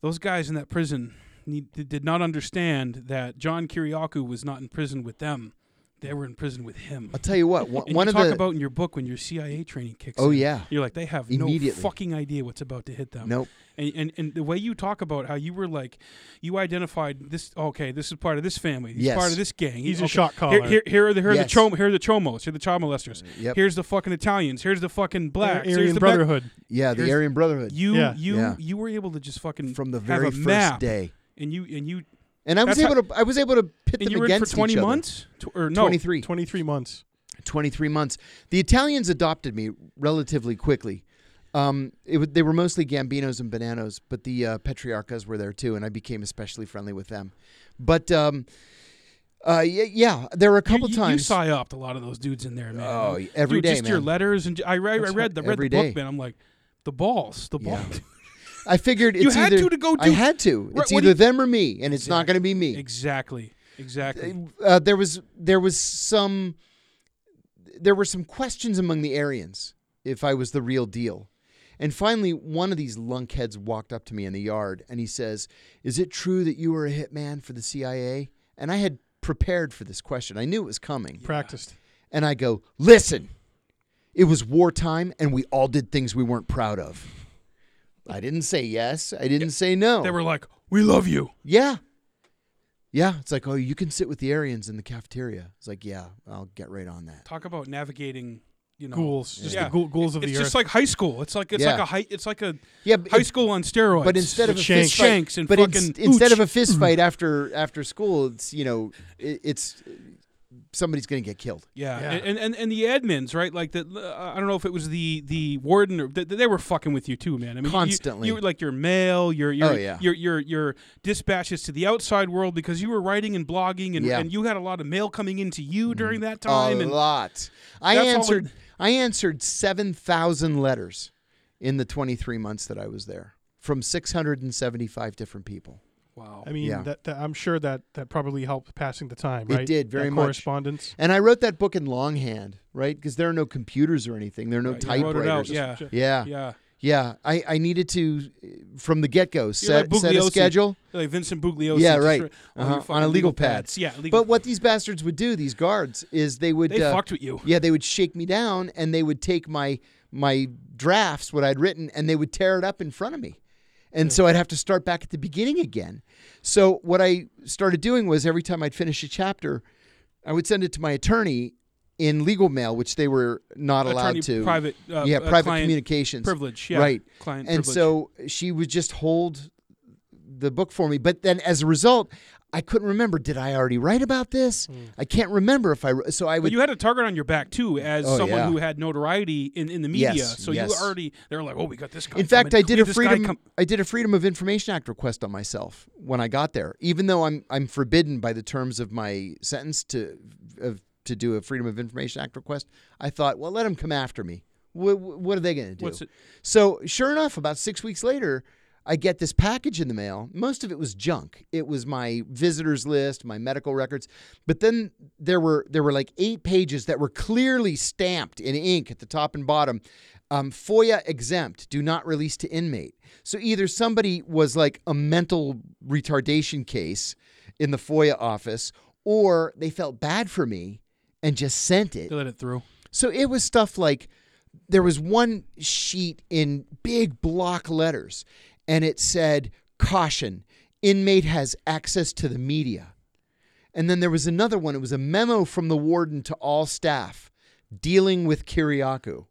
Speaker 3: those guys in that prison need, they did not understand that John Kiriakou was not in prison with them; they were in prison with him.
Speaker 2: I'll tell you what. One,
Speaker 3: And
Speaker 2: one
Speaker 3: you
Speaker 2: of
Speaker 3: talk
Speaker 2: the
Speaker 3: about in your book when your CIA training kicks.
Speaker 2: oh
Speaker 3: in.
Speaker 2: yeah.
Speaker 3: You're like they have no
Speaker 2: Immediately.
Speaker 3: fucking idea what's about to hit them.
Speaker 2: Nope.
Speaker 3: And, and and the way you talk about how you were like, you identified this. Okay, this is part of this family. He's
Speaker 2: Yes.
Speaker 3: part of this gang.
Speaker 1: He's
Speaker 3: okay,
Speaker 1: a shot caller.
Speaker 3: Here, here, here are the here are
Speaker 2: Yes. Uh,
Speaker 3: the chom- here are the chomos. Here are the child molesters.
Speaker 2: Yep.
Speaker 3: Here's the fucking Italians. Here's the fucking blacks.
Speaker 1: Aryan
Speaker 3: here's the black-
Speaker 1: Brotherhood.
Speaker 2: yeah, the
Speaker 3: here's-
Speaker 2: Aryan Brotherhood
Speaker 3: You
Speaker 1: Yeah.
Speaker 3: you
Speaker 2: Yeah.
Speaker 3: you were able to just fucking
Speaker 2: from the
Speaker 3: have
Speaker 2: very
Speaker 3: a
Speaker 2: first
Speaker 3: map,
Speaker 2: day,
Speaker 3: and you and you
Speaker 2: and I was
Speaker 3: That's
Speaker 2: able to I was able to pit
Speaker 3: and
Speaker 2: them
Speaker 3: you were in for
Speaker 2: against
Speaker 3: twenty
Speaker 2: each other.
Speaker 3: months Tw- or no
Speaker 2: 23,
Speaker 1: 23 months.
Speaker 2: 23 months. The Italians adopted me relatively quickly. Um, it, wa- they were mostly Gambinos and Bananos, but the uh, Petriarchas were there too, and I became especially friendly with them. But um, uh, yeah, yeah, there were a couple
Speaker 3: you, you,
Speaker 2: times.
Speaker 3: You psyoped a lot of those dudes in there, man.
Speaker 2: Oh, every
Speaker 3: Dude,
Speaker 2: day,
Speaker 3: just your
Speaker 2: man.
Speaker 3: letters and j- I, read I
Speaker 1: That's
Speaker 3: read the read
Speaker 2: every
Speaker 3: the
Speaker 2: day.
Speaker 3: book, man. I'm like, the balls, the
Speaker 2: Yeah.
Speaker 3: balls.
Speaker 2: I figured it's
Speaker 3: You had
Speaker 2: either
Speaker 3: to to go
Speaker 2: I
Speaker 3: do-
Speaker 2: had to.
Speaker 3: Right,
Speaker 2: It's
Speaker 3: what
Speaker 2: either
Speaker 3: do you-
Speaker 2: them or me, and it's not going to be me.
Speaker 3: exactly, exactly.
Speaker 2: uh, there was there was some there were some questions among the Aryans if I was the real deal. And finally, one of these lunkheads walked up to me in the yard and he says, "Is it true that you were a hitman for the CIA?" And I had prepared for this question. I knew it was coming.
Speaker 1: Practiced.
Speaker 2: And I go, "Listen. It was wartime and we all did things we weren't proud of." I didn't say yes. I didn't say no.
Speaker 3: They were like, we love you.
Speaker 2: Yeah. Yeah. It's like, oh, you can sit with the Aryans in the cafeteria. It's like, yeah, I'll get right on that.
Speaker 3: Talk about navigating, you know,
Speaker 1: Ghouls. Just
Speaker 3: Yeah.
Speaker 1: the ghoul, ghouls of
Speaker 3: It's
Speaker 1: the
Speaker 3: just
Speaker 1: earth.
Speaker 3: like high school. It's like it's
Speaker 2: Yeah.
Speaker 3: like a high. It's like a
Speaker 2: Yeah, but,
Speaker 3: high school on steroids.
Speaker 2: but instead of a
Speaker 1: With
Speaker 2: fist
Speaker 1: shanks.
Speaker 2: fight,
Speaker 3: Shanks and
Speaker 2: but ins-
Speaker 3: fucking Mm.
Speaker 2: instead
Speaker 3: ooch.
Speaker 2: of a fist fight after after school, it's you know, it, it's somebody's gonna get killed.
Speaker 3: yeah,
Speaker 1: Yeah.
Speaker 3: And, and and the admins, right? Like the uh, I don't know if it was the the warden or they, they were fucking with you too, man. I mean, you-
Speaker 2: Constantly.
Speaker 3: You, were like your mail, your your,
Speaker 2: Oh, yeah.
Speaker 3: your your your dispatches to the outside world because you were writing and blogging and,
Speaker 2: Yeah. Mm-hmm.
Speaker 3: and you had a lot of mail coming into you during that
Speaker 2: A
Speaker 3: time. and
Speaker 2: lot. I
Speaker 3: That's all
Speaker 2: answered. I answered seven thousand letters in the twenty three months that I was there from six hundred and seventy five different people.
Speaker 3: wow,
Speaker 1: I mean,
Speaker 2: Yeah.
Speaker 1: that, that- I'm sure that that probably helped passing the time,
Speaker 2: It
Speaker 1: right?
Speaker 2: did,
Speaker 1: That
Speaker 2: very much.
Speaker 1: Correspondence.
Speaker 2: And I wrote that book in longhand, right? Because there are no computers or anything. There are no
Speaker 3: Right, you wrote it out,
Speaker 2: typewriters.
Speaker 3: yeah.
Speaker 2: Yeah.
Speaker 3: yeah.
Speaker 2: Yeah, I, I needed to uh, from the get go set,
Speaker 3: like
Speaker 2: set a
Speaker 3: Bugliosi.
Speaker 2: schedule.
Speaker 3: Like Vincent Bugliosi.
Speaker 2: Yeah,
Speaker 3: just
Speaker 2: right.
Speaker 3: wrote
Speaker 2: Uh-huh.
Speaker 3: your fucking
Speaker 2: On a legal pad.
Speaker 3: pads. Yeah, legal.
Speaker 2: But what these bastards would do, these guards, is they would
Speaker 3: they
Speaker 2: uh,
Speaker 3: fucked with you.
Speaker 2: yeah they would shake me down and they would take my my drafts what I'd written and they would tear it up in front of me, and so I'd have to start back at the beginning again. So what I started doing was every time I'd finish a chapter, I would send it to my attorney in legal mail, which they were not
Speaker 3: Attorney
Speaker 2: allowed to.
Speaker 3: private. Uh,
Speaker 2: yeah,
Speaker 3: uh,
Speaker 2: private
Speaker 3: client
Speaker 2: communications.
Speaker 3: privilege. Yeah,
Speaker 2: Right.
Speaker 3: Client
Speaker 2: and
Speaker 3: privilege.
Speaker 2: so she would just hold the book for me but then as a result i couldn't remember did i already write about this i can't remember if i wr- so i
Speaker 3: Hmm. But
Speaker 2: would
Speaker 3: you had a target on your back too, as
Speaker 2: Oh,
Speaker 3: someone
Speaker 2: yeah.
Speaker 3: who had notoriety in, in the media.
Speaker 2: Yes,
Speaker 3: so you
Speaker 2: yes.
Speaker 3: already they were like, "Oh, we got this guy."
Speaker 2: in fact
Speaker 3: coming.
Speaker 2: i did
Speaker 3: We
Speaker 2: a
Speaker 3: got this guy
Speaker 2: freedom
Speaker 3: com-
Speaker 2: i did a freedom of information act request on myself when i got there even though i'm i'm forbidden by the terms of my sentence to of, to do a freedom of information act request i thought well let them come after me what, what are they going to do
Speaker 3: What's it?
Speaker 2: So sure enough, about six weeks later, I get this package in the mail. Most of it was junk. It was my visitors list, my medical records. But then there were there were like eight pages that were clearly stamped in ink at the top and bottom. Um, FOIA exempt, do not release to inmate. So either somebody was like a mental retardation case in the FOIA office, or they felt bad for me and just sent it.
Speaker 3: They let it through.
Speaker 2: So it was stuff like there was one sheet in big block letters and it said, Caution, inmate has access to the media. And then there was another one. It was a memo from the warden to all staff dealing with Kiriakou.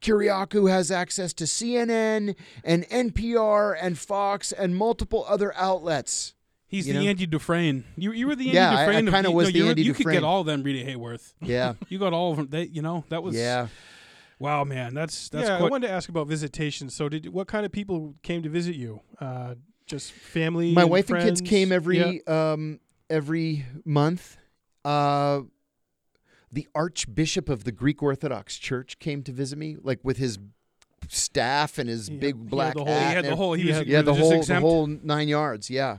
Speaker 2: Kiriakou has access to CNN and NPR and Fox and multiple other outlets.
Speaker 3: He's
Speaker 2: You
Speaker 3: the
Speaker 2: know?
Speaker 3: Andy Dufresne. You, you were the Andy
Speaker 2: Yeah, I- I
Speaker 3: Dufresne. of-
Speaker 2: kinda
Speaker 3: you-
Speaker 2: was
Speaker 3: no,
Speaker 2: the
Speaker 3: you were-
Speaker 2: Andy
Speaker 3: You could get
Speaker 2: Dufresne.
Speaker 3: all of them, Rita Hayworth.
Speaker 2: Yeah.
Speaker 3: You got all of them. They, you know, that was
Speaker 2: yeah.
Speaker 3: wow, man. That's that's
Speaker 1: yeah, I
Speaker 3: quite,
Speaker 1: wanted to ask about visitations. So, did what kind of people came to visit you? Uh, just family.
Speaker 2: my
Speaker 1: and
Speaker 2: wife and kids
Speaker 1: friends?
Speaker 2: came
Speaker 1: Yeah.
Speaker 2: every um, every month. Uh, the Archbishop of the Greek Orthodox Church came to visit me, like with his staff and his
Speaker 1: He had-
Speaker 2: big
Speaker 1: he had
Speaker 2: black
Speaker 1: the whole-
Speaker 3: he
Speaker 2: hat.
Speaker 3: had
Speaker 2: and
Speaker 3: the whole. He
Speaker 1: Yeah,
Speaker 3: was,
Speaker 2: yeah, the
Speaker 3: religious
Speaker 2: whole
Speaker 3: exempt.
Speaker 2: the whole nine yards. Yeah,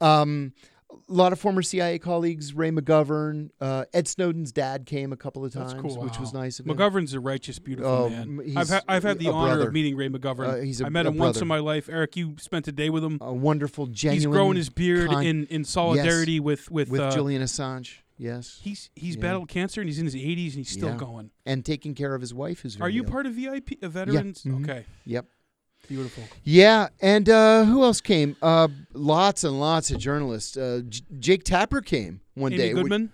Speaker 2: um, a lot of former CIA colleagues, Ray McGovern, uh, Ed Snowden's dad came a couple of times,
Speaker 1: That's cool.
Speaker 2: which was
Speaker 3: Wow.
Speaker 2: nice. of him.
Speaker 3: McGovern's a righteous, beautiful
Speaker 2: Oh, m-
Speaker 3: man.
Speaker 2: he's
Speaker 3: I've, ha- I've had the
Speaker 2: a
Speaker 3: honor
Speaker 2: brother.
Speaker 3: of meeting Ray McGovern.
Speaker 2: Uh,
Speaker 3: I
Speaker 2: he's a-
Speaker 3: met
Speaker 2: a
Speaker 3: him once
Speaker 2: brother.
Speaker 3: in my life. Eric, you spent a day with him.
Speaker 2: a wonderful, genuine.
Speaker 3: he's growing his beard
Speaker 2: kind-
Speaker 3: in, in solidarity with with,
Speaker 2: with
Speaker 3: uh,
Speaker 2: Julian Assange. Yes,
Speaker 3: He's he's
Speaker 2: Yeah.
Speaker 3: battled cancer and he's in his 80s and he's still
Speaker 2: Yeah.
Speaker 3: going.
Speaker 2: and taking care of his wife, who's
Speaker 3: Are
Speaker 2: very
Speaker 3: you
Speaker 2: ill.
Speaker 3: part of VIP, a uh, veterans?
Speaker 2: mhm.
Speaker 3: Okay,
Speaker 2: Yep.
Speaker 3: beautiful.
Speaker 2: Yeah, and uh, who else came? Uh, lots and lots of journalists. Uh, J- Jake Tapper came one
Speaker 3: Amy
Speaker 2: day.
Speaker 3: Goodman.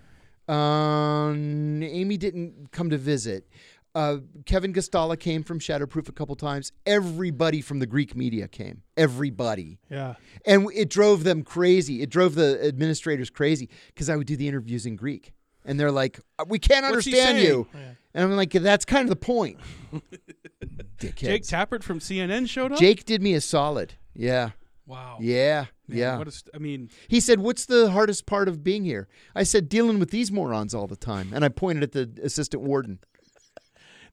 Speaker 2: Um, Amy didn't come to visit. Uh, Kevin Gastala came from Shadowproof a couple times. Everybody from the Greek media came. Everybody,
Speaker 1: Yeah.
Speaker 2: and it drove them crazy. It drove the administrators crazy because I would do the interviews in Greek, and they're like, "Uh, "We can't
Speaker 3: What's he
Speaker 2: understand
Speaker 3: saying?"
Speaker 2: you,"
Speaker 1: Yeah.
Speaker 2: and I'm like, "That's kind of the point." Dickheads.
Speaker 3: Jake Tappert from CNN showed up.
Speaker 2: Jake did me a solid. Yeah.
Speaker 3: Wow.
Speaker 2: Yeah.
Speaker 3: Oh. Man,
Speaker 2: yeah.
Speaker 3: What a st- I mean,
Speaker 2: He said, "What's the hardest part of being here?" I said, "Dealing with these morons all the time." And I pointed at the assistant warden.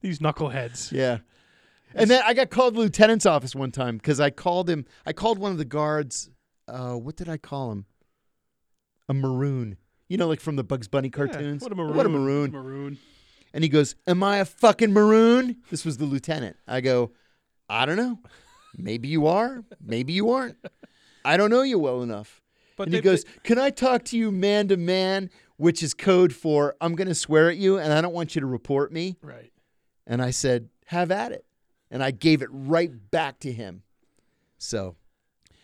Speaker 1: These knuckleheads.
Speaker 2: Yeah. And then I got called to the lieutenant's office one time because I called him. I called one of the guards. Uh, what did I call him? A maroon. You know, like from the Bugs Bunny cartoons.
Speaker 1: what a
Speaker 2: What a
Speaker 1: maroon.
Speaker 2: maroon.
Speaker 3: maroon.
Speaker 2: And he goes, "Am I a fucking maroon?" This was the lieutenant. I go, "I don't know. Maybe you are. Maybe you aren't. I don't know you well enough."
Speaker 3: But
Speaker 2: and
Speaker 3: they,
Speaker 2: he goes, "Can I talk to you man to man?" Which is code for "I'm going to swear at you, and I don't want you to report me."
Speaker 1: Right.
Speaker 2: And I said, "Have at it," and I gave it right back to him. So,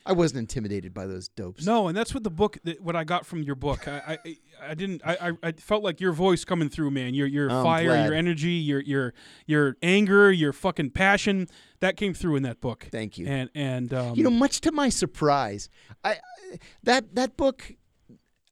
Speaker 2: I wasn't intimidated by those dopes.
Speaker 3: No, and that's what the book. that- What I got from your book, I, I, I didn't. I, I, I felt like your voice coming through, man. Your, your
Speaker 2: Oh, I'm
Speaker 3: fire,
Speaker 2: glad.
Speaker 3: your energy, your, your, your anger, your fucking passion. That came through in that book.
Speaker 2: Thank you.
Speaker 3: And and um,
Speaker 2: you know, much to my surprise, I I- that that book.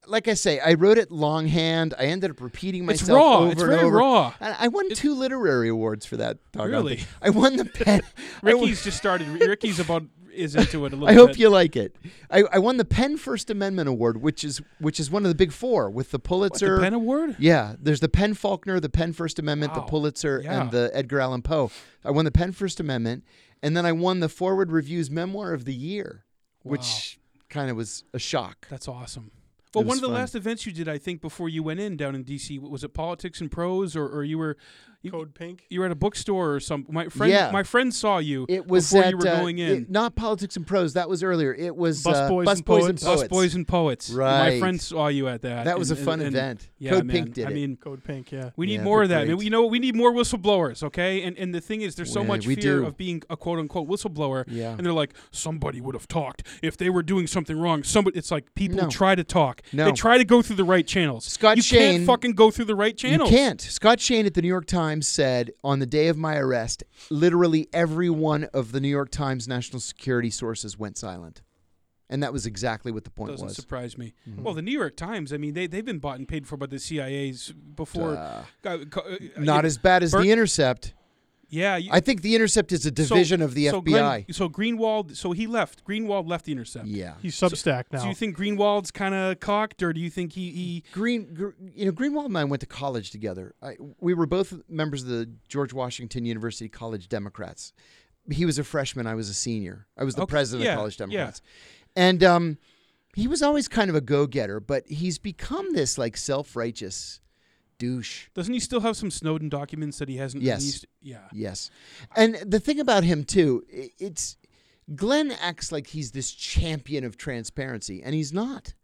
Speaker 2: Like I say, I wrote it longhand. I ended up repeating myself
Speaker 3: it's raw.
Speaker 2: over
Speaker 3: it's
Speaker 2: and
Speaker 3: very
Speaker 2: over.
Speaker 3: raw.
Speaker 2: And I won two literary awards for that. doggone
Speaker 3: Really?
Speaker 2: thing. I won the pen. I won-
Speaker 3: Ricky's just started. Ricky's about is into it a little.
Speaker 2: I hope
Speaker 3: bit.
Speaker 2: you like it. I, I won the Penn First Amendment Award, which is which is one of the big four with the
Speaker 3: What, the
Speaker 2: Pulitzer.
Speaker 3: Penn Award.
Speaker 2: yeah, there's the Penn Faulkner, the Penn First Amendment, the
Speaker 3: Wow.
Speaker 2: Pulitzer,
Speaker 3: Yeah.
Speaker 2: and the Edgar Allan Poe. I won the Penn First Amendment, and then I won the Forward Review's Memoir of the Year, which kind of was a shock.
Speaker 3: That's awesome. Well,
Speaker 2: It
Speaker 3: one
Speaker 2: was
Speaker 3: of
Speaker 2: fun.
Speaker 3: the last events you did, I think, before you went in down in D.C. was it Politics and Prose, or, or you were you,
Speaker 1: Code Pink.
Speaker 3: you were at a bookstore or some. My friend,
Speaker 2: Yeah.
Speaker 3: my friend saw you.
Speaker 2: It was
Speaker 3: before
Speaker 2: at,
Speaker 3: you were
Speaker 2: uh,
Speaker 3: going
Speaker 2: it-
Speaker 3: in.
Speaker 2: not politics and prose. That was earlier. It was
Speaker 1: Busboys
Speaker 2: uh,
Speaker 1: and
Speaker 2: Busboys
Speaker 1: Poets.
Speaker 3: Us Boys and Poets. My
Speaker 2: Right.
Speaker 3: friend saw you at that.
Speaker 2: That was
Speaker 3: and-
Speaker 2: a fun
Speaker 3: and- and-
Speaker 2: event.
Speaker 3: Yeah,
Speaker 2: Code
Speaker 3: man.
Speaker 2: Pink did
Speaker 3: I
Speaker 2: it.
Speaker 3: mean,
Speaker 1: Code Pink. Yeah.
Speaker 3: we need
Speaker 2: Yeah,
Speaker 3: more of
Speaker 2: they're
Speaker 3: that. I mean,
Speaker 2: great.
Speaker 3: you know, we need more whistleblowers, okay? And and the thing is, there's so
Speaker 2: Yeah,
Speaker 3: much
Speaker 2: we
Speaker 3: fear
Speaker 2: do.
Speaker 3: of being a quote unquote whistleblower.
Speaker 2: Yeah.
Speaker 3: And they're like, somebody would have talked if they were doing something wrong. Somebody, it's like people
Speaker 2: No.
Speaker 3: try to talk.
Speaker 2: No.
Speaker 3: They try to go through the right channels.
Speaker 2: Scott
Speaker 3: you
Speaker 2: Shane-
Speaker 3: can't fucking go through the right channels.
Speaker 2: You can't. Scott Shane at the New York Times said on the day of my arrest, literally every one of the New York Times national security sources went silent. And that was exactly what the point
Speaker 3: Doesn't
Speaker 2: was. Mm-hmm.
Speaker 3: surprise me. Well, the New York Times. I mean, they they've been bought and paid for by the CIA's before.
Speaker 2: Uh,
Speaker 3: uh, co- uh,
Speaker 2: not as bad as
Speaker 3: Bert-
Speaker 2: The Intercept.
Speaker 3: yeah. You,
Speaker 2: I think The Intercept is a division
Speaker 3: so,
Speaker 2: of the
Speaker 3: so Glenn-
Speaker 2: FBI.
Speaker 3: so Greenwald. So he left. Greenwald left the Intercept.
Speaker 2: yeah.
Speaker 1: He's Substack now.
Speaker 3: Do you think Greenwald's kind of cocked, or do you think he, he
Speaker 2: Green, gr- you know, Greenwald and I went to college together. I, we were both members of the George Washington University College Democrats. he was a freshman. I was a senior. I was the
Speaker 3: Okay,
Speaker 2: president
Speaker 3: yeah,
Speaker 2: of College
Speaker 3: yeah.
Speaker 2: Democrats, and um, he was always kind of a go-getter, but he's become this like self-righteous douche.
Speaker 3: Doesn't he still have some Snowden documents that he hasn't
Speaker 2: Yes.
Speaker 3: released? Yeah.
Speaker 2: Yes, and the thing about him too, i- it's Glenn acts like he's this champion of transparency, and he's not.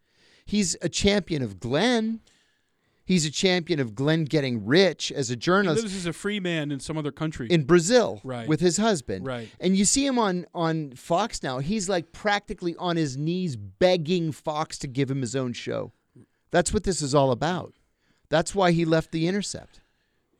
Speaker 2: He's a champion of Glenn. He's a champion of Glenn getting rich as a
Speaker 3: He
Speaker 2: journalist.
Speaker 3: lives as a free man in some other country.
Speaker 2: in Brazil
Speaker 3: Right.
Speaker 2: with his husband.
Speaker 3: Right.
Speaker 2: And you see him on on Fox now. He's like practically on his knees begging Fox to give him his own show. That's what this is all about. That's why he left The Intercept.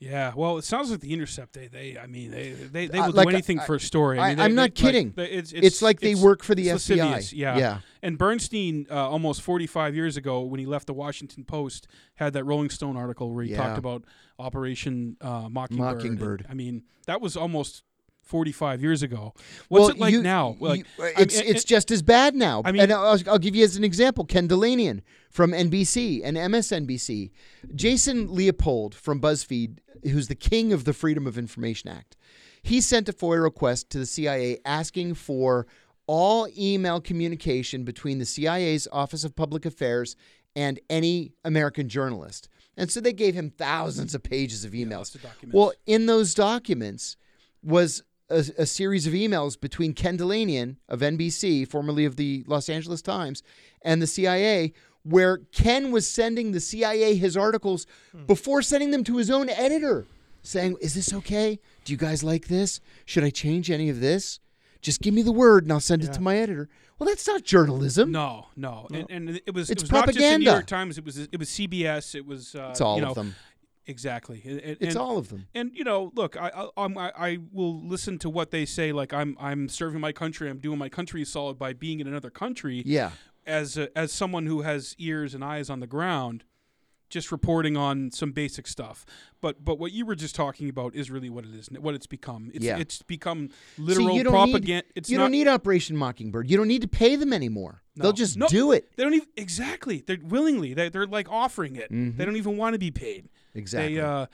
Speaker 3: yeah. Well, it sounds like the Intercept. They, they I mean, they, they, they
Speaker 2: Uh,
Speaker 3: will
Speaker 2: like,
Speaker 3: do anything
Speaker 2: I-
Speaker 3: for a story. I
Speaker 2: I-
Speaker 3: mean, they,
Speaker 2: I'm
Speaker 3: they-
Speaker 2: not
Speaker 3: like,
Speaker 2: kidding.
Speaker 3: they- it's,
Speaker 2: It's, like they work for the
Speaker 3: it's
Speaker 2: FBI.
Speaker 3: lascivious, Yeah.
Speaker 2: Yeah.
Speaker 3: And Bernstein, uh, almost 45 years ago, when he left the Washington Post, had that Rolling Stone article where he
Speaker 2: Yeah.
Speaker 3: talked about Operation uh, Mockingbird.
Speaker 2: Mockingbird.
Speaker 3: And, I mean, that was almost 45 years ago. What's
Speaker 2: Well,
Speaker 3: it like
Speaker 2: you-
Speaker 3: now?
Speaker 2: you- uh,
Speaker 3: Like, I mean,
Speaker 2: it's
Speaker 3: it-
Speaker 2: it's just as bad now.
Speaker 3: I
Speaker 2: I
Speaker 3: mean-
Speaker 2: mean, and I'll, I'll give you as an example Ken Delanian from NBC and MSNBC, Jason Leopold from BuzzFeed, who's the king of the Freedom of Information Act. He sent a FOIA request to the CIA asking for all email communication between the CIA's Office of Public Affairs and any American journalist. And so they gave him thousands of pages of emails.
Speaker 3: lots of documents.
Speaker 2: well, in those documents was a, a series of emails between Ken Delanian of NBC, formerly of the Los Angeles Times, and the CIA, where Ken was sending the CIA his articles
Speaker 3: Hmm.
Speaker 2: before sending them to his own editor, saying, Is this okay? Do you guys like this? Should I change any of this? Just give me the word and I'll send it to my editor. Well, that's not journalism.
Speaker 3: No, no, And, and it was
Speaker 2: It's
Speaker 3: it was Not just the New
Speaker 2: propaganda.
Speaker 3: York Times. It was it was CBS. It was uh,
Speaker 2: it's all
Speaker 3: you know,
Speaker 2: of them.
Speaker 3: Exactly. And- and-
Speaker 2: It's
Speaker 3: and-
Speaker 2: all of them.
Speaker 3: And you know, look, I, I I'm- I I will listen to what they say. Like I'm I'm serving my country. I'm doing my country a solid by being in another country.
Speaker 2: Yeah.
Speaker 3: As a, as someone who has ears and eyes on the ground, just reporting on some basic stuff. But but what you were just talking about is really what it is. What it's become. It's,
Speaker 2: Yeah.
Speaker 3: It's become
Speaker 2: See,
Speaker 3: literal
Speaker 2: you don't
Speaker 3: propaganda.
Speaker 2: Need,
Speaker 3: it's
Speaker 2: you
Speaker 3: not.
Speaker 2: don't need Operation Mockingbird. You don't need to pay them anymore.
Speaker 3: No.
Speaker 2: They'll just
Speaker 3: No.
Speaker 2: do it.
Speaker 3: they don't even exactly. They're willingly. They they're like offering it.
Speaker 2: Mm-hmm.
Speaker 3: They don't even want to be paid.
Speaker 2: Exactly.
Speaker 3: They, uh,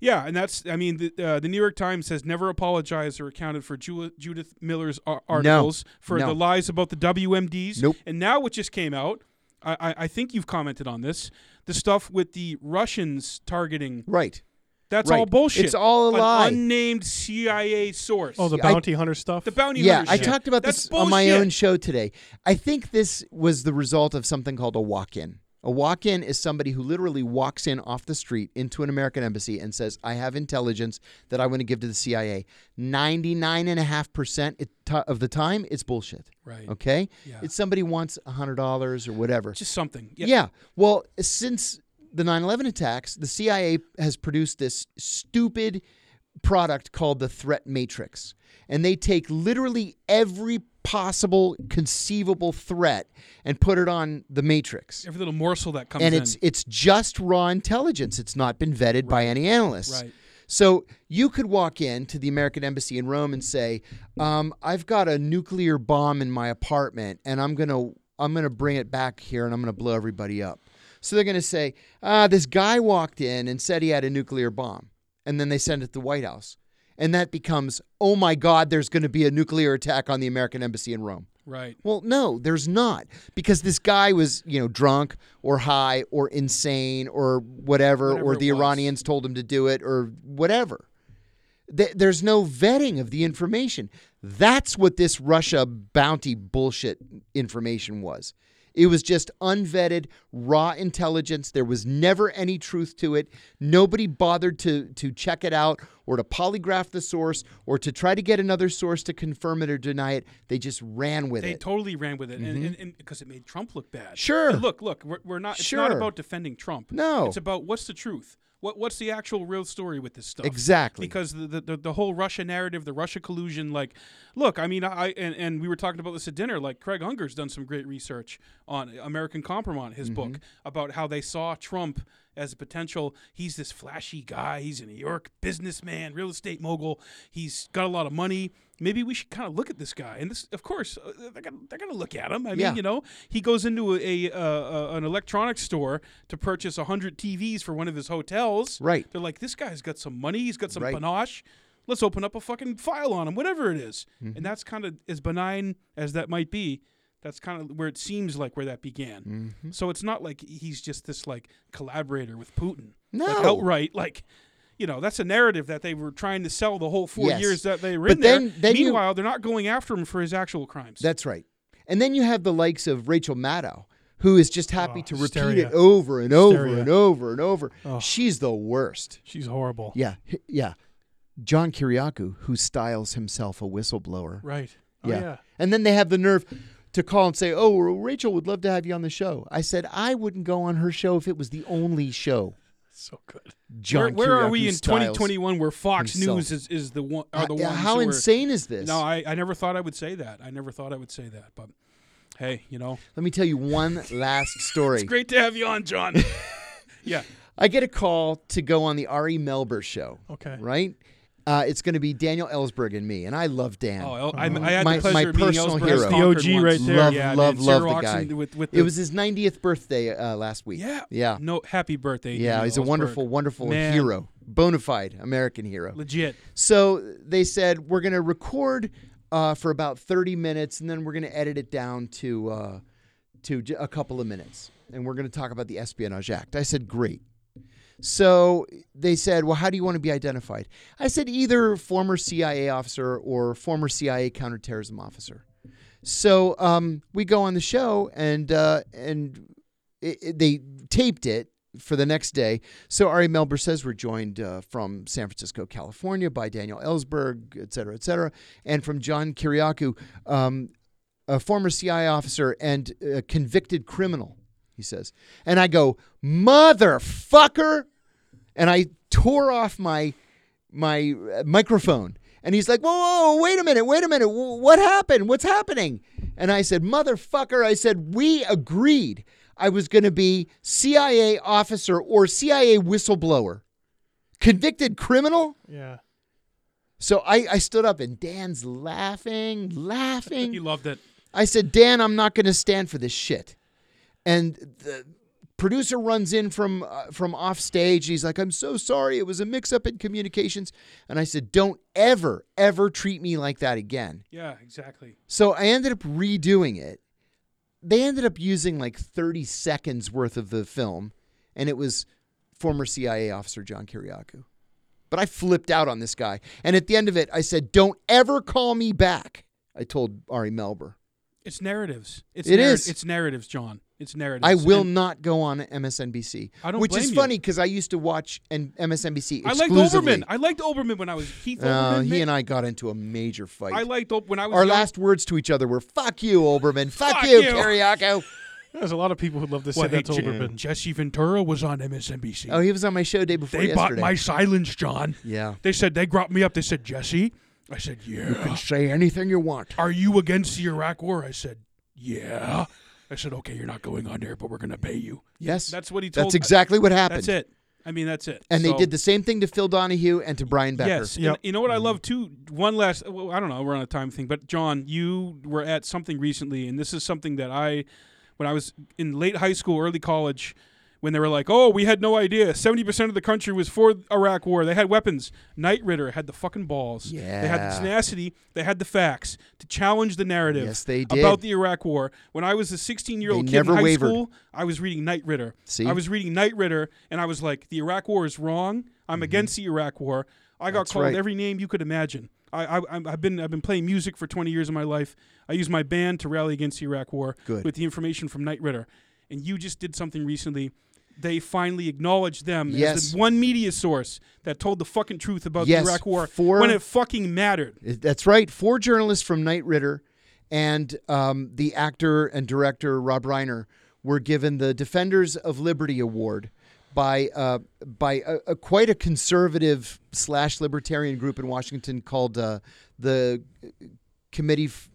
Speaker 3: yeah, and that's. I mean, the, uh, the New York Times has never apologized or accounted for Ju- Judith Miller's ar- articles for
Speaker 2: No.
Speaker 3: the lies about the WMDs.
Speaker 2: Nope.
Speaker 3: And now, what just came out, I, I, I think you've commented on this. The stuff with the Russians targeting.
Speaker 2: right.
Speaker 3: That's all
Speaker 2: Right.
Speaker 3: bullshit.
Speaker 2: It's all a
Speaker 3: An
Speaker 2: lie.
Speaker 3: unnamed CIA source.
Speaker 1: Oh, the
Speaker 2: Yeah, I-
Speaker 1: bounty hunter stuff.
Speaker 3: the bounty.
Speaker 2: Yeah,
Speaker 3: hunter
Speaker 2: I
Speaker 3: shit.
Speaker 2: talked about
Speaker 3: That's
Speaker 2: this on my
Speaker 3: bullshit.
Speaker 2: own show today. I think this was the result of something called a walk in. A walk in is somebody who literally walks in off the street into an American embassy and says, I have intelligence that I want to give to the CIA. 99.5% it- to- of the time, it's bullshit.
Speaker 3: Right.
Speaker 2: Okay?
Speaker 3: Yeah.
Speaker 2: It's somebody wants $100 or whatever.
Speaker 3: Just something. Yeah.
Speaker 2: Yeah. Well, since the 9 11 attacks, the CIA has produced this stupid product called the Threat Matrix. And they take literally every possible conceivable threat and put it on the matrix.
Speaker 3: Every little morsel that comes
Speaker 2: And
Speaker 3: in.
Speaker 2: it's it's just raw intelligence. It's not been vetted by any analysts.
Speaker 3: Right.
Speaker 2: So you could walk in to the American embassy in Rome and say, um, "I've got a nuclear bomb in my apartment, and I'm gonna I'm gonna bring it back here, and I'm gonna blow everybody up." So they're gonna say, "Ah, this guy walked in and said he had a nuclear bomb," and then they send it to the White House, and that becomes, "Oh my God, there's gonna be a nuclear attack on the American embassy in Rome."
Speaker 3: Right.
Speaker 2: Well, no, there's not because this guy was, you know, drunk or high or insane or whatever,
Speaker 3: Whatever
Speaker 2: or
Speaker 3: it
Speaker 2: the
Speaker 3: was.
Speaker 2: Iranians told him to do it or whatever. Th- There's no vetting of the information. That's what this Russia bounty bullshit information was. It was just unvetted, raw intelligence. There was never any truth to it. Nobody bothered to to check it out or to polygraph the source or to try to get another source to confirm it or deny it. They just ran with
Speaker 3: They
Speaker 2: it. Mm-hmm.
Speaker 3: totally ran with it, and and, and because it made Trump look bad.
Speaker 2: Sure.
Speaker 3: And look, look, we're, we're not. It's not
Speaker 2: Sure.
Speaker 3: about defending Trump.
Speaker 2: No.
Speaker 3: It's about what's the truth. What what's the actual real story with this stuff?
Speaker 2: Exactly.
Speaker 3: Because the the, the, the whole Russia narrative, the Russia collusion, like, look, I mean, I and, and we were talking about this at dinner. Like Craig Unger's done some great research on American Compromise, his book about how they saw Trump as a potential. He's this flashy guy. He's a New York businessman, real estate mogul. He's got a lot of money. Maybe we should kind of look at this guy. And this, of course, uh, they're gonna, they're gonna look at him. I
Speaker 2: Yeah.
Speaker 3: mean, you know, he goes into a, a, uh uh an electronics store to purchase hundred TVs for one of his hotels.
Speaker 2: Right.
Speaker 3: They're like, this guy's got some money. He's got some
Speaker 2: Right.
Speaker 3: panache. Let's open up a fucking file on him, whatever it is.
Speaker 2: Mm-hmm.
Speaker 3: And that's kind of as benign as that might be. That's kind of where it seems like where that began.
Speaker 2: Mm-hmm.
Speaker 3: So it's not like he's just this like collaborator with Putin. Like
Speaker 2: No.
Speaker 3: outright, like you know, that's a narrative that they were trying to sell the whole four
Speaker 2: Yes.
Speaker 3: years that they were
Speaker 2: But
Speaker 3: in
Speaker 2: then-
Speaker 3: there.
Speaker 2: then you-
Speaker 3: Meanwhile, they're not going after him for his actual crimes.
Speaker 2: That's right. And then you have the likes of Rachel Maddow, who is just happy
Speaker 1: Oh,
Speaker 2: to repeat
Speaker 1: hysteria.
Speaker 2: it over and over
Speaker 1: Hysteria.
Speaker 2: and over and over.
Speaker 1: Oh.
Speaker 2: She's the worst.
Speaker 1: She's horrible.
Speaker 2: Yeah, h- yeah. John Kiriakou, who styles himself a whistleblower.
Speaker 1: Right. Oh,
Speaker 2: yeah.
Speaker 1: yeah.
Speaker 2: And then they have the nerve to call and say, "Oh, Rachel would love to have you on the show." I said I wouldn't go on her show if it was the only show.
Speaker 1: So good.
Speaker 2: John,
Speaker 3: where where are we
Speaker 2: Kiriakou
Speaker 3: in
Speaker 2: styles.
Speaker 3: 2021 where Fox
Speaker 2: himself.
Speaker 3: News is, is the one are the
Speaker 2: Uh, yeah,
Speaker 3: ones
Speaker 2: How
Speaker 3: who are-
Speaker 2: insane is this?
Speaker 3: No, I, I never thought I would say that. I never thought I would say that. But hey, you know,
Speaker 2: Let me tell you one last story.
Speaker 3: it's great to have you on, John. yeah,
Speaker 2: I get a call to go on the Ari Melber show.
Speaker 1: Okay.
Speaker 2: Right? Uh, it's going to be Daniel Ellsberg and me, and I love Dan.
Speaker 3: Oh, El- I, I had
Speaker 2: My-
Speaker 3: the pleasure
Speaker 2: my
Speaker 3: of meeting
Speaker 2: personal
Speaker 3: Ellsberg
Speaker 2: hero.
Speaker 3: at
Speaker 2: The
Speaker 3: Concord
Speaker 1: OG
Speaker 3: once.
Speaker 1: right there.
Speaker 2: Love,
Speaker 3: yeah,
Speaker 2: love,
Speaker 3: man,
Speaker 2: love
Speaker 3: Sarah
Speaker 2: the
Speaker 3: Oxen
Speaker 2: guy.
Speaker 3: With, with
Speaker 2: it
Speaker 3: the-
Speaker 2: was his 90th birthday uh, last week.
Speaker 3: yeah,
Speaker 2: yeah,
Speaker 3: No, happy birthday.
Speaker 2: yeah.
Speaker 3: Daniel
Speaker 2: He's a
Speaker 3: Ellsberg.
Speaker 2: wonderful, wonderful
Speaker 3: Man.
Speaker 2: hero, bona fide American hero.
Speaker 3: legit.
Speaker 2: So they said we're going to record uh, for about 30 minutes, and then we're going to edit it down to uh, to j- a couple of minutes, and we're going to talk about the Espionage Act. I said, great. So they said, well, how do you want to be identified? I said, either former CIA officer or former CIA counterterrorism officer. So um, we go on the show, and uh, and it, it- they taped it for the next day. So Ari Melber says we're joined uh, from San Francisco, California, by Daniel Ellsberg, et cetera, et cetera, and from John Kiriakou, um, a former CIA officer and a convicted criminal. He says, and I go, motherfucker, and I tore off my my uh, microphone. And he's like, whoa, whoa, whoa, wait a minute, wait a minute. Wh- What happened? What's happening? And I said, motherfucker, I said, we agreed I was going to be CIA officer or CIA whistleblower, convicted criminal.
Speaker 1: Yeah.
Speaker 2: So I, I stood up and Dan's laughing, laughing.
Speaker 3: He loved it.
Speaker 2: I said, Dan, I'm not going to stand for this shit. And the producer runs in from uh, from off stage. He's like, I'm so sorry. It was a mix up in communications. And I said, Don't ever, ever treat me like that again.
Speaker 3: Yeah, exactly.
Speaker 2: So I ended up redoing it. They ended up using like 30 seconds worth of the film, and it was former CIA officer John Kiriakou. But I flipped out on this guy. And at the end of it, I said, Don't ever call me back. I told Ari Melber.
Speaker 3: It's narratives. It's
Speaker 2: It
Speaker 3: narrat-
Speaker 2: is.
Speaker 3: It's narratives, John. It's narratives.
Speaker 2: I will
Speaker 3: And
Speaker 2: not go on MSNBC.
Speaker 3: I don't
Speaker 2: which is
Speaker 3: blame you.
Speaker 2: funny because I used to watch and MSNBC
Speaker 3: I liked
Speaker 2: exclusively.
Speaker 3: Oberman. I liked Oberman when I was Keith
Speaker 2: Uh,
Speaker 3: Oberman.
Speaker 2: he
Speaker 3: man.
Speaker 2: and I got into a major fight.
Speaker 3: I liked Ob- when I was
Speaker 2: Our
Speaker 3: young.
Speaker 2: last words to each other were "fuck you, Oberman," "fuck,
Speaker 3: Fuck
Speaker 2: you,
Speaker 3: you."
Speaker 2: Kiriakou."
Speaker 1: There's a lot of people who'd love to say
Speaker 3: Well, hey,
Speaker 1: that to
Speaker 3: Je-
Speaker 1: Oberman.
Speaker 3: Jesse Ventura was on MSNBC.
Speaker 2: Oh, he was on my show day before
Speaker 3: they bought
Speaker 2: yesterday.
Speaker 3: my silence, John.
Speaker 2: yeah,
Speaker 3: They said they brought me up. They said Jesse. I said yeah.
Speaker 2: say anything you want.
Speaker 3: are you against the Iraq War? I said, yeah. I said, okay, you're not going on there, but we're going to pay you.
Speaker 2: Yes,
Speaker 3: That's what he told.
Speaker 2: that's exactly what happened.
Speaker 3: That's it. I mean, that's it.
Speaker 2: And
Speaker 3: So,
Speaker 2: they did the same thing to Phil Donahue and to Brian Becker.
Speaker 3: Yes.
Speaker 1: Yep.
Speaker 3: And you know what I love too? One last. Well, I don't know. We're on a time thing, but John, you were at something recently, and this is something that I, when I was in late high school, early college. When they were like, "Oh, we had no idea. Seventy percent of the country was for the Iraq War. They had weapons. Knight Ritter had the fucking balls. They had the
Speaker 2: Yeah.
Speaker 3: tenacity. They had the facts to challenge the narrative.
Speaker 2: Yes, they did.
Speaker 3: about the Iraq War. When I was a 16 year old
Speaker 2: They
Speaker 3: kid in
Speaker 2: never
Speaker 3: high
Speaker 2: wavered.
Speaker 3: school, I was reading Knight Ritter.
Speaker 2: See?
Speaker 3: I was reading Knight Ritter, and I was like, the Iraq War is wrong. I'm against the Iraq War. I got
Speaker 2: Mm-hmm. That's
Speaker 3: called
Speaker 2: right.
Speaker 3: every name you could imagine. I, I, I'm- I've been I've been playing music for 20 years of my life. I use my band to rally against the Iraq War
Speaker 2: Good.
Speaker 3: with the information from Knight Ritter, and you just did something recently. They finally acknowledged them as
Speaker 2: Yes.
Speaker 3: the one media source that told the fucking truth about
Speaker 2: Yes,
Speaker 3: the Iraq War
Speaker 2: for-
Speaker 3: when it fucking mattered.
Speaker 2: Uh, That's right. Four journalists from Knight Ritter and um, the actor and director Rob Reiner were given the Defenders of Liberty Award by uh, by a, a, quite a conservative slash libertarian group in Washington called uh, the uh, Committee. F-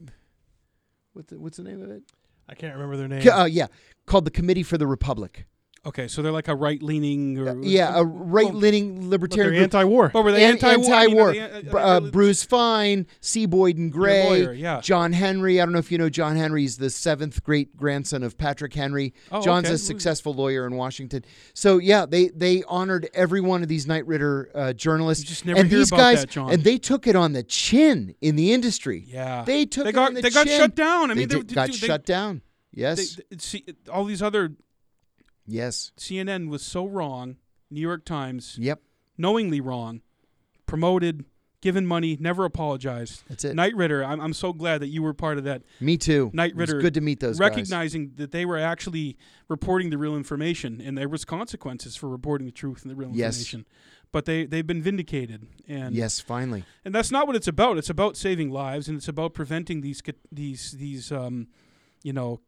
Speaker 2: what's the, what's the name of it? Uh,
Speaker 1: I can't remember their name.
Speaker 2: Ca- uh, yeah, called the Committee for the Republic. Uh,
Speaker 3: Okay, so they're like a right leaning or
Speaker 2: Yeah, a right-leaning
Speaker 1: Oh. But they're
Speaker 2: libertarian group.
Speaker 1: anti-war.
Speaker 3: But were they
Speaker 2: An-
Speaker 3: anti-war?
Speaker 2: anti-war.
Speaker 3: You know, the-
Speaker 2: Br- uh, Bruce Fine, C. Boyd and Gray,
Speaker 3: lawyer, yeah.
Speaker 2: John Henry. I don't know if you know John Henry. He's the seventh great grandson of Patrick Henry.
Speaker 3: Oh,
Speaker 2: John's
Speaker 3: okay.
Speaker 2: a successful lawyer in Washington. So yeah, they they honored every one of these Knight Ritter uh, journalists.
Speaker 3: You just never
Speaker 2: and
Speaker 3: hear
Speaker 2: these
Speaker 3: about
Speaker 2: guys,
Speaker 3: that, John.
Speaker 2: And they took it on the chin in the industry.
Speaker 3: yeah,
Speaker 2: They took
Speaker 3: they
Speaker 2: it
Speaker 3: got
Speaker 2: on the
Speaker 3: they got
Speaker 2: chin.
Speaker 3: shut down. I mean,
Speaker 2: they
Speaker 3: they
Speaker 2: did- got
Speaker 3: they-
Speaker 2: shut down.
Speaker 3: they-
Speaker 2: Yes,
Speaker 3: they- see, all these other
Speaker 2: yes,
Speaker 3: CNN was so wrong. New York Times
Speaker 2: yep.
Speaker 3: knowingly wrong, promoted, given money, never apologized.
Speaker 2: That's it.
Speaker 3: Knight Ritter, I'm, I'm so glad that you were part of that,
Speaker 2: Me too.
Speaker 3: Knight
Speaker 2: It was
Speaker 3: Ritter
Speaker 2: good to meet those guys.
Speaker 3: recognizing that they were actually reporting the real information and there was consequences for reporting the truth and the real
Speaker 2: Yes.
Speaker 3: information. But they they've been vindicated, and
Speaker 2: Yes, finally.
Speaker 3: and that's not what it's about. It's about saving lives and it's about preventing these ca- these these um, you know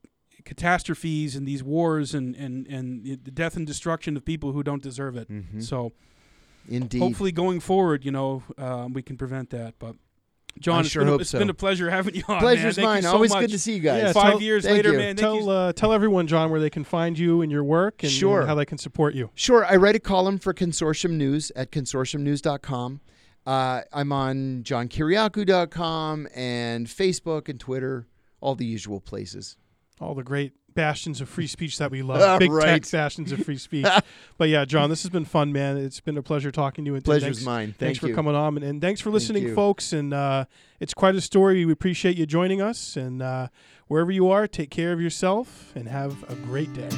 Speaker 3: catastrophes and these wars and and and the death and destruction of people who don't deserve it.
Speaker 2: hmm
Speaker 3: So
Speaker 2: Indeed.
Speaker 3: hopefully going forward, you know, um, we can prevent that. But
Speaker 2: I
Speaker 3: John, it's
Speaker 2: sure
Speaker 3: been, a,
Speaker 2: hope
Speaker 3: it's
Speaker 2: so.
Speaker 3: been a pleasure having you on.
Speaker 2: Pleasure's
Speaker 3: man.
Speaker 2: mine.
Speaker 3: Thank you so
Speaker 2: Always
Speaker 3: much.
Speaker 2: good to see you guys.
Speaker 1: Yeah,
Speaker 3: Five
Speaker 1: tell-
Speaker 3: years
Speaker 2: thank
Speaker 3: later,
Speaker 2: you.
Speaker 3: man. Thank you.
Speaker 1: Tell uh, tell everyone, John, where they can find you and your work, and, and
Speaker 2: Sure.
Speaker 1: how they can support you.
Speaker 2: Sure. I write a column for Consortium News at consortiumnews.com. Uh, I'm on johnkiriakou.com and Facebook and Twitter, all the usual places.
Speaker 1: All the great bastions of free speech that we love.
Speaker 2: Ah,
Speaker 1: Big
Speaker 2: right.
Speaker 1: tech bastions of free speech. but yeah, John, this has been fun, man. It's been a pleasure talking to you. And
Speaker 2: Pleasure's
Speaker 1: thanks,
Speaker 2: mine.
Speaker 1: thanks
Speaker 2: Thank
Speaker 1: for
Speaker 2: you.
Speaker 1: coming on, and, and thanks for listening,
Speaker 2: you.
Speaker 1: folks. And uh, it's quite a story. We appreciate you joining us. And uh, wherever you are, take care of yourself and have a great day.